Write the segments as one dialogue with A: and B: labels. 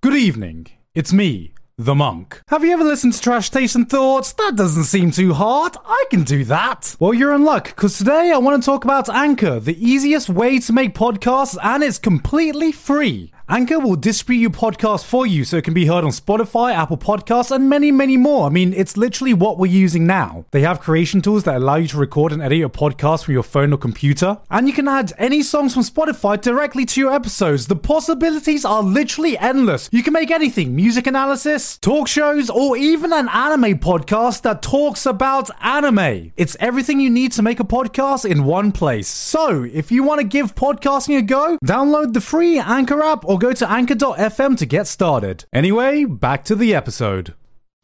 A: Good evening. It's me, the monk. Have you ever listened to Trash Taste and thought, that doesn't seem too hard? I can do that. Well, you're in luck, because today I want to talk about Anchor, the easiest way to make podcasts, and it's completely free. Anchor will distribute your podcast for you so it can be heard on Spotify, Apple Podcasts, and many, many more. I mean, it's literally what we're using now. They have creation tools that allow you to record and edit your podcast from your phone or computer, and you can add any songs from Spotify directly to your episodes. The possibilities are literally endless. You can make anything music analysis, talk shows, or even an anime podcast that talks about anime. It's everything you need to make a podcast in one place. So, if you want to give podcasting a go, download the free Anchor app or go to anchor.fm to get started. Anyway, back to the episode.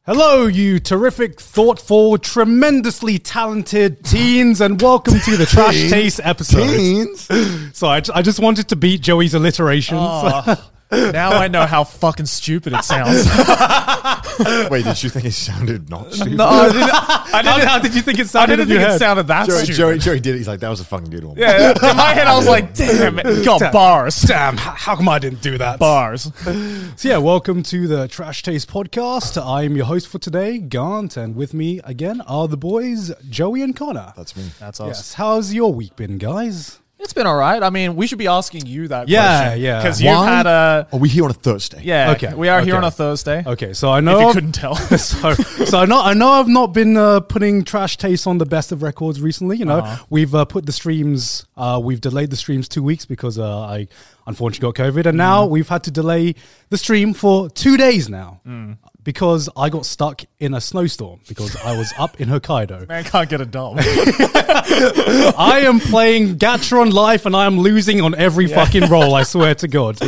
A: Hello, you terrific, thoughtful, tremendously talented teens, and welcome to the Trash
B: Teens?
A: Taste episode.
B: Teens?
A: So I, ju- I just wanted to beat Joey's alliteration.
C: Oh. now I know how fucking stupid it sounds.
B: Wait, did you think it sounded not stupid?
C: I didn't, I didn't,
A: How did you think it
C: I
A: sounded?
C: didn't
A: in your
C: think it
A: head?
C: sounded that
B: Joey,
C: stupid.
B: Joey, Joey did it. He's like, that was a fucking good one.
C: Yeah, yeah. in my head, I was like, damn it. Got bars.
A: Damn, h- how come I didn't do that?
C: Bars.
A: So yeah, welcome to the Trash Taste podcast. I am your host for today, Gant, and with me again are the boys Joey and Connor.
B: That's me.
C: That's
A: yes. How's your week been, guys?
C: It's been all right. I mean, we should be asking you that
A: Yeah,
C: question.
A: yeah.
C: Because you've
B: Why
C: had a.
B: Are Oh, we here on a Thursday?
C: Yeah.
A: Okay,
C: Okay. We are here
A: okay.
C: on a Thursday.
A: Okay, Oh. so I know
C: If you
A: I've-
C: couldn't tell.
A: so, so I know I know I've not been uh, putting trash taste on the best of records recently. You know, we've uh, put the streams, uh, we've delayed the streams two weeks because uh, I unfortunately got COVID, and now we've had to delay the stream for two days now because I got stuck in a snowstorm because I was up in Hokkaido.
C: Man can't get a dog.
A: I am playing Gatron Life and I am losing on every fucking roll. I swear to God.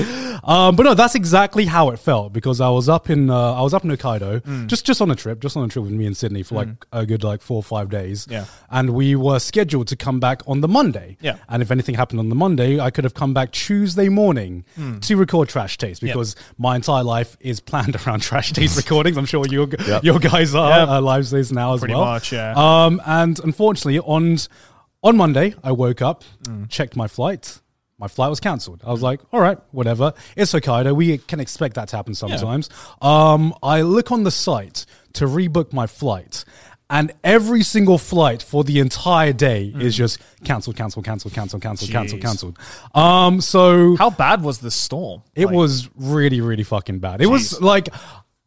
A: Um, but no, that's exactly how it felt because I was up in uh, I was up in Hokkaido
C: Mm.
A: just just on a trip, just on a trip with me and Sydney for like a good like four or five days.
C: Yeah.
A: and we were scheduled to come back on the Monday.
C: Yeah.
A: and if anything happened on the Monday, I could have come back Tuesday morning
C: Mm.
A: to record Trash Taste because my entire life is planned around Trash Taste recordings. I'm sure your your guys are
C: Yep.
A: uh, lives is now as
C: Pretty
A: well.
C: much, yeah.
A: Um, and unfortunately, on on Monday, I woke up,
C: Mm.
A: checked my flight. My flight was cancelled. I was like, all right, whatever. It's Hokkaido. We can expect that to happen sometimes. Um, I look on the site to rebook my flight. And every single flight for the entire day is just cancelled, cancelled, cancelled, cancelled, cancelled, cancelled,
C: Mm. Jeez.
A: cancelled. Um, so
C: how bad was the storm?
A: it
C: Like,
A: was really, really fucking bad. It was like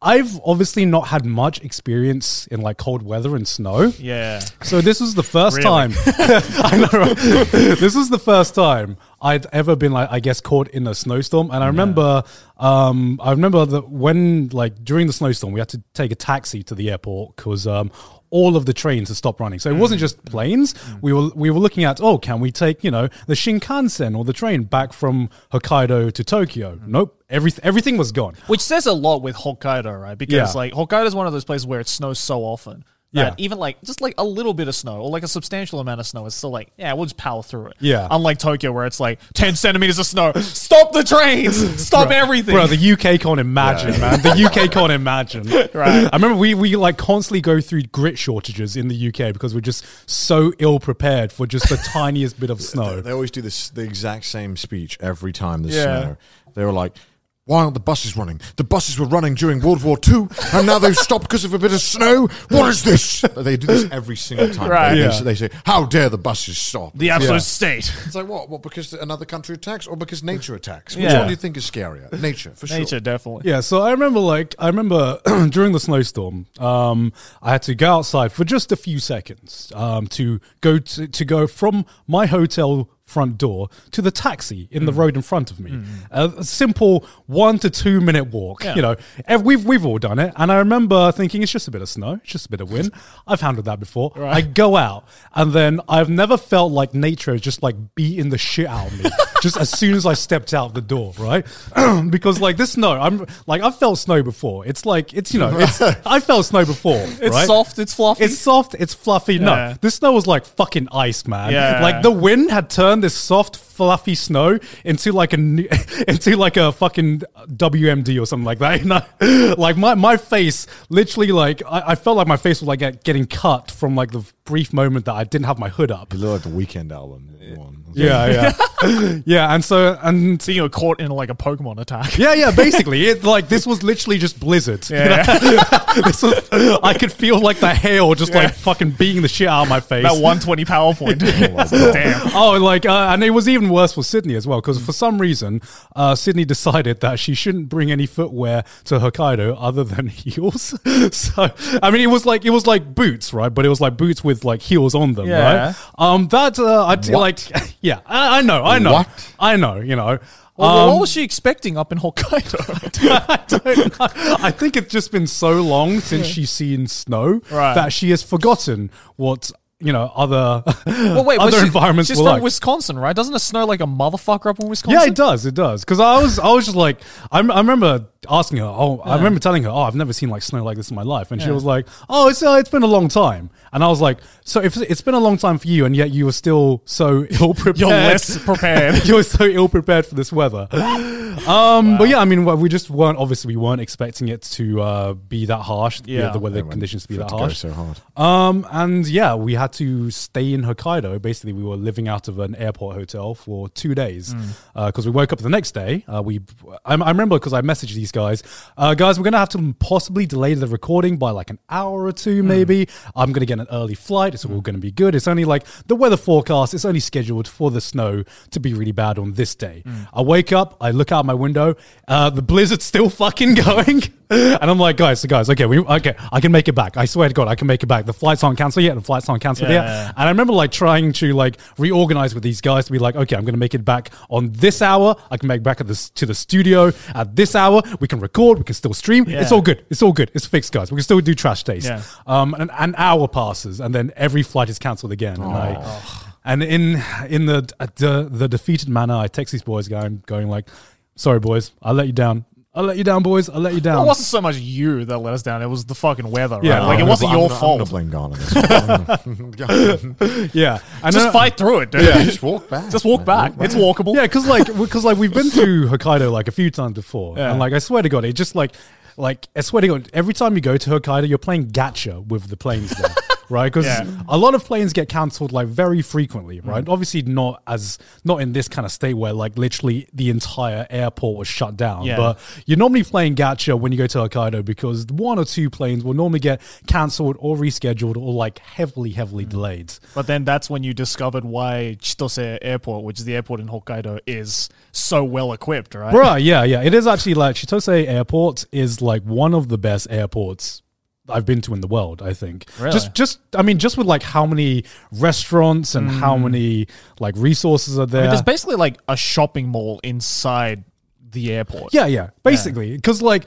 A: I've obviously not had much experience in like cold weather and snow.
C: Yeah.
A: So this was the first
C: Really?
A: time. I know. Right? this was the first time I'd ever been like, I guess, caught in a snowstorm. And I remember, um, I remember that when like during the snowstorm, we had to take a taxi to the airport because um, all of the trains had stopped running. So it wasn't just planes. We were we were looking at, oh, can we take you know the Shinkansen or the train back from Hokkaido to Tokyo? Nope. Everything everything was gone.
C: Which says a lot with Hokkaido, right? Because
A: Yeah.
C: like Hokkaido is one of those places where it snows so often. That
A: Yeah.
C: Even like just like a little bit of snow or like a substantial amount of snow is still like, yeah, we'll just power through it.
A: Yeah.
C: Unlike Tokyo where it's like 10 centimeters of snow. Stop the trains. Stop everything.
A: Bro, the UK can't imagine, man. The UK can't imagine.
C: Right.
A: I remember we we like constantly go through grit shortages in the UK because we're just so ill prepared for just the tiniest bit of snow.
B: Oh, They always do this the exact same speech every time there's
C: Yeah.
B: snow. They were like, why aren't the buses running? The buses were running during World War II, and now they've stopped because of a bit of snow. What is this? They do this every single time.
C: Right.
B: They,
A: Yeah.
B: they, say, how dare the buses stop?
C: the absolute
A: Yeah.
C: state.
B: it's like, what? What, because another country attacks or because nature attacks? Which
C: Yeah.
B: one do you think is scarier? Nature, for
C: Nature,
B: sure.
C: definitely.
A: Yeah, so I remember like I remember during the snowstorm, um, I had to go outside for just a few seconds um, to go to, to go from my hotel front door to the taxi in
C: Mm.
A: the road in front of me. A simple one to two minute walk.
C: Yeah.
A: You know, ev- we've we've all done it, and I remember thinking it's just a bit of snow, it's just a bit of wind. I've handled that before. I go out, and then I've never felt like nature is just like beating the shit out of me. just as soon as I stepped out the door, right? because like this snow, I'm like I've felt snow before. It's like it's you know, it's I felt snow before.
C: It's
A: right?
C: soft, it's fluffy.
A: It's soft. It's fluffy. No,
C: Yeah.
A: this snow was like fucking ice, man.
C: Yeah.
A: Like the wind had turned turned this soft, fluffy snow into like a new- into like a fucking WMD or something like that. You know? like my my face, literally, like I, I felt like my face was like get- getting cut from like the brief moment that I didn't have my hood up.
B: It looked like the Weekend album. One.
A: Yeah, yeah, yeah. And so and
C: So you got caught in like a Pokemon attack.
A: yeah, yeah. Basically, it like this was literally just blizzard. you know? This was- I could feel like the hail just like fucking beating the shit out of my face.
C: That 120 PowerPoint. Damn.
A: Oh, like, uh, and it was even worse for Sydney as well, because for some reason, uh, Sydney decided that she shouldn't bring any footwear to Hokkaido other than heels. so, I mean, it was like it was like boots, right? But it was like boots with like heels on them,
C: Yeah.
A: right? Um, that uh, I d-
B: What?
A: like, yeah, I, I know, I know,
B: What?
A: I know, you know.
C: Well,
A: Um,
C: what was she expecting up in Hokkaido?
A: I, don't know. I think it's just been so long since she's seen snow
C: Right.
A: that she has forgotten what you know other
C: was
A: other
C: she-
A: environments
C: She's
A: were
C: from
A: like.
C: Wisconsin, right? Doesn't it snow like a motherfucker up in Wisconsin?
A: Yeah, it does. It does. Because I was, I was just like, I, rem- I remember asking her. Oh, I remember telling her, oh, I've never seen like snow like this in my life, and she was like, oh, it's uh, it's been a long time. And I was like, so if it's been a long time for you, and yet you were still so ill prepared,
C: You're less prepared.
A: you're so ill prepared for this weather. Um, But yeah, I mean, well, we just weren't. Obviously, we weren't expecting it to uh, be that harsh. Yeah,
C: Yeah.
A: the weather
B: They went
A: conditions to be
B: for it
A: that
B: to go
A: harsh.
B: so hard.
A: Um, and yeah, we had to stay in Hokkaido. Basically, we were living out of an airport hotel for two days because we woke up the next day. Uh, we, I, I remember because I messaged these guys, uh, guys, we're gonna have to possibly delay the recording by like an hour or two, maybe. I'm gonna get an early flight. It's all gonna be good. It's only like the weather forecast. It's only scheduled for the snow to be really bad on this day. I wake up, I look out my window, uh, the blizzard's still fucking going, and I'm like, guys, guys, okay, we okay, I can make it back. I swear to God, I can make it back. The flights aren't cancelled yet. The flights aren't cancelled
C: Yeah,
A: yet.
C: yeah, yeah.
A: And I remember like trying to like reorganize with these guys to be like, okay, I'm gonna make it back on this hour. I can make it back at this to the studio at this hour. We can record. We can still stream. It's
C: Yeah.
A: all good. It's all good. It's fixed, guys. We can still do trash days.
C: Yeah.
A: Um, and an hour passes, and then every flight is cancelled again. And I,
C: Oh.
A: and in in the, uh, the the defeated manner, I text these boys going going like, "Sorry, boys, I let you down. I let you down, boys. I let you
C: It
A: down."
C: wasn't so much you that let us down. It was the fucking weather, right?
A: Yeah.
C: like it
A: I'm
C: wasn't your fault.
B: I'm gonna blame God on this one.
A: yeah, and
C: Just
A: uh,
C: fight through it, dude.
B: Just walk back.
C: Just walk back. It's walkable.
A: Yeah, because like because like we've been through Hokkaido like a few times before, and like I swear to God, it just like like I swear to God, every time you go to Hokkaido, you're playing gacha with the planes there. Right, because
C: Yeah. Mm.
A: a lot of planes get cancelled like very frequently, right? Obviously, not as not in this kind of state where like literally the entire airport was shut down.
C: Yeah.
A: But you're normally playing gacha when you go to Hokkaido because one or two planes will normally get cancelled or rescheduled or like heavily, heavily
C: Mm.
A: delayed.
C: But then that's when you discovered why Chitose Airport, which is the airport in Hokkaido, is so well equipped, right?
A: Bruh, yeah, yeah. It is actually like Chitose Airport is like one of the best airports I've been to in the world, I think.
C: Really?
A: Just just I mean, just with like how many restaurants and how many like resources are there.
C: Mm. I mean, there's basically like a shopping mall inside the airport.
A: yeah, yeah, basically, because like,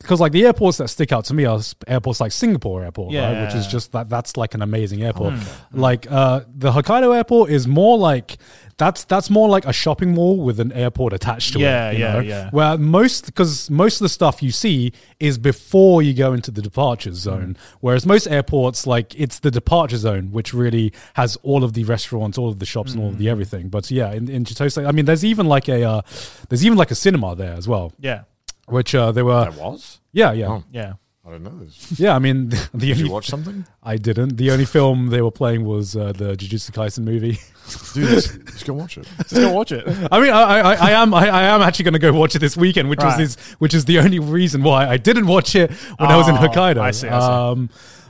A: because like the airports that stick out to me are s- airports like Singapore Airport, right? which is
C: Yeah. Hmm.
A: just that that's like an amazing airport. Like uh, the Hokkaido Airport is more like that's that's more like a shopping mall with an airport attached to
C: Yeah,
A: it. you
C: yeah,
A: know?
C: yeah.
A: Where most because most of the stuff you see is before you go into the departure
B: Hmm.
A: zone, whereas most airports like it's the departure zone which really has all of the restaurants, all of the shops, and all of
B: Hmm.
A: the everything. But yeah, in, in Chitose, I mean, there's even like a uh, there's even like a cinema there as well
C: Yeah.
A: which uh, they were.
B: was.
A: Yeah, yeah,
B: Oh.
C: Yeah.
B: I don't know this.
A: yeah. I mean, the,
B: Did you
A: only
B: watch something?
A: I didn't. The only film they were playing was uh, the Jujutsu Kaisen movie.
B: Do this. Just go watch it.
C: Just go watch it.
A: I mean, I, I, I am, I, I am actually going to go watch it this weekend, which
C: Right.
A: was this, which is the only reason why I didn't watch it when I was in
C: Oh,
A: Hokkaido.
C: I see, I see.
A: Um,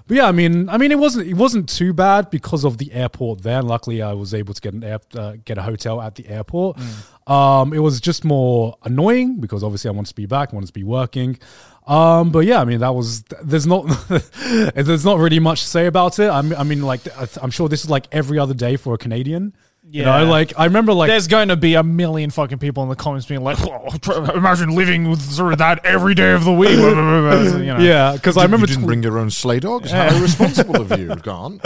A: but yeah, I mean, I mean, it wasn't, it wasn't too bad because of the airport there. Luckily, I was able to get an air, uh, get a hotel at the airport.
C: Mm.
A: Um, it was just more annoying because obviously I wanted to be back, I wanted to be working. Um, but yeah, I mean, that was there's not there's not really much to say about it. I mean, I mean, like I th- I'm sure this is like every other day for a Canadian.
C: Yeah.
A: you know, like I remember like
C: There's going to be a million fucking people in the comments being like, "Whoa, imagine living with sort of that every day of the week. you know.
A: Yeah, because I remember.
B: you didn't
A: tw-
B: bring your own sleigh dogs. How irresponsible of you, Garn.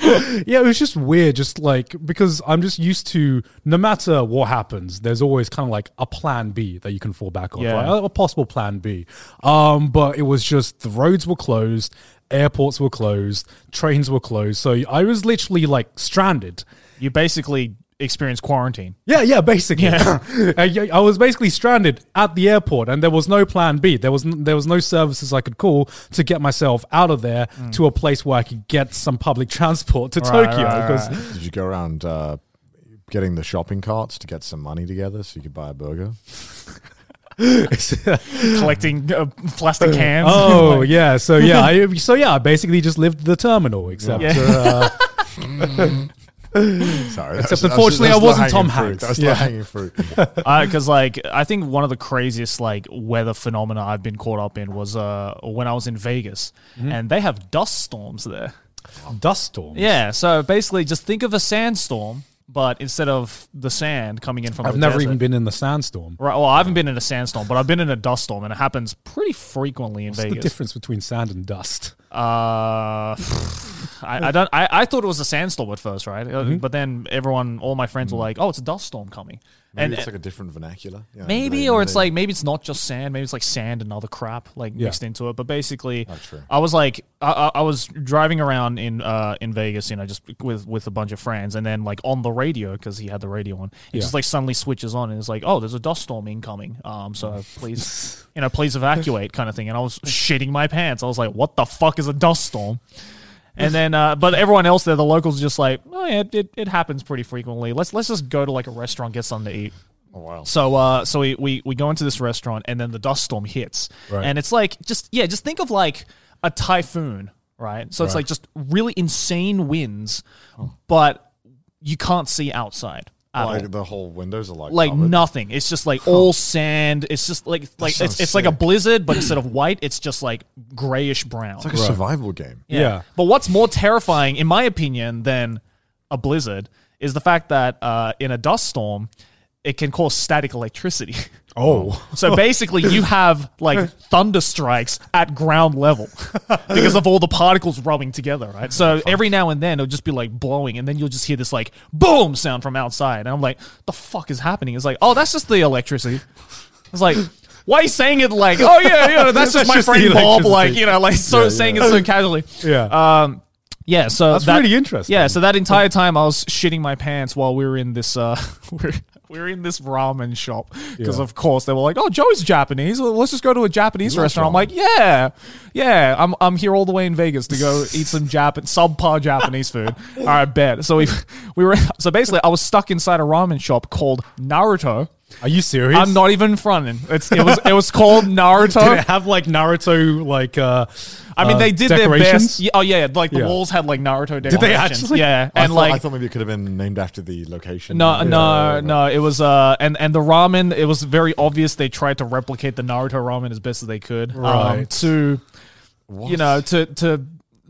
A: yeah, it was just weird, just like because I'm just used to no matter what happens, there's always kind of like a plan B that you can fall back on,
C: Yeah.
A: right? A possible plan B. Um, but it was just the roads were closed, airports were closed, trains were closed, so I was literally like stranded.
C: You basically experience quarantine.
D: Yeah, yeah, basically. Uh, yeah, I was basically stranded at the airport, and there was no plan B. There was n- there was no services I could call to get myself out of there to a place where I could get some public transport to
C: Mm. Right,
D: Tokyo.
C: right,
D: Because
B: Did you go around uh, getting the shopping carts to get some money together so you could buy a burger?
C: Collecting uh, plastic cans.
D: oh yeah, so yeah, I, so yeah, I basically just lived the terminal, except
C: Yeah.
D: uh,
B: Mm. Sorry.
D: Except unfortunately I wasn't Tom Hanks.
B: That's
D: Yeah.
B: low hanging fruit.
C: because Uh, like I think one of the craziest like weather phenomena I've been caught up in was uh when I was in Vegas, and they have dust storms there.
D: dust storm.
C: Yeah, so basically just think of a sandstorm, but instead of the sand coming in from,
D: I've
C: the
D: never
C: desert-
D: even been in the sandstorm.
C: Right, well, I haven't been in a sandstorm, but I've been in a dust storm, and it happens pretty frequently in
D: What's the
C: Vegas.
D: difference between sand and dust?
C: Uh, I, I don't. I, I thought it was a sandstorm at first, right? Uh, But then everyone, all my friends, were like, "Oh, it's a dust storm coming."
B: Maybe
C: and
B: it's like a different vernacular. Yeah,
C: maybe,
B: they-
C: or
B: they-
C: it's like maybe it's not just sand. Maybe it's like sand and other crap like mixed into it. But basically,
B: true.
C: I was like, I, I, I was driving around in uh in Vegas, you know, just with with a bunch of friends, and then like on the radio because he had the radio on, it
D: Yeah.
C: just like suddenly switches on and it's like, oh, there's a dust storm incoming. Um, so please, you know, please evacuate, kind of thing. And I was shitting my pants. I was like, what the fuck is a dust storm? And then, uh, but everyone else there, the locals, are just like, oh yeah, it, it, it happens pretty frequently. Let's let's just go to like a restaurant, get something to eat.
B: Oh, wow.
C: So uh, so we, we we go into this restaurant and then the dust storm hits,
D: Right.
C: and it's like just yeah, just think of like a typhoon, right? So it's like just really insane winds, but you can't see outside. At all.
B: Like the whole windows are like
C: Like
B: covered.
C: nothing. It's just like all sand. It's just like like it's,
B: sounds
C: it's like a
B: sick.
C: blizzard, but instead of white, it's just like grayish brown.
B: It's like a survival game.
D: Yeah.
C: But what's more terrifying, in my opinion, than a blizzard is the fact that uh, in a dust storm, it can cause static electricity.
D: Oh,
C: So basically, you have like thunder strikes at ground level because of all the particles rubbing together, right? So every now and then it'll just be like blowing, and then you'll just hear this like boom sound from outside. And I'm like, the fuck is happening? It's like, oh, that's just the electricity. It's like, why are you saying it like, oh, yeah, yeah, that's, just
D: That's
C: my
D: just the
C: friend Bob,
D: electricity.
C: like, you know, like so saying it so casually.
D: Yeah.
C: Um, yeah, so
D: That's
C: that,
D: really interesting.
C: Yeah, so that entire time I was shitting my pants while we were in this uh we're, we're in this ramen shop because
D: Yeah.
C: of course they were like, "Oh, Joe's Japanese. Well, Let's just go to a Japanese restaurant." I'm like, "Yeah. Yeah, I'm I'm here all the way in Vegas to go eat some Japan subpar Japanese food." All right, bet. So we we were so basically I was stuck inside a ramen shop called Naruto.
D: are you serious?
C: I'm not even fronting. It's it was it was called
D: Did
C: Naruto.
D: it have like Naruto like? Uh,
C: I mean,
D: uh,
C: they did their
D: decorations?
C: best. Yeah, oh yeah, like the
D: Yeah.
C: walls had like Naruto decorations.
D: they actually?
C: Yeah,
B: I
C: and
B: thought, I
C: like
B: thought maybe it could have been named after the location.
C: no,
B: Yeah.
C: no, no. It was uh, and and the ramen. It was very obvious they tried to replicate the Naruto ramen as best as they could. Um,
D: Right.
C: to you know to to.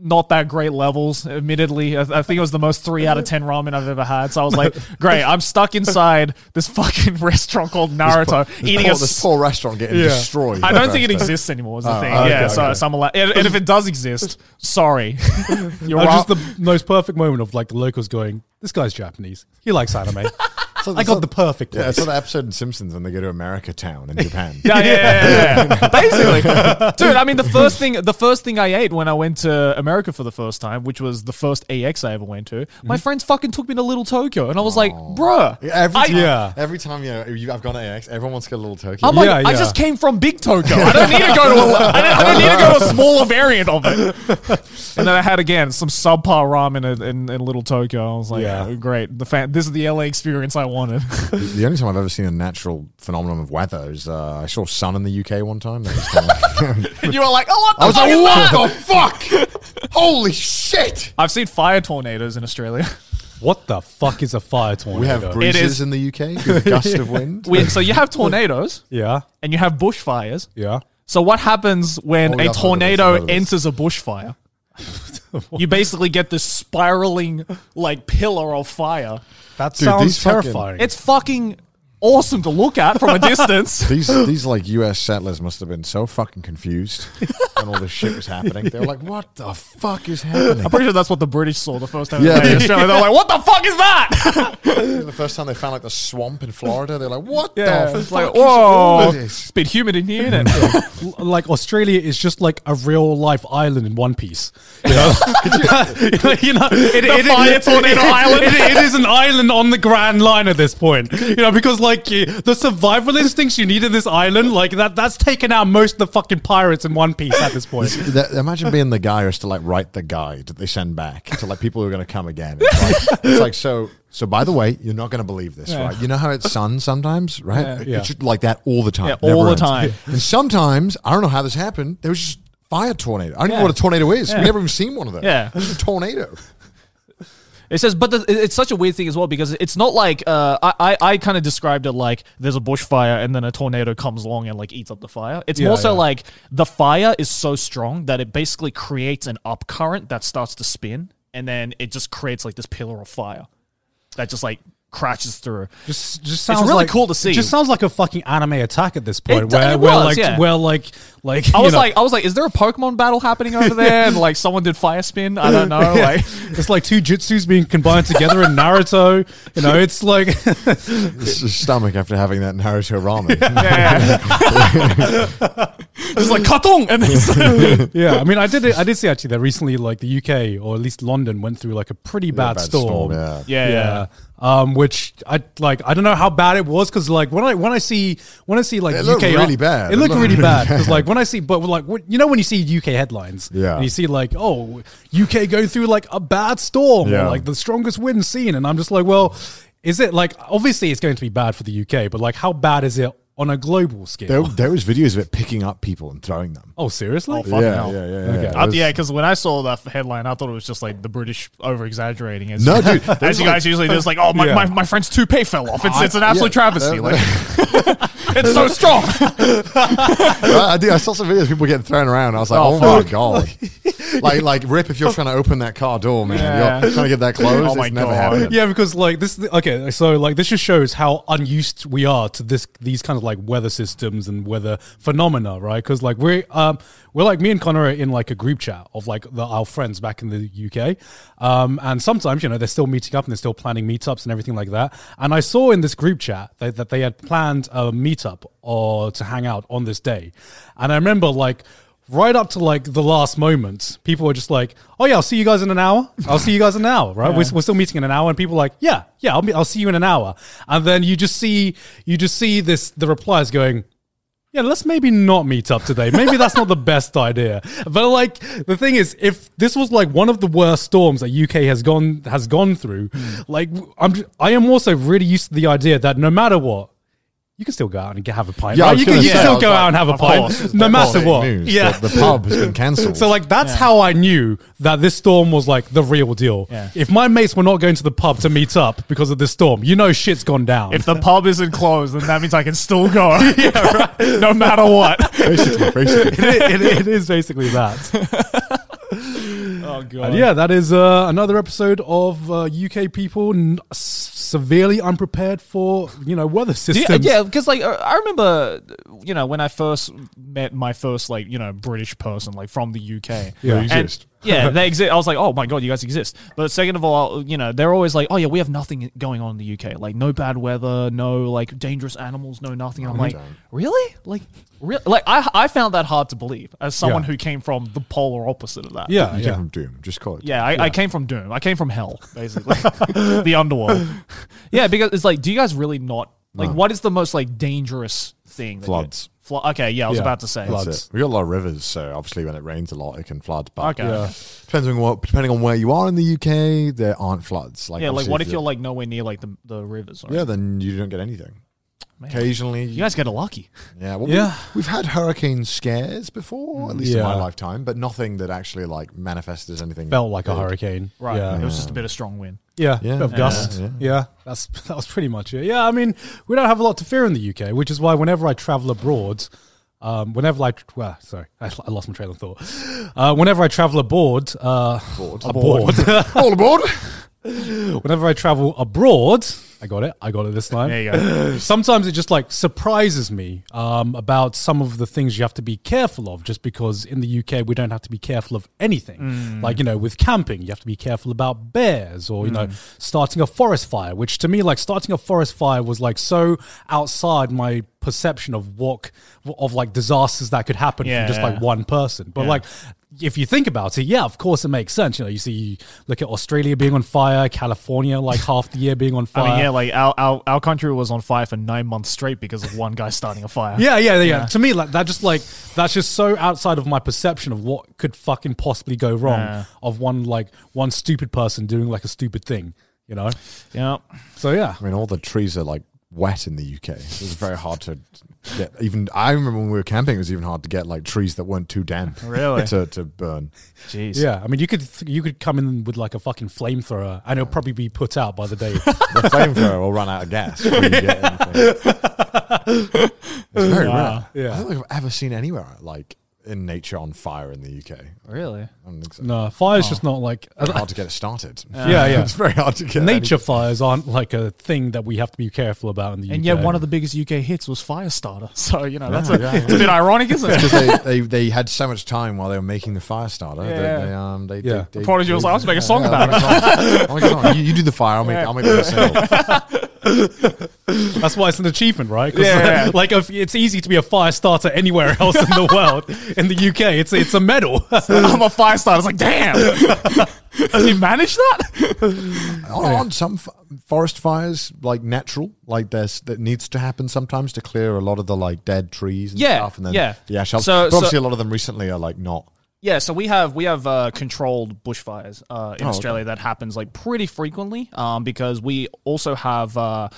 C: Not that great levels, admittedly. I, I think it was the most three out of ten ramen I've ever had. So I was like, "Great, I'm stuck inside this fucking restaurant called Naruto,
B: This
C: eating
B: poor,
C: a
B: this poor restaurant getting
D: Yeah.
B: destroyed.
C: I don't think it exists anymore. Is the thing?
B: okay,
C: yeah. So
B: okay.
C: some allow- and, and if it does exist, sorry, you're
D: Or
C: wrong.
D: just the most perfect moment of like the locals going, "This guy's Japanese. He likes anime. I got the perfect
B: Yeah,
D: place."
B: it's not the episode in Simpsons when they go to America Town in Japan.
C: yeah, yeah, yeah, yeah, yeah. Basically, dude. I mean, the first thing, the first thing I ate when I went to America for the first time, which was the first AX I ever went to, my friends fucking took me to Little Tokyo, and I was like, bruh,
B: Hmm? Yeah, Every
C: I-
B: time,
D: Yeah.
B: every time you know, you, I've gone to AX, everyone wants to get a little turkey.
C: I'm like,
D: Yeah,
C: I
D: yeah.
C: just came from Big Tokyo. I don't need to go to a, I don't, I don't need to go to a smaller variant of it. And then I had again some subpar ramen in, in, in Little Tokyo. I was like,
D: Yeah.
C: oh, great. The fan, this is the LA experience I wanted.
B: the only time I've ever seen a natural phenomenon of weather is uh, I saw sun in the UK one time. That was kinda-
C: and you were like, oh, what the
B: I was
C: fuck? is
B: like,
C: that?
B: what the fuck? Holy shit!
C: I've seen fire tornadoes in Australia.
D: what the fuck is a fire tornado?
B: We have breezes
C: is-
B: in the UK, with gust of wind.
C: We, so you have tornadoes
D: yeah,
C: and you have bushfires.
D: yeah.
C: So what happens when
B: Oh, yeah,
C: a
B: I've heard of this, I've
C: tornado
B: heard of this.
C: enters a bushfire? you basically get this spiraling like pillar of fire.
D: That
B: Dude,
D: sounds
B: these fucking-
D: terrifying.
C: It's fucking awesome to look at from a distance.
B: These these like U.S. settlers must have been so fucking confused. when all this shit was happening. They were like, "What the fuck is happening?"
C: I'm pretty sure that's what the British saw the first time
B: Yeah,
C: they
B: they-
C: were in Australia. They're like, "What the fuck is that?"
B: the first time they found like the swamp in Florida, they're like, "What the
C: it's
B: fuck
C: like,
B: is all
C: "Whoa,
B: this?"
C: it's been humid in here." Isn't it?
A: L- like Australia is just like a real life island in One Piece. You know, you know it,
C: The
A: it-
C: fire
A: it-
C: tornado
A: it-
C: island.
A: it- it is an island on the Grand Line at this point. You know, because like y- the survival instincts you need in this island, like that, that's taken out most of the fucking pirates in One Piece at this point.
B: That- imagine being the guy who has to like write the guide that they send back to like people who are going to come again. It's like, it's like, so. So by the way, you're not going to believe this, right? You know how it's sun sometimes, right? It's
A: Yeah.
B: just like that all the time,
C: Yeah,
B: Never
C: all the
B: ends.
C: time.
B: And sometimes I don't know how this happened. There was just fire tornado. I don't even know what a tornado is. We've never even seen one of those.
C: Yeah.
B: it's a tornado.
C: It says, but the, it- it's such a weird thing as well because it's not like uh, I I, I kind of described it like there's a bushfire and then a tornado comes along and like eats up the fire. It's more so
A: yeah.
C: like the fire is so strong that it basically creates an up current that starts to spin and then it just creates like this pillar of fire that just like crashes through.
A: Just, just sounds
C: really
A: like,
C: cool to see.
A: It just sounds like a fucking anime attack at this point,
C: do-
A: where,
C: it
A: where
C: was,
A: like
C: yeah.
A: where like like
C: I
A: you
C: was
A: know,
C: like, I was like, is there a Pokemon battle happening over there? And like someone did fire spin. I don't know. Like
A: it's like two jutsus being combined together in Naruto. You know, it's like
B: It's a stomach after having that Naruto ramen.
C: it's like katong and then it's
A: Yeah, I mean, I did. I did see actually that recently, like the UK or at least London went through like a pretty bad,
B: bad
A: storm.
B: storm, yeah.
C: Yeah, yeah.
A: Um, which I like. I don't know how bad it was because like when I when I see when I see like
B: It
A: UK
B: looked really bad.
A: It
B: It
A: looked
B: looked
A: really
B: really
A: bad because like when I see, but like when, you know when you see UK headlines,
B: Yeah.
A: and you see like oh UK going through like a bad storm, or,
B: Yeah.
A: like the strongest wind seen, and I'm just like, well, is it like obviously it's going to be bad for the UK, but like how bad is it on a global scale?
B: There, there was videos of it picking up people and throwing them.
A: oh, seriously?
C: Oh, fuck. Fucking hell.
B: yeah,
A: Okay.
B: It
C: Uh,
B: was-
C: yeah, because when I saw that headline, I thought it was just like the British over exaggerating. As,
B: No, dude,
C: as you guys usually do, it's like, oh, my,
A: Yeah.
C: my, my friend's toupee fell off. It's, it's an absolute
B: yeah. Uh,
C: travesty. Like, it's so strong.
B: I, I did. I saw some videos of people getting thrown around. I was like, oh, my god! like, like rip if you're trying to open that car door, man.
C: Yeah.
B: You're trying to get that closed.
C: Oh my
B: it's never
C: God.
B: happening.
A: Yeah, because like this. Okay, so like this just shows how unused we are to this these kind of like weather systems and weather phenomena, right? Because like we're um we're like me and Connor are in like a group chat of like the, our friends back in the UK, um and sometimes you know they're still meeting up and they're still planning meetups and everything like that. And I saw in this group chat that, that they had planned a meetup or to hang out on this day, and I remember like right up to like the last moment, people were just like, "Oh yeah, I'll see you guys in an hour. I'll see you guys in an hour." Right? We're, we're still meeting in an hour, and people were like, "Yeah, yeah, I'll, be, I'll see you in an hour." And then you just see you just see this the replies going. Yeah, let's maybe not meet up today. Maybe that's not the best idea. But like the thing is, if this was like one of the worst storms that UK has gone has gone through,
B: Hmm.
A: like I'm j- I am also really used to the idea that no matter what, you can still go out and get, have a pint.
B: Yeah, I
A: right?
B: was
A: You can,
B: gonna
A: you can
B: say, I
A: still
B: was
A: go
B: like,
A: out and have a
C: of
A: pint,
C: course.
A: no matter
B: Big
A: what.
B: news
A: yeah,
B: that the pub has been cancelled.
A: so like that's how I knew that this storm was like the real deal.
C: Yeah.
A: If my mates were not going to the pub to meet up because of this storm, you know shit's gone down.
C: If the pub isn't closed, then that means I can still go. No matter what.
B: basically, basically.
A: it, it is basically that.
C: Oh,
A: And
C: God.
A: yeah, that is uh, another episode of uh, UK people n- s- severely unprepared for you know weather
C: Do you-
A: systems.
C: yeah, because like uh, I remember, you know, when I first met my first like you know British person like from the UK.
A: Yeah. They
C: And-
B: exist.
C: yeah, they exist. I was like, oh my god, you guys exist. But second of all, you know, they're always like, oh yeah, we have nothing going on in the UK. Like no bad weather, no like dangerous animals, no nothing. And I'm like, really? Like, really? Like I I found that hard to believe as someone
A: Yeah.
C: who came from the polar opposite of that.
A: yeah,
B: You came
A: yeah.
B: from Doom. Just call it.
C: Yeah, I, I came from Doom. I came from hell, basically, the underworld. Yeah, because it's like, do you guys really not like? What is the most like dangerous thing? that you-
B: Floods.
C: Flo- okay, yeah, I was
A: Yeah,
C: about to say.
A: floods.
B: That's it. We got a lot of rivers, so obviously when it rains a lot, it can flood. But
C: Okay. Yeah.
B: depends on what, depending on where you are in the UK, there aren't floods. Like
C: Yeah, like
B: obviously
C: what if you're like nowhere near like the, the rivers? Or
B: yeah, then you don't get anything.
C: Man.
B: Occasionally,
C: You guys get lucky.
B: Yeah, well,
A: Yeah.
B: We, have had hurricane scares before, at least in my
A: Yeah.
B: lifetime, but nothing that actually like manifests as anything.
A: Felt like a hurricane.
C: Right.
A: Yeah.
C: It was just a bit of strong wind.
A: Yeah,
B: Yeah.
A: bit of
B: Yeah.
A: gust. Yeah,
B: Yeah.
A: that's that was pretty much it. Yeah, I mean, we don't have a lot to fear in the UK, which is why whenever I travel abroad, um, whenever I well, sorry, I, I lost my train of thought. Uh, whenever I travel abroad, uh,
B: Aboard.
A: aboard.
B: All aboard!
A: whenever I travel abroad, I got it. I got it this time.
C: There you go.
A: Sometimes it just like surprises me um, about some of the things you have to be careful of, just because in the UK we don't have to be careful of anything.
C: Mm.
A: Like, you know, with camping, you have to be careful about bears or, you know,
C: Mm.
A: starting a forest fire, which to me, like, starting a forest fire was like so outside my perception of what, of like disasters that could happen
C: Yeah,
A: from just
C: yeah.
A: like one person. But
C: Yeah.
A: like, if you think about it, yeah, of course it makes sense. You know, you see, you look at Australia being on fire, California like half the year being on fire.
C: I mean, yeah, like our, our our country was on fire for nine months straight because of one guy starting a fire.
A: Yeah, yeah, yeah, To me, like that, just like that's just so outside of my perception of what could fucking possibly go wrong
C: Yeah.
A: of one like one stupid person doing like a stupid thing, you know.
C: yeah.
A: So yeah,
B: I mean, all the trees are like wet in the UK. It was very hard to get. Even I remember when we were camping, it was even hard to get like trees that weren't too damp.
C: Really?
B: to, to burn.
C: Jeez.
A: yeah. I mean, you could you could come in with like a fucking flamethrower, and it'll probably be put out by the day.
B: The flamethrower will run out of gas. before you get anything. It's very rare.
A: Yeah.
B: I don't think I've ever seen anywhere like in nature on fire in the UK.
C: Really?
B: I don't think so.
A: no,
C: Oh.
A: fire's just not like
B: Very hard to get it started.
A: yeah, yeah.
B: it's very hard to get any-
A: Nature fires aren't like a thing that we have to be careful about in the
C: And
A: UK.
C: yet, one of the biggest UK hits was Firestarter. So you know, that's
B: Yeah,
C: a,
B: yeah,
C: it's a bit ironic, isn't it?
B: 'Cause they, they, they had so much time while they were making the fire starter.
C: Yeah.
B: That they, um, they,
A: Yeah.
B: they,
C: The Prodigy was like, "I'll just make a song about
B: it. I'll make a song. You, you do the fire. I'll make. I'll make the single.
A: That's why it's an achievement, right? 'Cause,
C: Yeah.
A: like if it's easy to be a fire starter anywhere else in the world. In the UK, it's it's a medal.
C: I'm a Firestarter. It's like, damn. He managed that.
B: Aren't aren't some f- forest fires like natural? Like there's that needs to happen sometimes to clear a lot of the like dead trees and
C: Yeah,
B: stuff. And then
C: yeah.
B: the ash helps.
C: So-
B: but obviously,
C: so-
B: a lot of them recently are like not.
C: Yeah, so we have we have uh, controlled bushfires uh, in
B: Oh, okay.
C: Australia that happens like pretty frequently um, because we also have uh,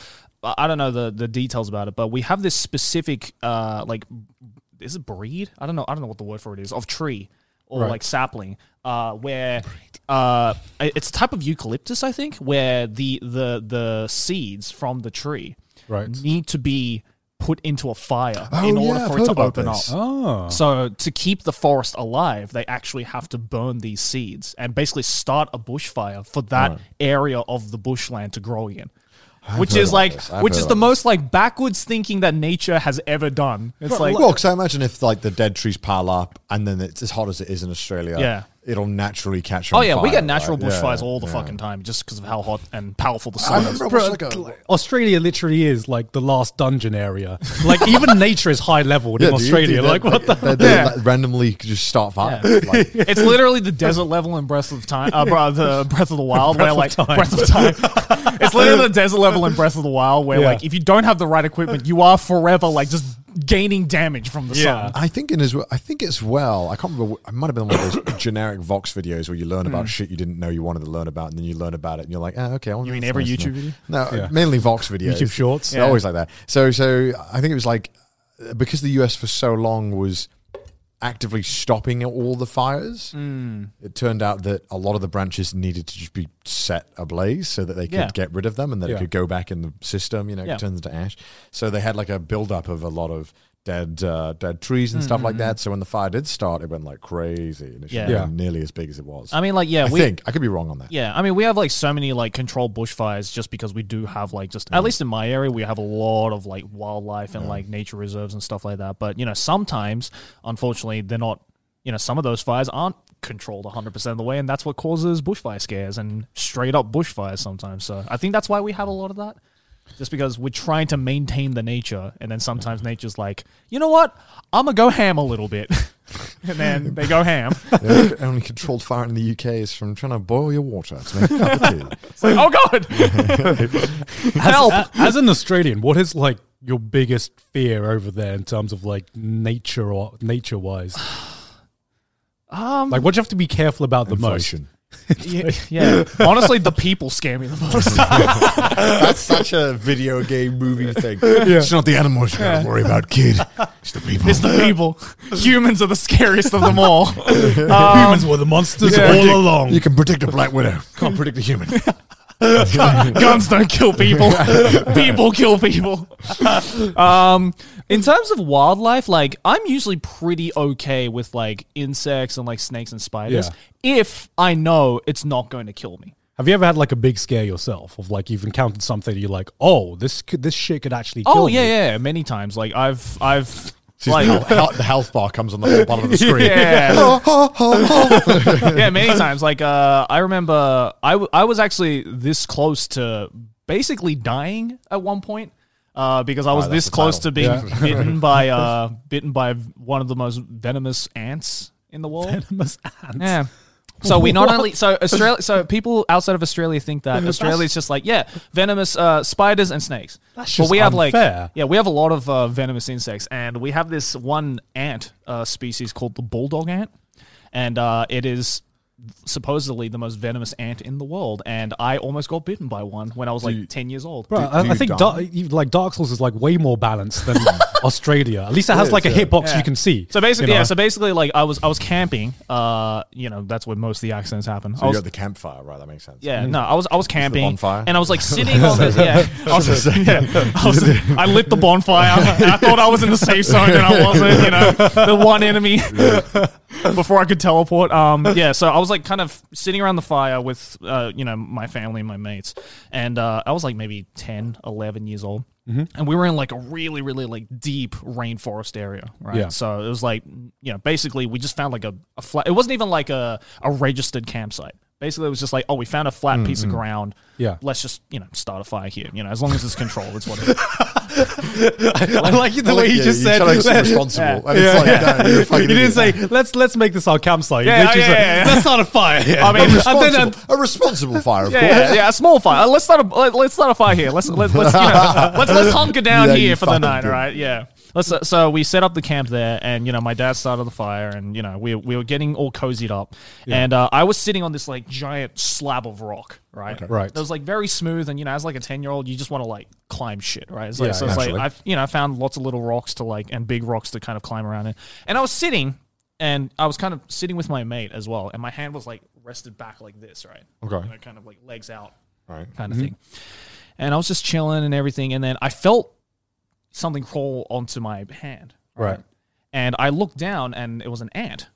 C: I I don't know the the details about it, but we have this specific uh, like is it breed? I don't know. I don't know what the word for it is of tree or like sapling uh, where uh, it- it's a type of eucalyptus I think where the the the seeds from the tree
A: Right.
C: need to be put into a fire
B: Oh,
C: in order
B: yeah,
C: for
B: I've
C: it
B: heard
C: to
B: about
C: open
B: this.
C: up.
A: oh.
C: So to keep the forest alive, they actually have to burn these seeds and basically start a bushfire for that area of the bushland to grow in. which
B: heard
C: is
B: about
C: like,
B: this. I've
C: which
B: heard
C: is the
B: about
C: most like backwards thinking that nature has ever done. It's like,
B: well, because I imagine if like the dead trees pile up and then it's as hot as it is in Australia,
C: Yeah.
B: it'll naturally catch on.
C: oh yeah, we
B: fire,
C: get natural
B: right? Yeah,
C: bushfires all the
B: yeah.
C: fucking time just because of how hot and powerful the
B: I
C: sun is.
B: remember it
A: Bro,
B: was like a,
A: Australia literally is like the last dungeon area. Like even nature is high leveled in
B: do you-
A: Australia.
B: do they-
A: like what the
B: they, they, like, randomly could just start fire. Like,
C: It's literally the desert level in Breath of Time, uh, bro, the Breath of the Wild, where
A: of
C: like
A: Time.
C: Breath of Time. it's literally the desert level in Breath of the Wild, where
A: Yeah.
C: like if you don't have the right equipment, you are forever like just gaining damage from the
A: Yeah.
C: sun.
B: I think in as well, I think as well. I can't remember. wh- It might have been one of those generic Vox videos where you learn
C: Hmm.
B: about shit you didn't know you wanted to learn about, and then you learn about it, and you're like, oh, okay. I
C: You mean every YouTube video?
B: No,
A: Yeah.
B: mainly Vox videos.
A: YouTube Shorts?
B: They're
C: Yeah.
B: always like that. So, so I think it was like uh, because the US for so long was actively stopping all the fires.
C: Hmm.
B: It turned out that a lot of the branches needed to just be set ablaze so that they could
C: Yeah.
B: get rid of them and that
A: Yeah.
B: it could go back in the system. You know,
C: Yeah.
B: it turns into ash. So they had like a buildup of a lot of dead uh, dead trees and stuff like that. So when the fire did start, it went like crazy, and it
C: Hmm. Yeah.
B: yeah.
A: Yeah.
B: nearly as big as it was.
C: I mean, like yeah,
B: I
C: we
B: think I could be wrong on that.
C: yeah, I mean we have like so many like controlled bushfires just because we do have like just at least in my area we have a lot of like wildlife and like nature reserves and stuff like that. But you know sometimes unfortunately they're not. You know some of those fires aren't controlled 100% of the way and that's what causes bushfire scares and straight up bushfires sometimes so i think that's why we have a lot of that just because we're trying to maintain the nature and then sometimes nature's like you know what i'm gonna go ham a little bit and then they go ham
B: The only- only controlled fire in the UK is from trying to boil your water to make a cup of tea.
C: It's like, oh god, help!
A: A- as an Australian, what is like your biggest fear over there in terms of like nature or nature wise? Um, like what do you have to be careful about the most?
B: Inflation.
C: yeah, yeah. honestly, the people scare me the most.
B: That's such a video game movie thing. It's not the animals you gotta worry about, kid. It's the people.
C: It's the people. Humans are the scariest of them all.
A: Humans were the monsters
C: Um, yeah.
A: all along.
B: You can predict a black widow. Can't predict a human.
C: Guns don't kill people. people kill people. um, in terms of wildlife, like I'm usually pretty okay with like insects and like snakes and spiders
A: Yeah.
C: if I know it's not going to kill me.
D: Have you ever had like a big scare yourself of like you've encountered something you're like, oh, this could, this shit could actually.
C: Oh
D: kill
C: yeah,
D: me.
C: yeah. Many times, like I've, I've,
B: It's just
C: like,
B: the, health, the health bar comes on the bottom of the screen.
C: yeah, yeah. Many times, like uh, I remember, I, w- I was actually this close to basically dying at one point. Uh, because I was
B: that's
C: this
B: the
C: close
B: title.
C: to being
D: Yeah.
C: bitten by uh, bitten by one of the most venomous ants in the world.
D: Venomous ants.
C: Yeah. So we not only so Australia so people outside of Australia think that Australia is just like yeah venomous uh, spiders and snakes.
D: That's
C: but
D: just
C: we have
D: unfair.
C: like yeah we have a lot of uh, venomous insects and we have this one ant uh, species called the bulldog ant and uh, it is supposedly the most venomous ant in the world and I almost got bitten by one when I was like
B: you-
C: ten years old.
D: Bro, I,
B: do
D: Uh, I
B: you
D: think
B: die?
D: da- you- like Dark Souls is like way more balanced than Australia. At least it has
B: is,
D: like a
B: yeah.
D: hitbox
C: Yeah.
D: you can see.
C: So basically,
D: you know?
C: yeah. So basically, like I was, I was camping. Uh, you know, that's where most of the accidents happen. I
B: So
C: was-
B: you're at the campfire, right? That makes sense.
C: Yeah, no, I was I was camping
B: bonfire?
C: and I was like sitting on this. Yeah, I was, yeah, I, was- I lit the bonfire. I thought I was in the safe zone and I wasn't. You know, the one enemy before I could teleport. Um, yeah, so I was like kind of sitting around the fire with uh, you know my family and my mates, and uh, I was like maybe 10, 11 years old.
B: Mm-hmm.
C: And we were in like a really, really like deep rainforest area, right?
D: Yeah.
C: So uh, it was like, you know, basically we just found like a, a flat. It wasn't even like a, a registered campsite. Basically, it was just like, oh, we found a flat piece of ground.
D: Mm-hmm. Yeah.
C: Let's just, you know, start a fire here. You know, as long as it's controlled, it's whatever.
D: I like the
B: I
D: way
B: like-
D: he
B: yeah,
D: just
B: you
D: said.
B: sound like super
D: that-
B: responsible.
C: Yeah.
B: And it's like, no, you're a fucking
D: you didn't
B: idiot.
D: say let's let's make this our campsite. You
C: Yeah,
D: literally
C: yeah,
D: said,
C: yeah, yeah.
D: Let's start a fire. here."
C: I mean,
D: and then uh,
B: responsible, a responsible fire, of
C: Yeah,
B: course.
C: yeah, yeah, a small fire. Uh, Let's start a let, let's start a fire here. Let's let's let's you know, let's let's hunker down
B: Yeah,
C: here
B: you
C: for the
B: fucking
C: night,
B: did.
C: right? Yeah. Let's uh, so we set up the camp there, and you know my dad started the fire, and you know we we were getting all cozied up, and uh, I was sitting on this like giant slab of rock, right?
D: Right.
C: It was like very smooth, and you know as like a ten year old, you just want to like climb shit, right? It's like,
D: Yeah,
C: so it's like
B: naturally.
C: I've you know I found lots of little rocks to like and big rocks to kind of climb around in, and I was sitting. And I was kind of sitting with my mate as well, and my hand was like rested back like this, right?
B: Okay.
C: You know, kind of like legs out
B: Right.
C: kind of thing. And I was just chilling and everything, and then I felt something crawl onto my hand.
D: Right.
C: And I looked down, and it was an ant.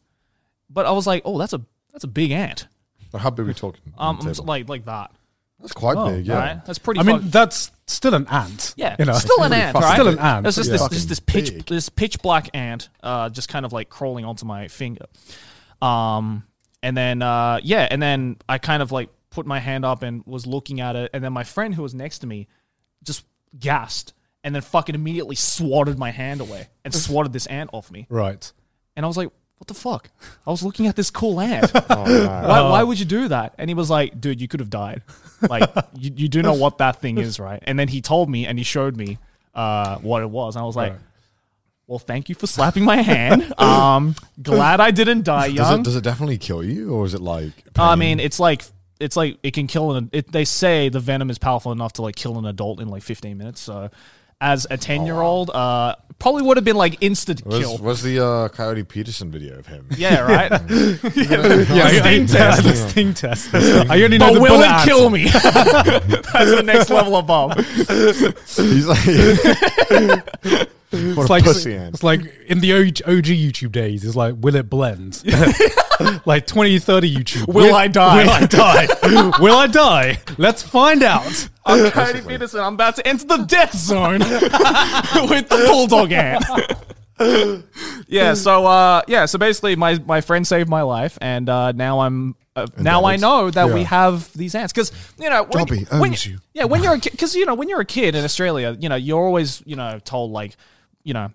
C: But I was like, "Oh, that's a that's a big ant."
B: So how big are we talking?
C: Um,
B: on the
C: I'm s-
B: table?
C: like like that.
B: That's quite big, yeah.
C: Right? That's pretty.
D: I
C: fuck-
D: mean, that's still an ant.
C: yeah,
D: you know,
C: still an ant, right?
D: Still an ant.
C: It's just
D: yeah.
C: this,
B: Fucking
C: just this pitch,
B: big.
C: this pitch black ant, uh, just kind of like crawling onto my finger. Um, and then uh, yeah, and then I kind of like put my hand up and was looking at it, and then my friend who was next to me just gasped and then fucking immediately swatted my hand away and swatted this ant off me,
D: Right.
C: and I was like. What the fuck? I was looking at this cool ant.
B: Oh, wow.
C: Why, why would you do that? And he was like, dude, you could have died. Like, you, you do know what that thing is, right? And then he told me and he showed me uh, what it was. And I was like, well, thank you for slapping my hand. Um, glad I didn't die
B: Does
C: young. Um,
B: it, does it definitely kill you, or is it like?
C: I
B: pain?
C: mean, it's like, it's like it can kill an, it, they say the venom is powerful enough to like kill an adult in like 15 minutes. So as a 10 year old, uh, probably would have been like instant kill.
B: Where's, where's the uh, Coyote Peterson video of him?
C: Yeah, right?
D: Yeah,
C: Sting
D: I- I-
C: test.
D: the sting test. I only know
C: but
D: the
C: will
D: bullet
C: it
D: ant.
C: kill me? That's the next level above.
B: He's like, what
D: It's
B: a
D: like
B: pussy ant.
D: it's like in the OG, OG YouTube days. It's like will it blend? like 20, 30 YouTube.
C: Will I die?
D: Will I die? will I die? Let's find out.
C: I'm Cody Peterson. I'm about to enter the death zone with the bulldog ant. yeah. So uh, yeah. So basically, my my friend saved my life, and uh, now I'm. Uh, now I
B: is-
C: know that we
B: yeah.
C: have these ants because you know when,
B: Dobby
C: when-
B: owns you.
C: yeah when you're a because you know when you're a kid in Australia you know you're always you know told like you know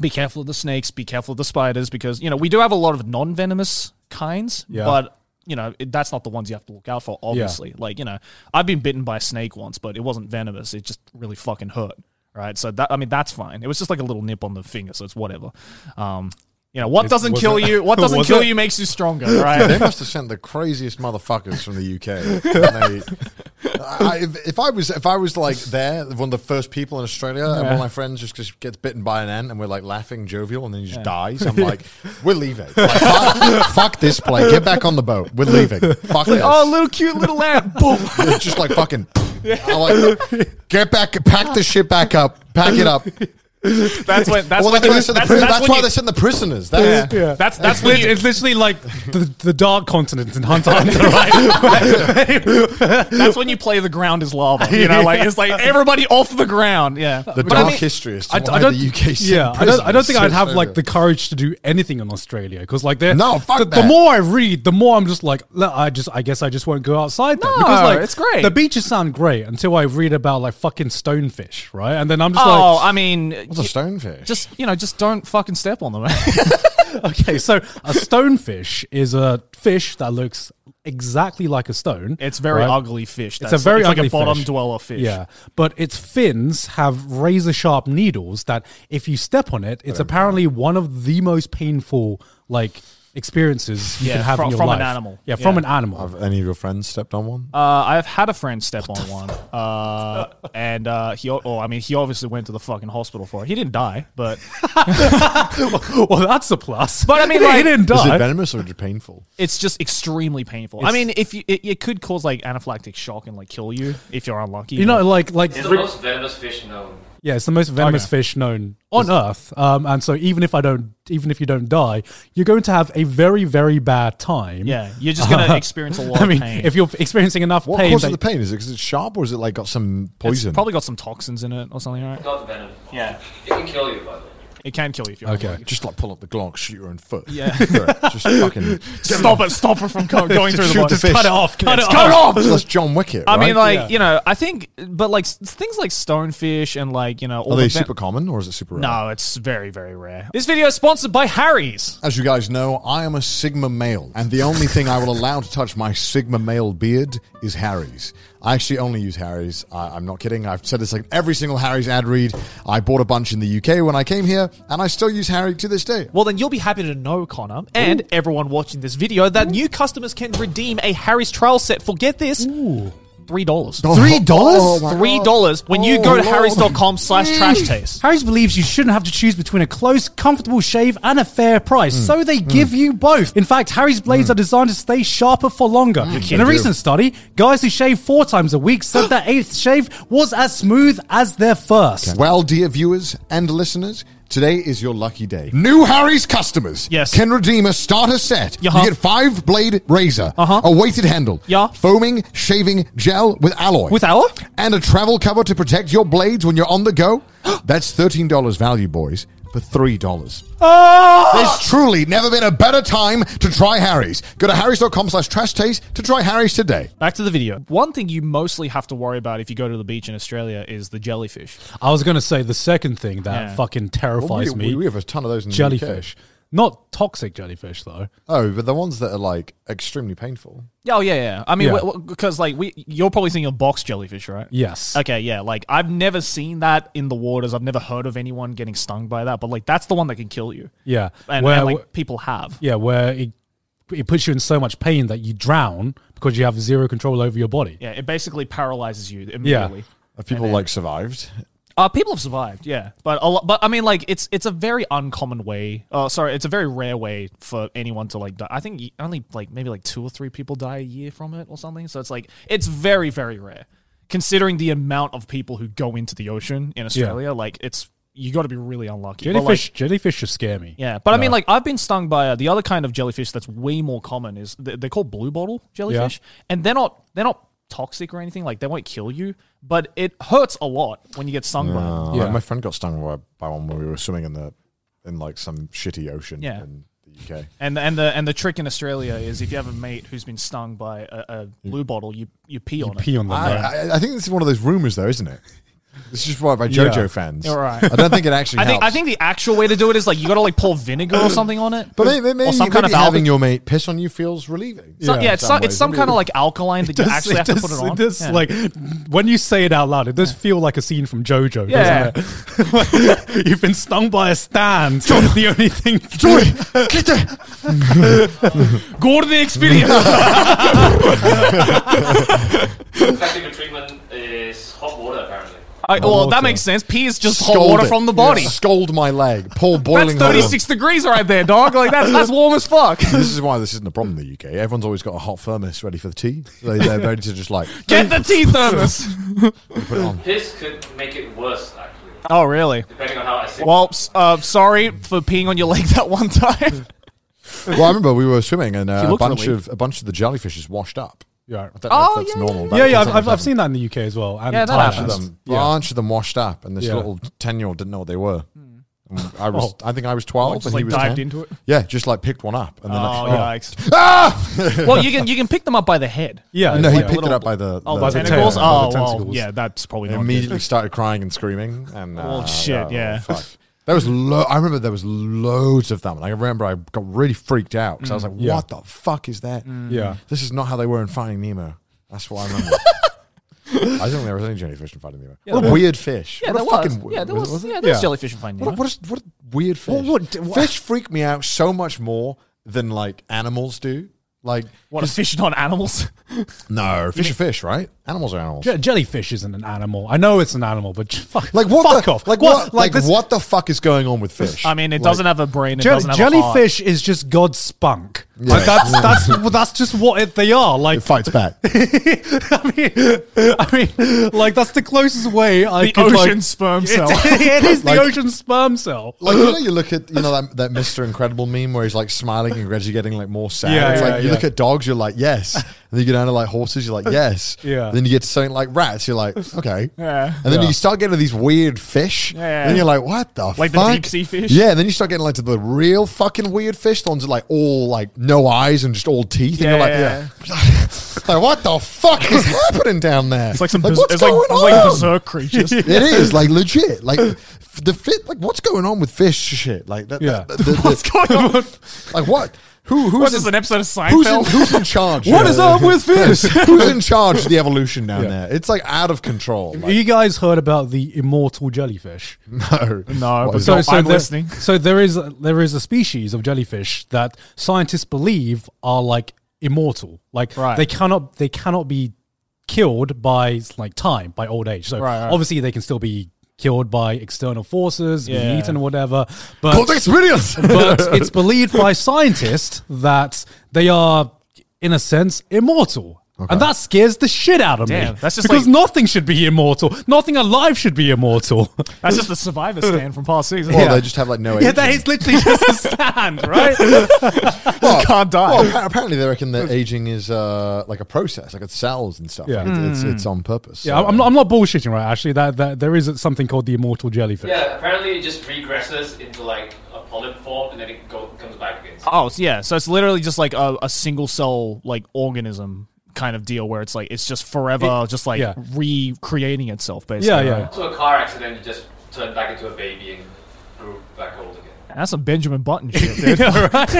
C: be careful of the snakes be careful of the spiders because you know we do have a lot of non venomous kinds
D: Yeah.
C: but you know it, that's not the ones you have to look out for obviously. Like, you know, I've been bitten by a snake once, but it wasn't venomous. It just really fucking hurt. Right. So that I mean that's fine. It was just like a little nip on the finger, so it's whatever. Um you know, what doesn't
D: was
C: kill
D: it-
C: you what doesn't
D: was
C: kill
D: it?
C: you makes you stronger, right?
B: They must have sent the craziest motherfuckers from the UK. And they- I, if, if I was, if I was like there, one of the first people in Australia, and one of my friends just, just gets bitten by an ant, and we're like laughing jovial, and then he just dies. I'm like, we're leaving. Like, fuck, fuck this place. Get back on the boat. We're leaving. Fuck this.
C: oh little cute little ant. Boom.
B: It's just like fucking. I'm like, get back, pack the shit back up, pack it up.
C: That's when. That's
B: well, that's,
C: when.
B: why they sent the pri-
C: that's, that's
B: that's
C: when
B: why
C: you-
B: they sent the prisoners. That's,
A: Yeah.
C: That's that's
A: It's,
C: when.
A: lit-
C: You,
A: it's literally like the, the dark continent in Hunter x Hunter, right?
C: that's when you play the ground is lava. You know, like it's like everybody off the ground. Yeah.
B: the
A: But I
B: dark
A: mean-
B: history as to
A: I,
B: why
A: I don't,
B: the UK sent
A: yeah, I don't, I don't
B: prisoners.
A: think I'd have
B: So-
A: like the courage to do anything on Australia because like they're-
B: No, fuck
A: the, the
B: that.
A: more I read, the more I'm just like, "No, I just, I guess I just won't go outside. Then.
C: No,
A: because like
C: it's great.
A: The beaches sound great until I read about like fucking stonefish, right? And then I'm just
C: Oh,
A: like,
C: I mean,
B: What's a stonefish?
C: just you know, just don't fucking step on them.
A: okay, so a stonefish is a fish that looks exactly like a stone.
C: It's very
A: right?
C: ugly fish.
A: It's
C: That's
A: a very
C: it's
A: ugly
C: like a bottom
A: fish.
C: dweller fish.
A: Yeah, but its fins have razor sharp needles that, if you step on it, it's apparently one of the most painful like experiences you
C: Yeah,
A: can have
C: fro-
A: in your
C: from an
A: life.
C: animal.
A: Yeah, from
C: Yeah.
A: an animal.
B: have any of your friends stepped on one?
C: Uh, I've had a friend step on one, uh, and uh, he. o- Oh, I mean, he obviously went to the fucking hospital for it. He didn't die, but
A: well, that's a plus.
C: But I mean,
A: He
C: like-
A: didn't
B: Is it
A: die.
B: venomous or is it painful?
C: it's just extremely painful. I mean, if you, it, it could cause like anaphylactic shock and like kill you if you're unlucky.
A: You know, like like
E: It's the most venomous fish known.
A: yeah, it's the most venomous
C: Okay.
A: fish known on Earth. Um, and so even if I don't, even if you don't die, you're going to have a very very bad time.
C: yeah, you're just gonna experience a lot
A: I mean,
C: of pain.
A: if you're experiencing enough
B: What
A: pain,
B: causes
A: that-
B: the pain? Is it because it's sharp or is it like got some
C: it's
B: poison?
C: probably got some toxins in it or something, right?
E: Not venom.
F: Yeah.
E: It can kill you, by the way.
C: It can kill you if you're
A: okay.
B: just like pull up the Glock, shoot your own foot.
C: Yeah.
B: just fucking
C: Stop it! Stop it from co- going through the
B: Shoot
C: body.
B: the fish.
C: Cut it off! Cut
A: Yes,
C: it
A: cut
C: off!
B: That's John Wick. It,
C: I mean,
B: right?
C: like
A: Yeah.
C: you know, I think, but like s- things like stonefish and like you know, all
B: are they
C: the ven-
B: super common or is it super rare?
C: No, it's very very rare. This video is sponsored by Harry's.
B: As you guys know, I am a Sigma male, and the only thing I will allow to touch my Sigma male beard is Harry's. I actually only use Harry's. I, I'm not kidding. I've said this like every single Harry's ad read. I bought a bunch in the UK when I came here, and I still use Harry to this day.
C: Well, then you'll be happy to know, Connor, and everyone watching this video, that new customers can redeem a Harry's trial set for get this three dollars.
B: Three dollars?
A: Oh
C: Three dollars when you go to harrys.com slash trash taste.
A: Harry's believes you shouldn't have to choose between a close, comfortable shave and a fair price, so they give you both. In fact, Harry's blades are designed to stay sharper for longer. In a recent study, guys who shave four times a week said their eighth shave was as smooth as their first.
B: Well, dear viewers and listeners, today is your lucky day. New Harry's customers
C: Yes.
B: can redeem a starter set.
C: Yeah.
B: You get five blade razor,
C: Uh-huh.
B: a weighted handle,
C: Yeah.
B: foaming shaving gel with alloy,
C: With our?
B: and a travel cover to protect your blades when you're on the go. That's thirteen dollars value, boys. For three dollars.
A: Ah!
B: There's truly never been a better time to try Harry's. Go to harrys.com slash trash taste to try Harry's today.
C: Back to the video. One thing you mostly have to worry about if you go to the beach in Australia is the jellyfish.
A: I was going to say the second thing that
C: Yeah.
A: fucking terrifies
B: we,
A: me
B: we have a ton of those in the UK.
A: jellyfish. Not toxic jellyfish, though.
B: Oh, but the ones that are like extremely painful.
C: Oh yeah, yeah. I mean,
A: Yeah.
C: because like we, you're probably thinking of box jellyfish, right?
A: Yes.
C: Okay, yeah. Like I've never seen that in the waters. I've never heard of anyone getting stung by that. But like that's the one that can kill you.
A: Yeah.
C: and,
A: Where-
C: and like people have.
A: Yeah, where it, it puts you in so much pain that you drown because you have zero control over your body.
C: Yeah, it basically paralyzes you immediately.
B: Have people like survived?
C: Uh, people have survived, yeah, but a lot, but I mean, like it's it's a very uncommon way. Uh, sorry, it's a very rare way for anyone to like die. I think y- only like maybe like two or three people die a year from it or something. So it's like it's very very rare, considering the amount of people who go into the ocean in Australia. Like it's you got to be really unlucky. But, like,
A: Jellyfish, jellyfish just scare me.
C: yeah, but I mean, like I've been stung by uh, the other kind of jellyfish that's way more common is th- they're called blue bottle jellyfish, and they're not they're not toxic or anything. Like they won't kill you, but it hurts a lot when you get stung by
B: yeah.
C: them.
A: Yeah.
B: Uh, my friend got stung by, by one when we were swimming in the in like some shitty ocean
C: Yeah.
B: in the UK.
C: And and the and the trick in Australia is if you have a mate who's been stung by a, a blue bottle, you you pee on
A: Pee
C: it.
A: on them.
B: I,
A: yeah.
B: I, I think this is one of those rumors, though, isn't it? This is brought by JoJo
A: Yeah.
B: fans.
C: You're right.
B: I don't think it actually.
C: I think I
B: helps.
C: think the actual way to do it is like you got to like pour vinegar or something on it,
B: But maybe, maybe,
C: or some
B: maybe
C: kind of
B: having
C: alkaline.
B: your mate piss on you feels relieving.
C: Yeah,
B: in
C: it's some,
B: ways.
C: it's some kind of like alkaline that you
A: does-
C: actually have to
A: does-
C: put it on.
A: does,
C: Yeah.
A: like when you say it out loud, it does feel like a scene from JoJo,
C: Yeah.
A: doesn't it? You've been stung by a stand. the only thing.
B: Get the-
C: go to the experience.
E: Effective treatment is hot water, apparently.
C: I, well,
A: water.
C: that makes sense. Pee is just hot
B: Scald
C: water
B: it.
C: from the body.
B: Yeah. Scold my leg. Pour
C: That's
B: boiling hot water.
C: 36 degrees right there, dog. Like that's that's warm as fuck.
B: This is why this isn't a problem in the UK. Everyone's always got a hot thermos ready for the tea. They, they're ready to just like
C: Get the tea thermos.
B: put it on.
E: Piss could make it worse, actually.
C: Oh, really?
E: depending on how I see
C: Well, s- uh, sorry for peeing on your leg that one time.
B: Well, I remember we were swimming and uh, a
C: looked
B: bunch
C: relieved.
B: of a bunch of the jellyfishes washed up.
A: Yeah.
B: I don't know
C: Oh,
B: if that's
C: yeah,
B: normal.
C: yeah,
B: but
A: Yeah,
B: it's
A: yeah, I've, I've,
B: something
A: I've
B: happened.
A: seen that in the UK as well. And
C: Yeah, that
A: Thailand.
B: bunch of
C: happens.
B: them,
A: Yeah.
B: bunch of them washed up, and this
A: Yeah.
B: little ten year old didn't know what they were. And I was, I think I was twelve,
C: Hmm. Oh. just
B: and
C: like
B: he was
C: dived
B: 10.
C: into it.
B: Yeah, just like picked one up, and
C: Oh,
B: then I,
C: yikes!
B: ah,
C: well, you can you can pick them up by the head.
A: Yeah.
B: no, he
A: yeah.
B: picked it up by the,
C: Oh,
A: by
C: by
A: the
C: the
A: tail,
C: tentacles.
A: by the
C: Oh, well,
A: tentacles.
C: yeah, that's probably not good.
B: immediately started crying and screaming. And
C: Oh,
B: uh,
C: shit,
B: yeah,
C: yeah.
B: fuck. There was lo- I remember there was loads of them, and I remember I got really freaked out because I
C: Mm.
B: was like,
A: Yeah.
B: "What the fuck is that?
A: Yeah.
B: This is not how they were in Finding Nemo." That's what I remember. I don't think there was any jellyfish in Finding Nemo. what a weird fish!
C: Yeah,
B: what
C: there
B: a
C: was.
B: fucking-
C: Yeah, there
B: was- was
C: was.
B: it?
C: Yeah, there was
A: Yeah.
C: jellyfish in Finding
B: What, a-
C: Nemo.
B: what, is, what a weird fish.
A: what- what-
B: Fish freak me out so much more than like animals do. Like,
C: What a fish on animals.
B: no, fish are fish, right? Animals are animals.
A: Je- jellyfish isn't an animal. I know it's an animal, but j- fuck,
B: Like what?
A: fuck
B: the,
A: off.
B: Like what? Like,
A: this-
B: what the fuck is going on with fish?
C: I mean, it
B: Like,
C: doesn't have a brain. It
A: Jell-
C: doesn't have a heart.
A: jellyfish is just God's spunk. Like
B: Yeah.
A: that's that's well, that's just what it, they are. Like
B: It fights back.
A: I mean, I mean, like that's the closest way I
C: The
A: could like-
C: ocean sperm cell.
A: it is
B: Like-
A: the ocean sperm cell.
B: like you know, you look at you know that, that Mr. Incredible meme where he's like smiling and gradually getting like more sad.
A: Yeah,
B: it's
A: yeah,
B: like you
A: yeah.
B: look at dogs, you're like yes. And then you get down to like horses, you're like yes.
A: Yeah.
B: Then you get to something like rats, you're like okay.
C: Yeah.
B: And then
A: Yeah.
B: you start getting to these weird fish.
C: Yeah.
B: And then you're like what the
C: Like the
B: fuck?
C: deep sea fish?
B: Yeah. And then you start getting like to the real fucking weird fish. The ones that like all like no eyes and just all teeth. And
C: Yeah,
B: you're like
C: yeah,
B: like what the fuck is happening down there?
C: It's like some.
B: like,
C: biz-
B: what's
C: it's like,
B: going
C: it's like
B: on?
C: berserk creatures.
B: It is like legit. Like f- the fit. Like what's going on with fish shit? Like that.
A: Yeah.
B: that- the- the-
C: What's going on?
B: like what? Who? Who's
C: What's
B: in,
C: this? An episode of
B: who's in,
C: Seinfeld?
B: who's in charge?
A: What is up with fish?
B: who's in charge of the evolution down
A: Yeah.
B: there? It's like out of control. Like,
A: you guys heard about the immortal jellyfish?
B: no,
C: No,
B: What
C: but
B: is that?
C: so- I'm
A: there,
C: listening.
A: So there is there is a species of jellyfish that scientists believe are like immortal. Like
C: Right.
A: they cannot they cannot be killed by like time by old age. So
C: Right, right.
A: obviously they can still be killed by external forces,
C: Yeah.
A: be eaten or whatever.
B: Called
A: But
B: experience.
A: but it's believed by scientists that they are in a sense immortal. And that scares the shit out of
C: Damn,
A: me.
C: that's just
A: because
C: like-
A: nothing should be immortal. Nothing alive should be immortal.
C: That's just the survivor stand from past season.
B: Well, they just have like no.
A: Yeah,
B: age.
A: that is literally just a stand, right?
B: Well,
C: can't die.
B: Well, appa- apparently they reckon that aging is uh, like a process, like it's cells and stuff.
A: Yeah.
B: Like, it's, it's it's on purpose.
A: yeah,
B: So-
A: I'm not, I'm not bullshitting, right? Actually, that, that there is something called the immortal jellyfish.
E: Yeah, apparently it just regresses into like a polyp form and then it go, comes back again.
C: Oh it's- yeah, so it's literally just like a, a single cell like organism kind of deal where it's like it's just forever just like
A: yeah.
C: recreating itself
A: yeah,
C: basically.
A: yeah.
E: So a car accident, you just turn back into a baby and grew back old again.
C: That's some Benjamin Button shit, dude.
E: That's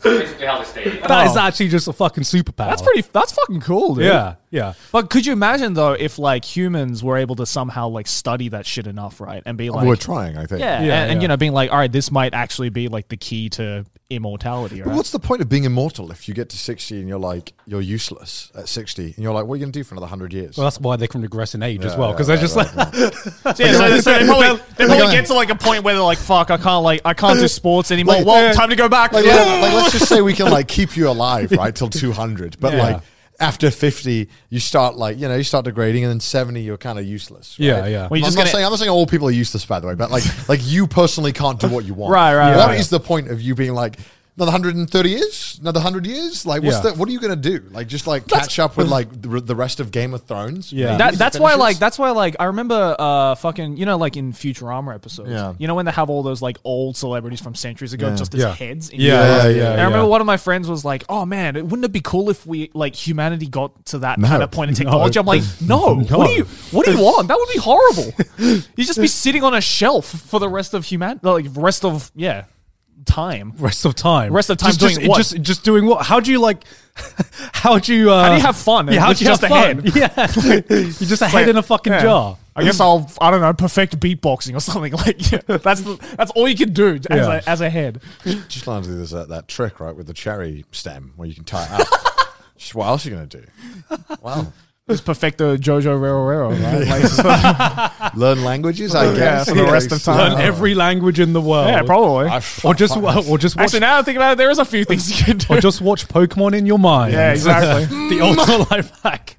E: basically how they stay.
A: That
C: Oh.
A: is actually just a fucking superpower.
C: That's pretty that's fucking cool, dude.
A: Yeah, yeah.
C: But could you imagine though if like humans were able to somehow like study that shit enough, right? And be like
B: we're trying. I think.
C: Yeah,
A: Yeah,
C: and, and,
A: yeah.
C: you know, being like, all right, this might actually be like the key to immortality,
B: But
C: right?
B: what's the point of being immortal if you get to 60 and you're like, you're useless at 60 and you're like, what are you going to do for another 100 years?
A: Well, that's why they can regress in age as
B: Yeah,
A: well, because
B: yeah,
A: they're just
B: yeah,
A: like,
C: So, yeah, so, so they probably, they
B: Like,
C: probably get to like a point where they're like, fuck, I can't like I can't do sports anymore.
B: Like,
C: well,
B: yeah.
C: time to go back.
B: like,
C: Yeah.
B: let- like, let's just say we can like keep you alive, right, till 200. But
A: Yeah.
B: like after 50, you start like, you know, you start degrading and then 70, you're kind of useless. right?
A: Yeah, yeah.
C: Well,
B: I'm,
C: you're just
B: not
C: gonna-
B: saying, I'm not saying all people are useless, by the way, but like, like you personally can't do what you want.
C: Right, right,
B: What
C: right.
B: is the point of you being like, Another 130 years? Another 100 years? Like, what's
A: Yeah.
B: the, what are you going to do? Like, just like catch up with like the the rest of Game of Thrones?
A: Yeah.
B: maybe,
C: That,
B: as it
C: that's why,
B: finishes?
C: like, that's why, like, I remember, uh, fucking, you know, like in Futurama episodes,
B: Yeah.
C: you know, when they have all those like old celebrities from centuries ago, just as
A: Yeah.
C: heads. In
A: Yeah,
C: the-
B: yeah, yeah,
C: And I remember
A: yeah.
C: one of my friends was like, "Oh man, it, wouldn't it be cool if we like humanity got to that kind of point in
A: No.
C: technology?" I'm like, "No,
A: No.
C: what do you, what do you want? That would be horrible. You'd just be sitting on a shelf for the rest of human, like rest of yeah, time.
A: rest of time.
C: Rest of time
A: just,
C: doing
A: just,
C: what?
A: Just, just doing what? How do you like? How do you? Uh,
C: How do you have fun
A: Yeah, how
C: with
A: do you
C: just
A: have
C: a
A: fun? Yeah, you just a head in a fucking
C: Yeah.
A: jar.
C: I guess I'll I don't know perfect beatboxing or something like yeah, that's the, that's all you can do as,
A: Yeah.
C: a, as a head.
B: Just learn to do this, that, that trick, right, with the cherry stem where you can tie it up. Just what else are you going to do? Wow.
C: Just perfect the Jojo Rero right? Like,
B: Learn languages, I guess.
C: for the rest of time.
A: Learn every language in the world.
C: Uh, yeah, probably.
B: I-
A: Or just, or just watch,
C: Actually, now that I think about it, there is a few things you can do.
A: or just watch Pokemon in your mind.
C: yeah, exactly.
A: the ultra life hack.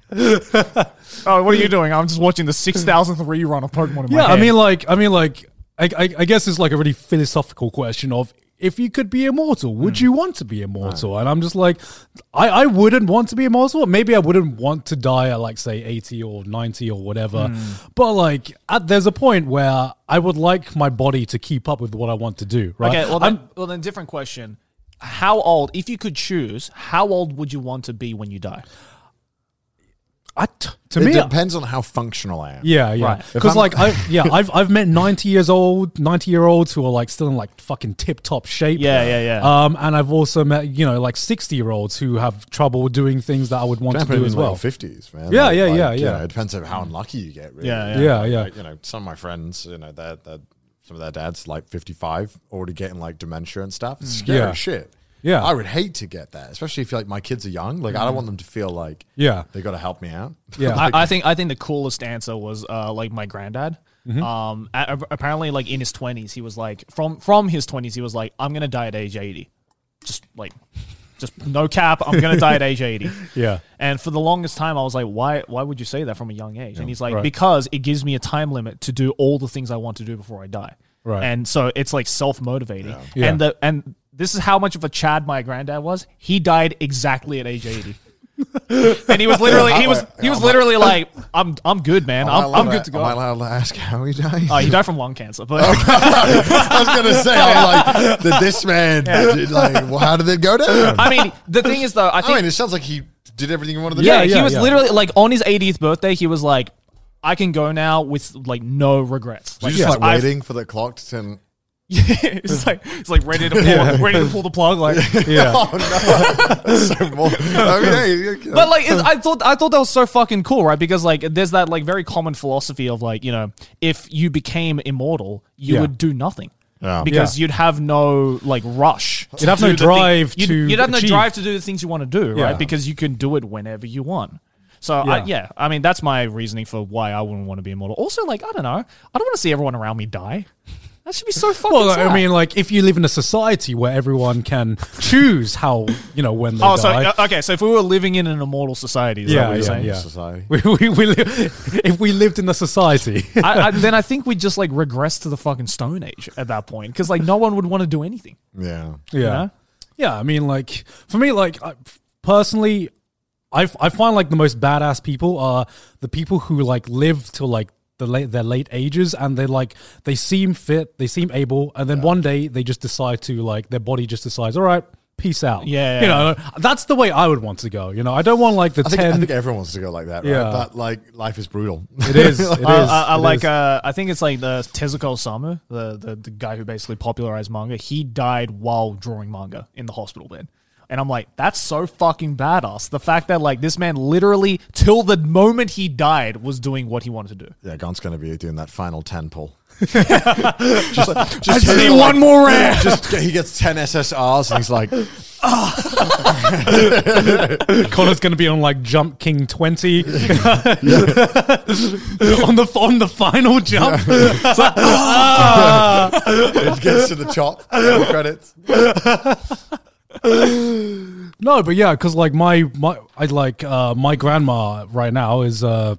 C: Oh, what are you doing? I'm just watching the six thousandth rerun of Pokemon. In my
A: Yeah, I
C: head.
A: mean, like, I mean, like, I, I, I guess it's like a really philosophical question of if you could be immortal, would
C: Hmm.
A: you want to be immortal? And I'm just like, I, I wouldn't want to be immortal. Maybe I wouldn't want to die at like say 80 or 90 or whatever.
C: Hmm.
A: But like, at, there's a point where I would like my body to keep up with what I want to do. Right?
C: okay. Well,
A: I'm-
C: then, well, then different question. How old, if you could choose, how old would you want to be when you die?
A: I t- to
B: it
A: me,
B: depends on how functional I am.
A: Yeah, yeah.
C: Right.
B: If
A: Because
B: I'm-
A: like I yeah, I've I've met ninety years old, ninety year olds who are like still in like fucking tip top shape.
C: Yeah, yeah, yeah.
A: Um, and I've also met you know like sixty year olds who have trouble doing things that I would want to
B: Happened in
A: do as
B: like
A: well.
B: the 50s, man.
A: Yeah,
B: Like-
A: yeah,
B: like,
A: yeah,
B: you
A: yeah.
B: know, it depends on how unlucky you get, really.
C: Yeah, yeah.
A: yeah, yeah.
B: Like, you know, some of my friends, you know, they're, they're, some of their dads, like 55, already getting like dementia and stuff. It's scary
A: Mm, Yeah.
B: shit.
A: Yeah. Mm.
B: I would hate to get that, especially if like my kids are young. Like, I don't want them to feel like
A: Yeah.
B: they got to help me out.
A: Yeah.
C: I, I think I think the coolest answer was uh, like my granddad. Um, a- a- apparently, like in his twenties, he was like from from his twenties, he was like, "I'm gonna die at age 80. Just like, just no cap. I'm gonna die at age 80.
A: Yeah.
C: And for the longest time, I was like, "Why? Why would you say that from a young age?" and he's like, "Because it gives me a time limit to do all the things I want to do before I die."
A: Right.
C: And so it's like self motivating.
A: Yeah.
C: And the and this is how much of a Chad my granddad was. He died exactly at age 80. And he was literally he was he was literally like, I'm I'm good, man.
B: Am I
C: I'm,
B: allowed
C: I'm good to
B: Am I
C: go.
B: allowed to ask how he died?
C: Oh, he died from lung cancer, but
B: I was gonna say, I'm like, did this man? Did, like, well, how did it go down? I,
C: I mean, the thing is though, I think
B: mean, it sounds like he did everything he wanted to
C: yeah,
B: do.
A: yeah,
C: he was
A: yeah.
C: literally like on his 80th birthday, he was like, I can go now with like no regrets.
B: You're
C: Like,
B: just like
C: I've-
B: waiting for the clock to turn.
C: it's like it's like ready to pull, ready to pull the plug. Like,
A: yeah.
B: Oh no! That's so more. I mean, hey, you-
C: but like it, I thought I thought that was so fucking cool, right? Because like there's that like very common philosophy of like you know if you became immortal, you
A: Yeah.
C: would do nothing.
B: Yeah.
C: Because you'd have no like rush. to
A: You'd have
C: do
A: no
C: the thi-
A: drive
C: you'd,
A: to
C: You'd have no
A: achieve.
C: drive to do the things you want to do,
A: Yeah.
C: right? Because you can do it whenever you want. So yeah.
A: Yeah.
C: I, yeah, I mean that's my reasoning for why I wouldn't want to be immortal. Also, like I don't know, I don't want to see everyone around me die. That should be so fucking.
A: Well, I
C: sad.
A: mean, like, if you live in a society where everyone can choose how you know when they
C: oh, so
A: die,
C: uh, okay, so if we were living in an immortal society, is that
A: yeah,
C: what you're
A: yeah,
C: saying?
A: yeah.
B: Society.
A: We, we, we li- if we lived in a society,
C: I, I, then I think we just like regress to the fucking Stone Age at that point because like no one would want to do anything.
B: yeah.
A: Yeah.
C: know?
A: Yeah. I mean, like, for me, like, I, personally, I, f- I find like the most badass people are the people who like live till like the late, their late ages and they like, they seem fit, they seem able. And then one day they just decide to like, their body just decides, all right, peace out.
C: Yeah,
A: You
C: yeah,
A: know, that's the way I would want to go. You know, I don't want like the
B: I think,
A: 10.
B: I think everyone wants to go like that, right?
A: Yeah.
B: But like, life is brutal.
A: it is. It is.
C: I, I, I
A: it
C: like
A: is.
C: uh, I think it's like the Tezuka Osamu, the, the the guy who basically popularized manga. He died while drawing manga in the hospital bed. And I'm like, that's so fucking badass. The fact that like this man literally till the moment he died was doing what he wanted to do.
B: yeah, Gon's gonna be doing that final ten pull. just, like- just hit
C: need
B: it, like-
C: one more round.
B: Just he gets ten SSRs and he's like,
A: Connor's going to be on like Jump King 20 on the on the final jump. It's like,
B: it gets to the top. Roll Credits.
A: No, but yeah, because like my my I like uh my grandma right now is uh,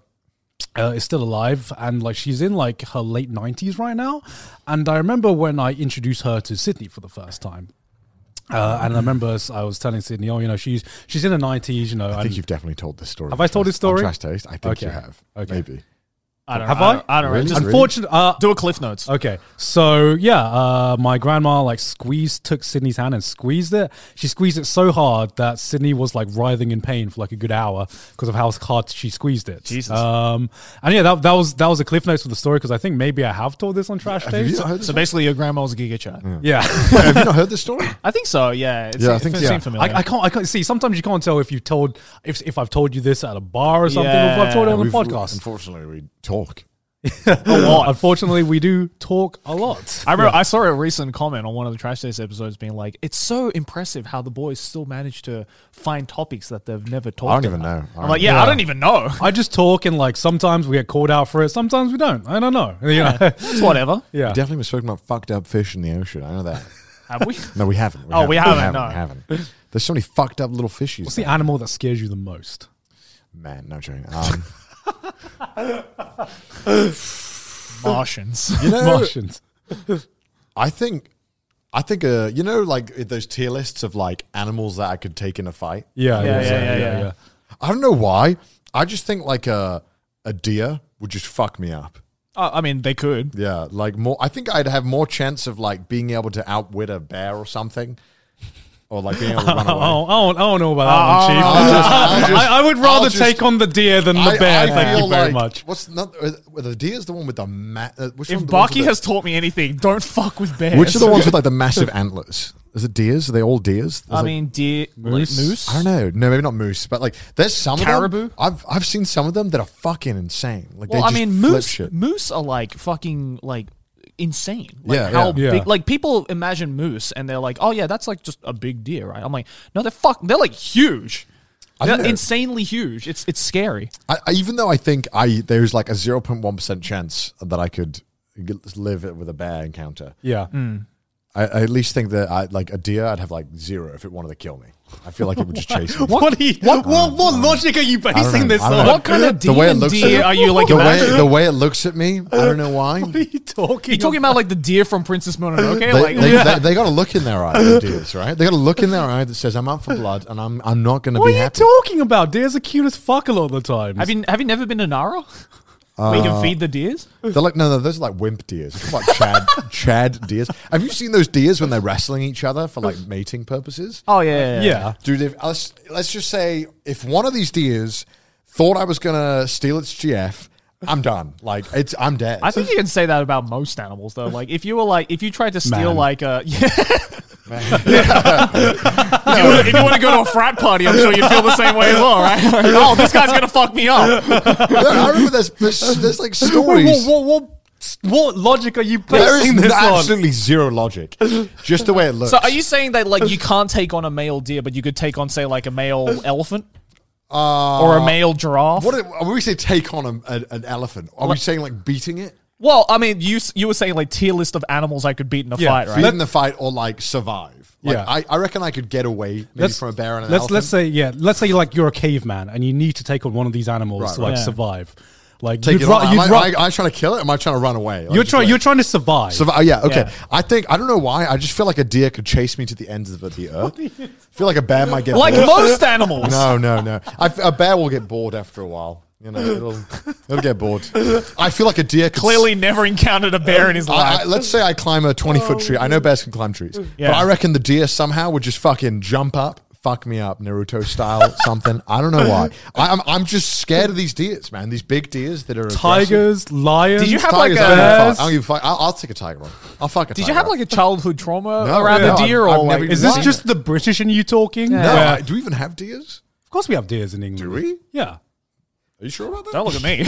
A: uh is still alive and like she's in like her late nineties right now, and I remember when I introduced her to Sydney for the first time. Uh,
B: Mm.
A: and I remember s- I was telling Sydney, oh, you know, she's she's in her nineties, you know.
B: I
A: and-
B: think you've definitely told this story.
A: Have I told this story?
B: Trash taste. I think you
A: Okay.
B: have.
A: Okay.
B: Maybe.
C: I don't
A: Have
C: know.
A: I?
C: don't- I don't
B: Really?
C: know. Just
B: Unf-
A: unfortunate. Uh,
C: do a cliff notes.
A: Okay, so yeah, uh, my grandma like squeezed, took Sydney's hand and squeezed it. She squeezed it so hard that Sydney was like writhing in pain for like a good hour because of how hard she squeezed it.
C: Jesus.
A: Um, and yeah, that, that was that was a cliff notes for the story because I think maybe I have told this on Trash
B: Have
A: Taste.
B: you, not heard this,
C: So basically, your grandma's a Giga Chat.
A: Yeah,
B: have you not heard this story?
C: I think so. Yeah. It's,
B: Yeah, I
C: it
B: think-
C: seemed
B: yeah.
C: familiar.
A: I, I can't. I can't see. Sometimes you can't tell if you told if if I've told you this at a bar or something, or if I've told it
C: Yeah,
A: on a
B: We've-
A: podcast.
B: Unfortunately, we talk.
C: a lot.
A: Unfortunately, we do talk a lot.
C: I remember I saw a recent comment on one of the Trash Days episodes being like, "It's so impressive how the boys still manage to find topics that they've never talked."
B: even
C: about."
B: know. I
C: I'm
B: don't
C: like, yeah,
A: know.
C: I don't even know.
A: I just talk, and like sometimes we get called out for it, sometimes we don't. I don't know. You know?
C: It's whatever.
A: Yeah.
B: We definitely was talking about fucked up fish in the ocean. I know that.
C: Have we?
B: No, we haven't.
C: Oh, we haven't,
B: We haven't. There's so many fucked up little fishies.
A: What's the
B: there.
A: animal that scares you the most?
B: man. No joking. Um,
C: Martians.
B: you know,
A: Martians.
B: I think, I think, uh, you know, like those tier lists of like animals that I could take in a fight.
A: Yeah,
C: yeah, yeah, yeah.
B: I don't know why. I just think like a a deer would just fuck me up.
C: Uh, I mean, they could.
B: Yeah, like more. I think I'd have more chance of like being able to outwit a bear or something, or like being able to run
A: I
B: away.
A: don't, I don't- I don't know about that one, Chief.
B: I'll just- I'll just-
A: I, I would rather
B: I'll just-
A: take on the deer than the
B: I-
A: bear.
B: I
A: Thank
B: feel
A: you very
B: like-
A: much.
B: What's not? uh, Well, the deer's the one with the ma- uh, which
C: If
B: one- the ones
C: Baki
B: with
C: has taught me anything, don't fuck with
B: the,
C: bears.
B: which are the ones with like the massive antlers? Is it deers? Are they all deers? There's,
C: I
B: like-
C: mean, deer, moose.
B: I don't know. No, maybe not moose, but like there's some Of
C: Caribou?
B: them, I've I've seen some of them that are fucking insane. Like
C: Well,
B: they
C: I
B: just
C: mean,
B: flip
C: moose.
B: shit.
C: Moose are like fucking like insane. Like
B: Yeah,
C: how
A: yeah. Yeah.
C: big? Like people imagine moose, and they're like, oh yeah, that's like just a big deer, right? I'm like, no, they're fuck. They're like huge.
B: I
C: They're
B: don't know.
C: insanely huge. It's it's scary.
B: I, I, even though I think I there's like a zero point one percent chance that I could g- live with a bear encounter.
A: Yeah.
B: Hmm. I, I at least think that I like a deer. I'd have like zero if it wanted to kill me. I feel like it would just chase me.
A: What, what, what, what, logic are you
B: I don't
A: basing
B: know.
A: this
B: I
A: on?
B: don't know.
C: What kind of
B: The way it
C: demon
B: looks
C: deer
B: at-
C: are you like?
B: the way
C: imagining?
B: the way it looks at me? I don't know why.
A: What are you talking?
C: you talking about like the deer from Princess Mononoke?
B: They,
C: like,
B: they, they, they got a look in their eye, the deers, right? They got a look in their eye that says, "I'm out for blood, and I'm I'm not going to
A: What
B: be
A: are you
B: happy."
A: talking about? Deer's are cute as fuck a lot of the time.
C: have you have you never been to Nara? Where you
B: Uh,
C: can feed the deers.
B: They're like, no, no, those are like wimp deers. It's like Chad, Chad deers. Have you seen those deers when they're wrestling each other for like mating purposes?
C: Oh yeah,
A: yeah.
B: Dude, if, let's, let's just say if one of these deers thought I was going to steal its GF, I'm done. Like, it's I'm dead.
C: I think you can say that about most animals, though. Like, if you were like, if you tried to steal
A: Man.
C: like a, yeah. if, you wanna, if you want to go to a frat party, I'm sure you feel the same way as well, right? Like, oh, this guy's gonna fuck me up.
B: No, I remember there's, there's, there's like
A: Wait,
B: stories.
A: what, what, what, what logic are you
B: There is
A: basing this on?
B: absolutely zero logic. Just the way it looks.
C: So, are you saying that like you can't take on a male deer, but you could take on say like a male elephant
B: Uh,
C: or a male giraffe?
B: what are- when we say take on a, a, an elephant, are we saying like beating it?
C: well, I mean, you s- you were saying like tier list of animals I could beat in a
A: Yeah,
C: fight, right?
B: Beat in the fight or like survive? Like,
A: Yeah.
B: I, I reckon I could get away maybe
A: Let's-
B: from a bear and an
A: let's
B: elephant.
A: let's say yeah. Let's say like you're a caveman and you need to take on one of these animals
B: Right,
A: to like
C: right. Yeah.
A: survive. Like
B: Take
A: you'd
B: it
A: ru-
B: on. Am,
A: you'd
B: I,
A: ru-
B: am I- am I trying to kill it? Or am I trying to run away? Like,
A: you're
B: just
A: trying
B: like-
A: you're trying to survive.
B: Survi- oh, yeah, okay.
C: Yeah.
B: I think I don't know why. I just feel like a deer could chase me to the ends of the earth. I feel like a bear might get
C: Like
B: bored.
C: most animals.
B: No, no, no. I f- a bear will get bored after a while. You know, it'll it'll get bored. I feel like a deer could
C: Clearly, never encountered a bear in his life.
B: I, I, let's say I climb a 20 foot tree. I know bears can climb trees.
C: Yeah.
B: But I reckon the deer somehow would just fucking jump up, fuck me up, Naruto style, something. I don't know why. I, I'm, I'm just scared of these deers, man. These big deers that are. aggressive.
A: Tigers, lions.
C: Did you have
B: Tigers, I
C: like
B: don't give a
A: bears?
B: fuck. I don't give a fuck. I'll, I'll take a tiger on. I'll fuck a
C: Did
B: tiger
C: you have
B: on.
C: like a childhood trauma
B: No,
C: around
B: yeah,
C: the deer,
B: I've-
C: or
B: I've
C: like,
B: never
A: Is this
B: Why?
A: just the British in you talking?
C: No.
B: No,
A: Where-
B: I- do we even have deers?
A: of course we have deers in England.
B: Do we?
A: Yeah.
B: Are you sure about that?
C: don't look at me?